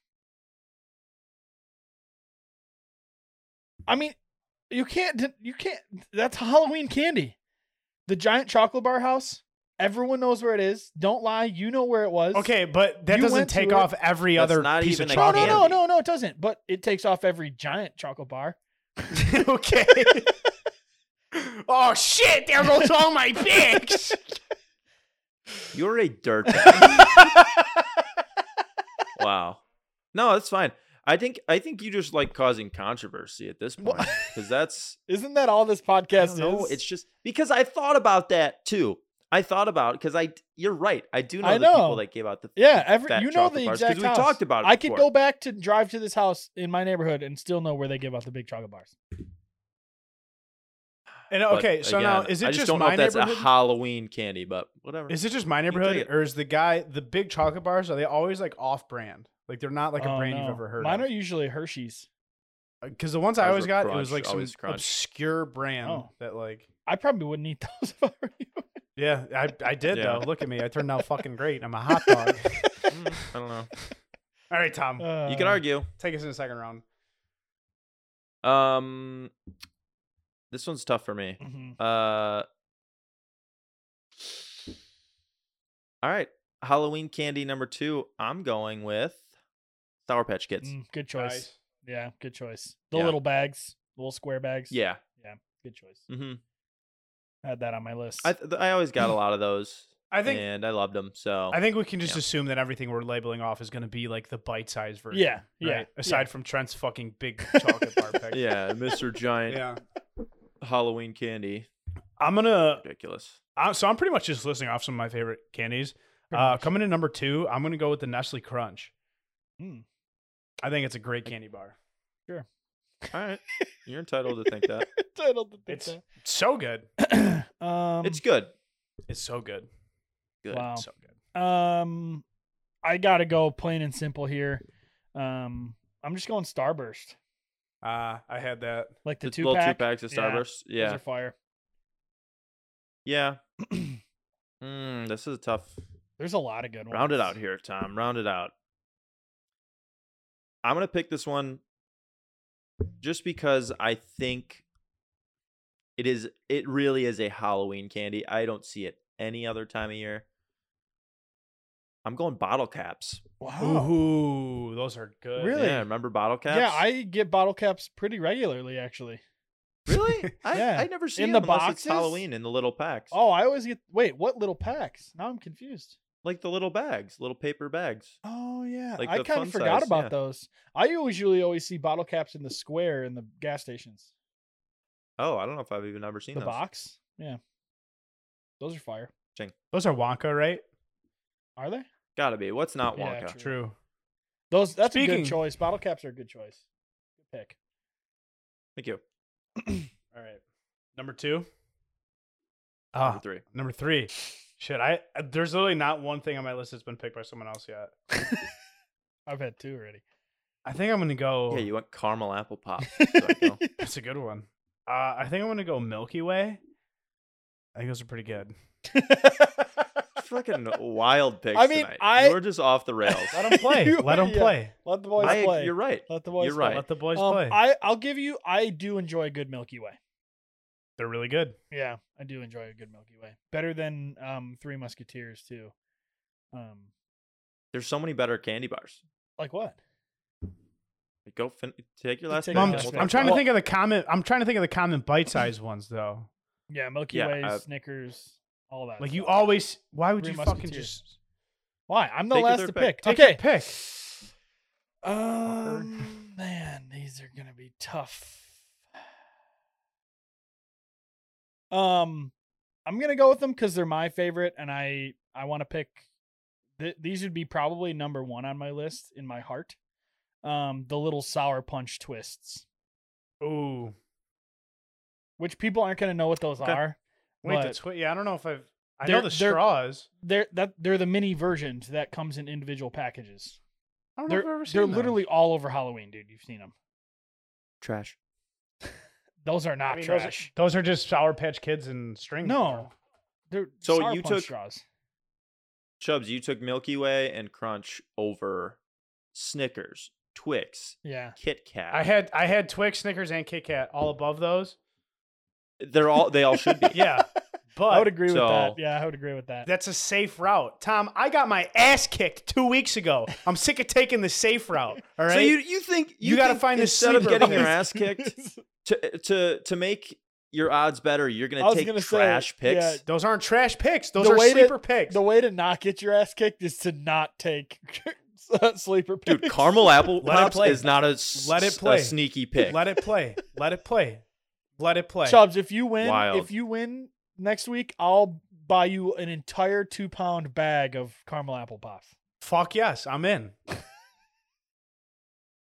Speaker 3: I mean, you can't you can't that's Halloween candy. The giant chocolate bar house, everyone knows where it is. Don't lie, you know where it was.
Speaker 2: Okay, but that
Speaker 3: You
Speaker 2: doesn't
Speaker 3: went to
Speaker 2: take
Speaker 3: it.
Speaker 2: off every
Speaker 1: That's
Speaker 2: other
Speaker 1: not
Speaker 2: piece
Speaker 1: even
Speaker 2: of
Speaker 1: a
Speaker 3: No,
Speaker 2: chocolate.
Speaker 3: no, no,
Speaker 1: candy.
Speaker 3: no, no, it doesn't. But it takes off every giant chocolate bar.
Speaker 2: okay. oh shit! There goes all my picks.
Speaker 1: you're a dirtbag. wow. No, that's fine. I think I think you just like causing controversy at this
Speaker 3: Wha-
Speaker 1: point because that's
Speaker 3: Isn't that all this
Speaker 1: I
Speaker 3: podcast
Speaker 1: don't know.
Speaker 3: is?
Speaker 1: It's just because I thought about that too. I thought about because I you're right. I do know
Speaker 3: I
Speaker 1: the people
Speaker 3: know.
Speaker 1: that gave out the
Speaker 3: yeah, every
Speaker 1: fat
Speaker 3: you know
Speaker 1: chocolate
Speaker 3: the
Speaker 1: bars, 'cause
Speaker 3: exact
Speaker 1: we
Speaker 3: house.
Speaker 1: talked about it
Speaker 3: I could
Speaker 1: before.
Speaker 3: go back to drive to this house in my neighborhood and still know where they give out the big chocolate bars.
Speaker 2: And
Speaker 1: But
Speaker 2: okay, so now
Speaker 1: again,
Speaker 2: is it
Speaker 1: I
Speaker 2: just,
Speaker 1: just, don't know
Speaker 2: my
Speaker 1: if that's a
Speaker 2: neighborhood?
Speaker 1: Halloween candy, but whatever.
Speaker 2: Is it just my
Speaker 1: take
Speaker 2: neighborhood,
Speaker 1: it.
Speaker 2: or is the guy the big chocolate bars? Are they always like off-brand? Like they're not like a
Speaker 3: Oh,
Speaker 2: brand you've
Speaker 3: no.
Speaker 2: ever heard.
Speaker 3: Mine
Speaker 2: of.
Speaker 3: are usually Hershey's.
Speaker 2: Because the ones I
Speaker 1: Those
Speaker 2: always
Speaker 1: are
Speaker 2: got, it
Speaker 1: crunch,
Speaker 2: was like some
Speaker 1: always crunch.
Speaker 2: obscure brand
Speaker 3: Oh.
Speaker 2: that like
Speaker 3: I probably wouldn't eat those if I were you.
Speaker 2: Yeah, I, I did
Speaker 1: Yeah.
Speaker 2: though. Look at me. I turned out fucking great. I'm a hot dog.
Speaker 1: Mm, I don't know.
Speaker 2: All right, Tom.
Speaker 1: You can
Speaker 3: Uh,
Speaker 1: argue.
Speaker 2: take us in the second round.
Speaker 1: Um, this one's tough for me.
Speaker 3: mhm.
Speaker 1: Uh, all right, Halloween candy number two. I'm going with Sour Patch Kids.
Speaker 3: Mm, good choice.
Speaker 2: Nice.
Speaker 3: Yeah, good choice. The
Speaker 1: Yeah.
Speaker 3: little bags, the little square bags.
Speaker 1: Yeah,
Speaker 3: good choice.
Speaker 1: hmm
Speaker 3: I had that on my list.
Speaker 1: I th- I always got a lot of those,
Speaker 2: I think
Speaker 1: and I loved them. So
Speaker 2: I think we can just
Speaker 1: Yeah.
Speaker 2: assume that everything we're labeling off is going to be like the bite-sized version.
Speaker 3: yeah, yeah.
Speaker 2: right? Aside from Trent's fucking big chocolate bar pick.
Speaker 1: yeah, Mr. Giant
Speaker 2: Yeah.
Speaker 1: Halloween candy,
Speaker 2: I'm gonna.
Speaker 1: ridiculous.
Speaker 2: I, so I'm pretty much just listing off some of my favorite candies.
Speaker 3: Pretty
Speaker 2: Uh, coming in number two, I'm gonna go with the Nestle Crunch.
Speaker 3: yeah. Mm.
Speaker 2: Hmm. I think it's a great candy bar.
Speaker 1: All right, you're entitled to think that
Speaker 3: Entitled to think
Speaker 2: It's so good.
Speaker 3: that. um,
Speaker 1: it's good.
Speaker 2: It's so good.
Speaker 1: Good.
Speaker 3: Wow.
Speaker 2: So good.
Speaker 3: Um, I gotta go plain and simple here. Um, I'm just going Starburst,
Speaker 2: Uh, I had that.
Speaker 3: like the
Speaker 1: Just
Speaker 3: two
Speaker 1: little
Speaker 3: pack.
Speaker 1: two packs of
Speaker 3: Yeah,
Speaker 1: Starburst.
Speaker 3: Those
Speaker 1: Yeah,
Speaker 3: are fire.
Speaker 1: yeah. Mm, this is a tough
Speaker 3: There's a lot of good ones.
Speaker 1: Round it out here, Tom. Round it out. I'm going to pick this one just because I think it is it really is a Halloween candy. I don't see it any other time of year. I'm going bottle caps.
Speaker 2: Oh.
Speaker 3: Wow.
Speaker 2: Ooh, those are good.
Speaker 3: Really?
Speaker 1: Yeah, remember bottle caps?
Speaker 3: Yeah, I get bottle caps pretty regularly, actually.
Speaker 1: really I,
Speaker 3: Yeah.
Speaker 1: I never see
Speaker 3: In
Speaker 1: them
Speaker 3: the
Speaker 1: unless
Speaker 3: boxes?
Speaker 1: it's Halloween in the little packs.
Speaker 3: Oh, I always get. Wait, what little packs? Now I'm confused.
Speaker 1: Like the little bags, little paper bags.
Speaker 3: Oh yeah,
Speaker 1: Like
Speaker 3: I
Speaker 1: the
Speaker 3: kind
Speaker 1: fun
Speaker 3: of forgot
Speaker 1: size,
Speaker 3: about
Speaker 1: yeah.
Speaker 3: those. I usually always see bottle caps in the square in the gas stations.
Speaker 1: Oh, I don't know if I've even ever seen
Speaker 3: the
Speaker 1: those.
Speaker 3: box, yeah. Those are fire.
Speaker 2: Those are Wonka, right?
Speaker 3: Are they?
Speaker 1: Gotta be. What's not
Speaker 3: Yeah,
Speaker 1: Wonka?
Speaker 3: true.
Speaker 2: True.
Speaker 3: Those. That's a
Speaker 2: Speaking-
Speaker 3: good choice. Bottle caps are a good choice. Good pick.
Speaker 1: Thank you.
Speaker 2: All right. Number two.
Speaker 1: Number
Speaker 2: Ah,
Speaker 1: three.
Speaker 2: number three. Shit, I there's literally not one thing on my list that's been picked by someone else yet.
Speaker 3: I've had two already.
Speaker 2: I think I'm gonna
Speaker 3: Oh.
Speaker 2: go.
Speaker 1: Yeah, you want caramel apple pop. Psycho.
Speaker 2: That's a good one. Uh, I think I'm gonna go Milky Way. I think those are pretty good.
Speaker 1: fucking wild picks.
Speaker 3: I mean,
Speaker 1: tonight.
Speaker 3: I-
Speaker 1: we're just off the rails.
Speaker 2: Let them play. Let them
Speaker 3: Yeah.
Speaker 2: play.
Speaker 3: Let the boys
Speaker 1: I-
Speaker 3: play.
Speaker 1: You're right.
Speaker 3: Let the boys.
Speaker 1: you're
Speaker 3: play.
Speaker 1: right.
Speaker 2: Let the boys
Speaker 3: Um,
Speaker 2: play.
Speaker 3: I I'll give you. I do enjoy a good Milky Way.
Speaker 2: They're really good.
Speaker 3: Yeah, I do enjoy a good Milky Way. Better than um Three Musketeers too. Um,
Speaker 1: There's so many better candy bars.
Speaker 3: like what?
Speaker 1: Go fin- take your last. pick
Speaker 3: Take your
Speaker 2: I'm,
Speaker 1: and
Speaker 3: last
Speaker 1: we'll
Speaker 3: pick.
Speaker 1: talk
Speaker 2: I'm trying to
Speaker 1: about it.
Speaker 2: think of the common. I'm trying to think of the common bite-sized ones though.
Speaker 3: Yeah, Milky
Speaker 1: Yeah,
Speaker 3: Way,
Speaker 1: uh,
Speaker 3: Snickers, all that.
Speaker 2: Like you
Speaker 3: stuff.
Speaker 2: always. Why would
Speaker 3: Three
Speaker 2: you fucking
Speaker 3: Musketeers.
Speaker 2: just
Speaker 3: Why? I'm the
Speaker 1: Take your
Speaker 3: last
Speaker 1: third
Speaker 3: to
Speaker 1: pick.
Speaker 3: pick.
Speaker 2: take
Speaker 3: okay.
Speaker 2: your pick?
Speaker 3: Um, man, these are gonna be tough. Um, I'm gonna go with them because they're my favorite, and I I want to pick. Th- these would be probably number one on my list in my heart. Um, the little sour punch twists,
Speaker 2: Ooh.
Speaker 3: which people aren't gonna know what those
Speaker 1: Okay.
Speaker 3: are.
Speaker 2: Wait, the
Speaker 3: but
Speaker 2: twi- yeah, I don't know if I've. I know
Speaker 3: They're-
Speaker 2: the
Speaker 3: they're-
Speaker 2: straws.
Speaker 3: they're that they're the mini versions that comes in individual packages.
Speaker 2: I don't know
Speaker 3: They're
Speaker 2: if I've ever seen
Speaker 3: they're
Speaker 2: them.
Speaker 3: literally all over Halloween, dude. You've seen them.
Speaker 1: trash.
Speaker 3: Those are
Speaker 2: I
Speaker 3: not
Speaker 2: mean, those are-
Speaker 3: trash.
Speaker 2: Those are, just Sour Patch Kids and string.
Speaker 3: No. They're
Speaker 1: So
Speaker 3: Sour
Speaker 1: you
Speaker 3: Punch
Speaker 1: took-
Speaker 3: straws.
Speaker 1: Chubs, you took Milky Way and Crunch over Snickers, Twix,
Speaker 3: Yeah.
Speaker 1: Kit Kat.
Speaker 2: I had I had Twix, Snickers, and Kit Kat all above those.
Speaker 1: They're all. They all should be.
Speaker 2: Yeah,
Speaker 3: I would
Speaker 2: but
Speaker 3: agree with
Speaker 1: So-
Speaker 3: that. Yeah, I would agree with that.
Speaker 2: that's a safe route. Tom, I got my ass kicked two weeks ago. I'm sick of taking the safe route. All right.
Speaker 1: So you you think you,
Speaker 2: You gotta
Speaker 1: think
Speaker 2: find the
Speaker 1: instead of
Speaker 2: sleeper
Speaker 1: getting your
Speaker 2: pick.
Speaker 1: ass kicked to to to make your odds better, you're
Speaker 3: I
Speaker 1: gonna
Speaker 3: was
Speaker 1: take
Speaker 3: gonna say,
Speaker 1: trash picks.
Speaker 3: yeah.
Speaker 2: those aren't trash picks. Those
Speaker 3: The
Speaker 2: are
Speaker 3: way that-
Speaker 2: sleeper picks.
Speaker 3: the way to not get your ass kicked is to not take sleeper picks.
Speaker 1: Dude, caramel apple
Speaker 2: Let it
Speaker 1: pops
Speaker 2: play.
Speaker 1: is not a, s-
Speaker 2: Let it
Speaker 1: a
Speaker 2: play.
Speaker 1: sneaky pick.
Speaker 2: Let it play. Let it play. Let it play.
Speaker 3: Chubbs, if you win,
Speaker 1: Wild.
Speaker 3: if you win next week, I'll buy you an entire two pound bag of caramel apple pops.
Speaker 2: Fuck yes, I'm in.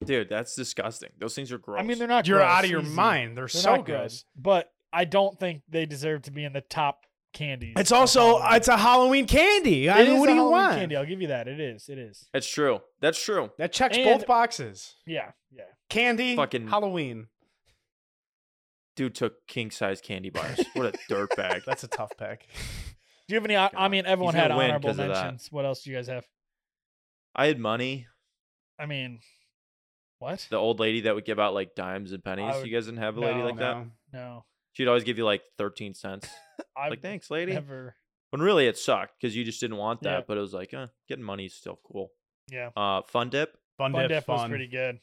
Speaker 1: Dude, that's disgusting. Those things are gross.
Speaker 3: I mean, they're not.
Speaker 2: You're
Speaker 3: gross,
Speaker 2: out of your
Speaker 3: easy.
Speaker 2: mind. They're,
Speaker 3: They're
Speaker 2: so
Speaker 3: not
Speaker 2: good.
Speaker 3: gross, but I don't think they deserve to be in the top candies.
Speaker 2: It's
Speaker 3: of
Speaker 2: also
Speaker 3: Halloween.
Speaker 2: it's a Halloween candy. I
Speaker 3: It
Speaker 2: mean,
Speaker 3: is
Speaker 2: what
Speaker 3: a
Speaker 2: do you
Speaker 3: Halloween
Speaker 2: want?
Speaker 3: Candy. I'll give you that. It is. It is.
Speaker 1: That's true. That's true.
Speaker 2: That checks
Speaker 3: And-
Speaker 2: both boxes.
Speaker 3: Yeah. Yeah.
Speaker 2: Candy,
Speaker 1: Fucking-
Speaker 2: Halloween.
Speaker 1: Dude took king size candy bars. What a dirtbag.
Speaker 2: That's a tough pick.
Speaker 3: Do you have any? hon- I
Speaker 1: God,
Speaker 3: mean, everyone
Speaker 1: he's
Speaker 3: had
Speaker 1: gonna win
Speaker 3: honorable
Speaker 1: 'cause of that.
Speaker 3: mentions. What else do you guys have?
Speaker 1: I had money.
Speaker 3: I mean, what?
Speaker 1: The old lady that would give out like dimes and pennies.
Speaker 3: would-
Speaker 1: you guys didn't have a lady
Speaker 3: no,
Speaker 1: like that.
Speaker 2: No.
Speaker 3: No,
Speaker 1: She'd always give you like thirteen cents.
Speaker 3: I
Speaker 1: like thanks, lady.
Speaker 3: never.
Speaker 1: When really it sucked because you just didn't want that.
Speaker 3: Yeah.
Speaker 1: But it was like, eh, getting money is still cool.
Speaker 3: Yeah,
Speaker 1: Uh, fun dip.
Speaker 2: Fun,
Speaker 3: Fun
Speaker 2: dip,
Speaker 3: Dip was
Speaker 2: fun.
Speaker 3: pretty good.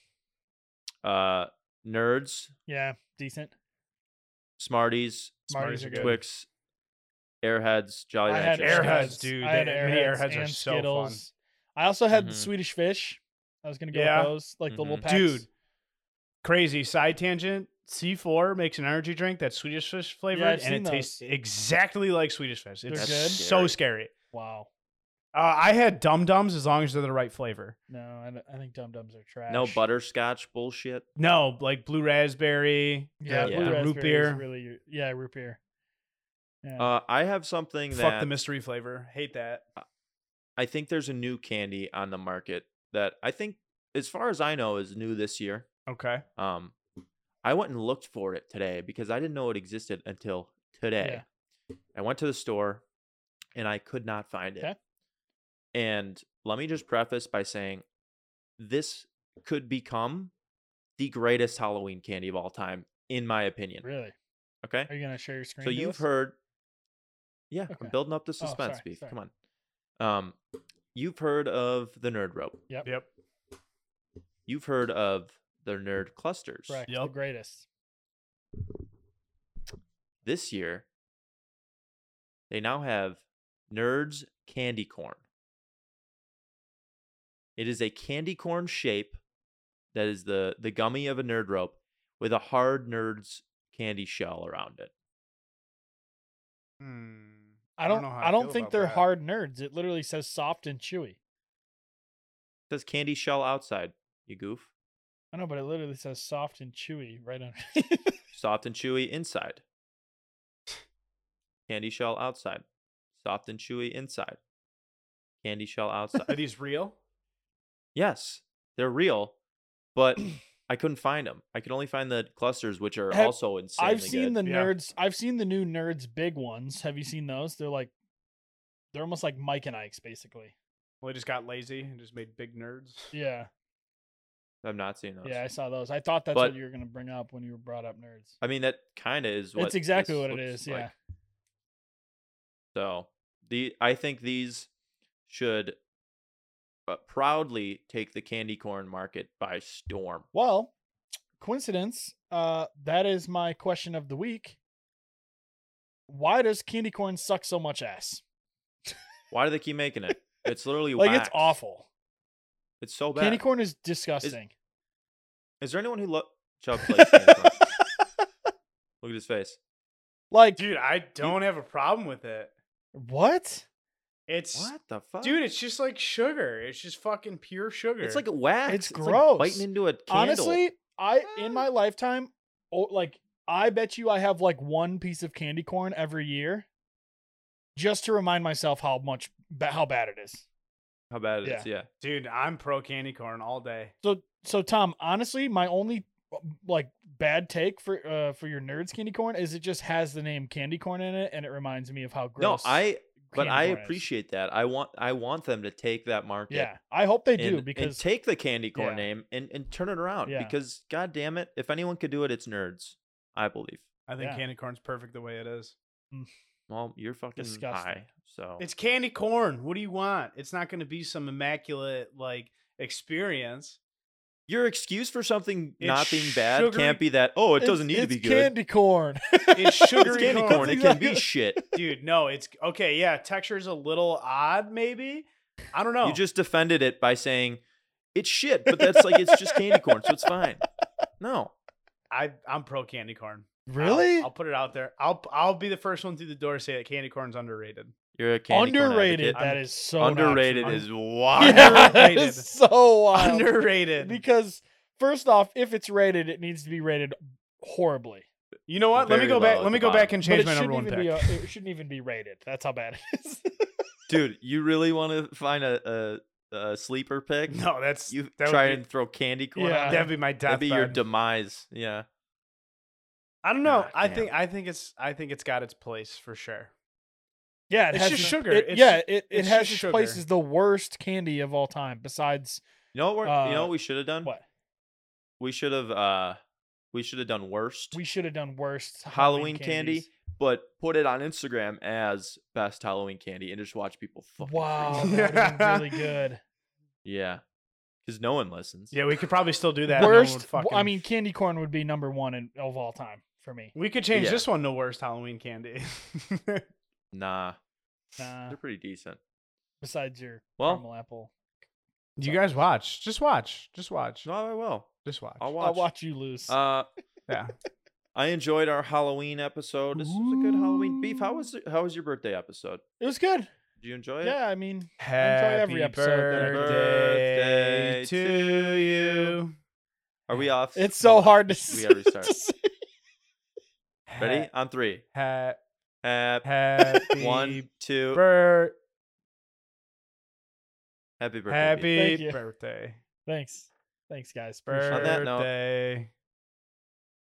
Speaker 1: Uh, nerds.
Speaker 3: Yeah, decent.
Speaker 1: Smarties.
Speaker 3: Smarties
Speaker 2: Smarties
Speaker 3: are
Speaker 2: are
Speaker 3: good.
Speaker 1: Twix. Airheads. Jolly
Speaker 3: I had
Speaker 1: Ranchers.
Speaker 2: Airheads,
Speaker 3: Airheads,
Speaker 2: dude.
Speaker 3: I had
Speaker 2: They-
Speaker 3: Airheads,
Speaker 2: mini Airheads are
Speaker 3: and
Speaker 2: so fun.
Speaker 3: Skittles. I also had the
Speaker 1: Mhm.
Speaker 3: Swedish Fish. I was gonna go
Speaker 2: Yeah.
Speaker 3: with those, like the little
Speaker 1: Mhm.
Speaker 3: packs.
Speaker 2: Dude, crazy side tangent. C4 makes an energy drink that's Swedish fish flavored,
Speaker 3: I've
Speaker 2: and
Speaker 3: seen
Speaker 2: it tastes
Speaker 3: those.
Speaker 2: exactly like Swedish fish.
Speaker 3: They're
Speaker 2: It's
Speaker 3: good?
Speaker 2: so scary.
Speaker 3: wow.
Speaker 2: Uh, I had Dum Dums as long as they're the right flavor.
Speaker 3: No, I, don't- I think Dum Dums are trash.
Speaker 1: No butterscotch bullshit.
Speaker 2: No, like blue raspberry,
Speaker 3: Yeah,
Speaker 2: the,
Speaker 1: blue
Speaker 2: the
Speaker 3: raspberry
Speaker 2: root
Speaker 3: is
Speaker 2: beer.
Speaker 3: Really, your- yeah, root beer. Yeah.
Speaker 1: Uh, I have something
Speaker 2: Fuck
Speaker 1: that
Speaker 2: the mystery flavor. Hate that.
Speaker 1: I think there's a new candy on the market that I think, as far as I know, is new this year.
Speaker 2: Okay.
Speaker 1: Um, I went and looked for it today because I didn't know it existed until today. I went to the store and I could not find it.
Speaker 3: Okay.
Speaker 1: And let me just preface by saying this could become the greatest Halloween candy of all time, in my opinion.
Speaker 3: really?
Speaker 1: Okay.
Speaker 3: Are you gonna share your screen?
Speaker 1: So
Speaker 3: to
Speaker 1: you've
Speaker 3: us?
Speaker 1: heard, yeah,
Speaker 3: Okay. Oh,
Speaker 1: I'm building up the
Speaker 3: sorry,
Speaker 1: suspense, beef.
Speaker 3: sorry.
Speaker 1: Come on, um, you've heard of the nerd rope.
Speaker 2: Yep.
Speaker 1: You've heard of the nerd clusters.
Speaker 3: correct the
Speaker 2: Yep.
Speaker 3: greatest.
Speaker 1: This year, they now have nerds candy corn. It is a candy corn shape that is the the gummy of a nerd rope with a hard nerds candy shell around it.
Speaker 2: Hmm.
Speaker 3: I
Speaker 2: I
Speaker 3: don't.
Speaker 2: don't
Speaker 3: I don't,
Speaker 2: know how I feel
Speaker 3: think
Speaker 2: about
Speaker 3: they're
Speaker 2: that.
Speaker 3: hard nerds. It literally says soft and chewy.
Speaker 1: It says candy shell outside. You goof.
Speaker 3: I know, but it literally says soft and chewy right on.
Speaker 1: soft and chewy inside. Candy shell outside. Soft and chewy inside. Candy shell
Speaker 2: Are
Speaker 1: outside.
Speaker 2: these real?
Speaker 1: yes, they're real, but I couldn't find them. I could only find the clusters, which are
Speaker 3: Have-
Speaker 1: also insane.
Speaker 3: I've seen the
Speaker 2: Yeah.
Speaker 3: nerds. I've seen the new nerds big ones. Have you seen those? They're like, they're almost like Mike and Ike's basically.
Speaker 2: Well, they just got lazy and just made big nerds.
Speaker 3: Yeah,
Speaker 1: the. I've not seen those.
Speaker 3: yeah, I saw those. I thought that's
Speaker 1: But-
Speaker 3: what you were gonna bring up when you were brought up nerds.
Speaker 1: I mean that kind of is what.
Speaker 3: It's exactly
Speaker 1: this
Speaker 3: what it
Speaker 1: looks
Speaker 3: is. Yeah,
Speaker 1: like. So the I think these should uh, proudly take the candy corn market by storm.
Speaker 3: Well, coincidence. Uh, that is my question of the week. Why does candy corn suck so much ass?
Speaker 1: Why do they keep making it? It's literally
Speaker 3: Like
Speaker 1: wax.
Speaker 3: it's awful.
Speaker 1: It's so bad.
Speaker 3: Candy corn is disgusting.
Speaker 1: Is there anyone who lo- Chubbs likes candy corn? Look at his face.
Speaker 3: like
Speaker 2: Dude, I don't have a problem with it.
Speaker 3: what?
Speaker 2: It's
Speaker 1: What the fuck,
Speaker 2: dude, it's just like sugar. It's just fucking pure sugar.
Speaker 1: It's like wax.
Speaker 3: It's
Speaker 1: like
Speaker 3: gross.
Speaker 1: biting into a candle. Eh.
Speaker 3: Honestly, I in my lifetime, oh, like I bet you I have like one piece of candy corn every year, just to remind myself how much ba- how bad it is.
Speaker 1: how bad it is. Yeah.
Speaker 2: dude, I'm pro candy corn all day.
Speaker 3: So so Tom, honestly, my only um, like bad take for uh for your nerds candy corn is it just has the name candy corn in it and it reminds me of how gross.
Speaker 1: No, I. But
Speaker 3: candy
Speaker 1: I
Speaker 3: corn is.
Speaker 1: appreciate that. I want. I want them to take that market.
Speaker 3: Yeah, I hope they
Speaker 1: And,
Speaker 3: do
Speaker 1: and
Speaker 3: because
Speaker 1: take the candy corn
Speaker 3: Yeah.
Speaker 1: name and, and turn it around
Speaker 3: Yeah.
Speaker 1: because god damn it, if anyone could do it, it's nerds. I believe.
Speaker 2: I think
Speaker 3: Yeah.
Speaker 2: candy corn's perfect the way it is.
Speaker 1: Well, you're fucking
Speaker 3: Disgusting.
Speaker 1: high. So
Speaker 2: It's candy corn. What do you want? It's not going to be some immaculate like experience.
Speaker 1: your excuse for something
Speaker 2: It's
Speaker 1: not being bad
Speaker 2: sugary-
Speaker 1: can't be that. Oh, it doesn't need
Speaker 3: it's-
Speaker 1: to
Speaker 3: it's
Speaker 1: be good.
Speaker 3: Candy corn.
Speaker 2: It's
Speaker 1: it's
Speaker 2: sugary
Speaker 1: candy
Speaker 2: corn.
Speaker 1: corn. It can be
Speaker 3: Exactly.
Speaker 1: shit.
Speaker 2: Dude, no, it's okay. Yeah, texture's a little odd maybe. I don't know.
Speaker 1: You just defended it by saying it's shit, but that's like it's just candy corn, so it's fine. No,
Speaker 2: I I'm pro candy corn. I'll-
Speaker 3: really?
Speaker 2: I'll, put it out there. I'll I'll be the first one through the door to say that candy corn's underrated.
Speaker 1: you're a candy
Speaker 3: underrated.
Speaker 1: Corn advocate.
Speaker 3: That is so not true.
Speaker 1: underrated
Speaker 2: true.
Speaker 1: is wild.
Speaker 3: yeah, that
Speaker 2: Underrated.
Speaker 3: is so wild.
Speaker 2: Underrated.
Speaker 3: because first off, if it's rated, it needs to be rated horribly.
Speaker 2: you know what? Let
Speaker 1: Very
Speaker 2: me go
Speaker 1: low
Speaker 2: back.
Speaker 1: at
Speaker 2: Let
Speaker 1: the
Speaker 2: me go
Speaker 1: bottom.
Speaker 2: back and
Speaker 3: But
Speaker 2: change
Speaker 3: it
Speaker 2: my
Speaker 3: shouldn't,
Speaker 2: number one
Speaker 3: even be,
Speaker 2: pick.
Speaker 3: uh, it shouldn't even be rated. That's how bad it is.
Speaker 1: dude. You really want to find a, a, a sleeper pick?
Speaker 2: No, that's
Speaker 1: you
Speaker 2: that would
Speaker 1: try
Speaker 2: be-
Speaker 1: and throw candy corn.
Speaker 3: Yeah.
Speaker 1: on
Speaker 2: that'd be my
Speaker 1: That'd
Speaker 2: deathbed.
Speaker 1: be your demise. Yeah,
Speaker 2: I don't know.
Speaker 1: God
Speaker 2: I
Speaker 1: damn.
Speaker 2: think I think it's I think it's got its place for sure.
Speaker 3: Yeah, it
Speaker 2: It's
Speaker 3: has
Speaker 2: just
Speaker 3: this-
Speaker 2: sugar.
Speaker 3: it-
Speaker 2: It's
Speaker 3: yeah,
Speaker 2: just-
Speaker 3: it, it
Speaker 2: it's
Speaker 3: has
Speaker 2: just
Speaker 3: its
Speaker 2: sugar.
Speaker 3: place as the worst candy of all time. Besides
Speaker 1: You know what? We're, you know
Speaker 3: Uh,
Speaker 1: what we should have done?
Speaker 3: what
Speaker 1: We should have uh we should have done worst,
Speaker 3: we should have done worst
Speaker 1: Halloween candy?
Speaker 3: candies.
Speaker 1: but put it on Instagram as best Halloween candy and just watch people fucking freak
Speaker 3: Wow,
Speaker 1: out.
Speaker 2: freak.
Speaker 3: that would've been really
Speaker 2: Yeah.
Speaker 3: good.
Speaker 1: Yeah. Cuz no one listens.
Speaker 2: Yeah, we could probably still do that. No one would
Speaker 3: worst. w- I
Speaker 2: fucking-
Speaker 3: mean, candy corn would be number one in, of all time for me.
Speaker 2: we could change
Speaker 1: Yeah.
Speaker 2: this one to worst Halloween candy.
Speaker 1: Nah.
Speaker 3: Nah,
Speaker 1: They're pretty decent.
Speaker 3: besides your
Speaker 1: Well-
Speaker 3: caramel apple,
Speaker 2: you guys watch. Just watch. Just watch.
Speaker 1: No, I will.
Speaker 2: Just watch.
Speaker 1: I'll watch.
Speaker 3: I'll watch you lose.
Speaker 1: Uh
Speaker 2: Yeah.
Speaker 1: I enjoyed our Halloween episode. This was a good Halloween. Beef, how was how was your birthday episode?
Speaker 3: it was good.
Speaker 1: Did you enjoy it?
Speaker 3: Yeah, I mean,
Speaker 2: Happy
Speaker 3: every episode that I do.
Speaker 2: birthday
Speaker 1: Birthday
Speaker 2: to you.
Speaker 1: Are we off?
Speaker 3: it's so
Speaker 1: Hold on.
Speaker 3: hard to.
Speaker 1: We
Speaker 3: s-
Speaker 1: already
Speaker 3: to
Speaker 1: started.
Speaker 3: say.
Speaker 1: Ready? On three.
Speaker 2: Ha-
Speaker 1: Happy
Speaker 2: ha-
Speaker 1: one, two.
Speaker 2: bir-
Speaker 1: happy birthday. Beef.
Speaker 3: Thank
Speaker 2: happy
Speaker 3: you.
Speaker 2: birthday.
Speaker 3: Thanks, thanks, guys. Appreciate it.
Speaker 1: that note-
Speaker 2: Birthday.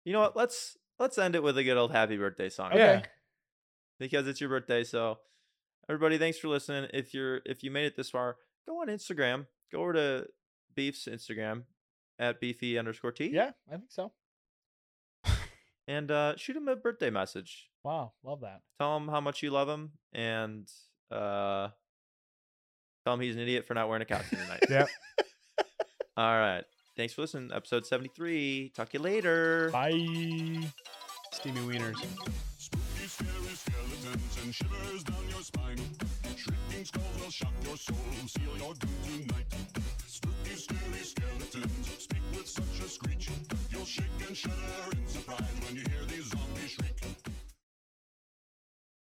Speaker 1: You know what? Let's let's end it with a good old happy birthday song.
Speaker 3: Okay.
Speaker 2: Yeah.
Speaker 1: Because it's your birthday, so everybody, thanks for listening. If you're if you made it this far, go on Instagram. Go over to Beef's Instagram at beefy underscore t.
Speaker 3: Yeah, I think so.
Speaker 1: And uh, shoot him a birthday message.
Speaker 3: Wow, love that.
Speaker 1: Tell him how much you love him, and uh, tell him he's an idiot for not wearing a costume tonight.
Speaker 2: Yep.
Speaker 1: All right. Thanks for listening. Episode seventy three. Talk to you later.
Speaker 3: Bye.
Speaker 2: Steamy wieners.
Speaker 4: Spooky, scary skeletons and shivers down your spine. Shrieking skulls will shock your soul, seal your doom tonight. Spooky, scary skeletons speak with such a screech. You'll shake and shudder in surprise when you hear these zombies.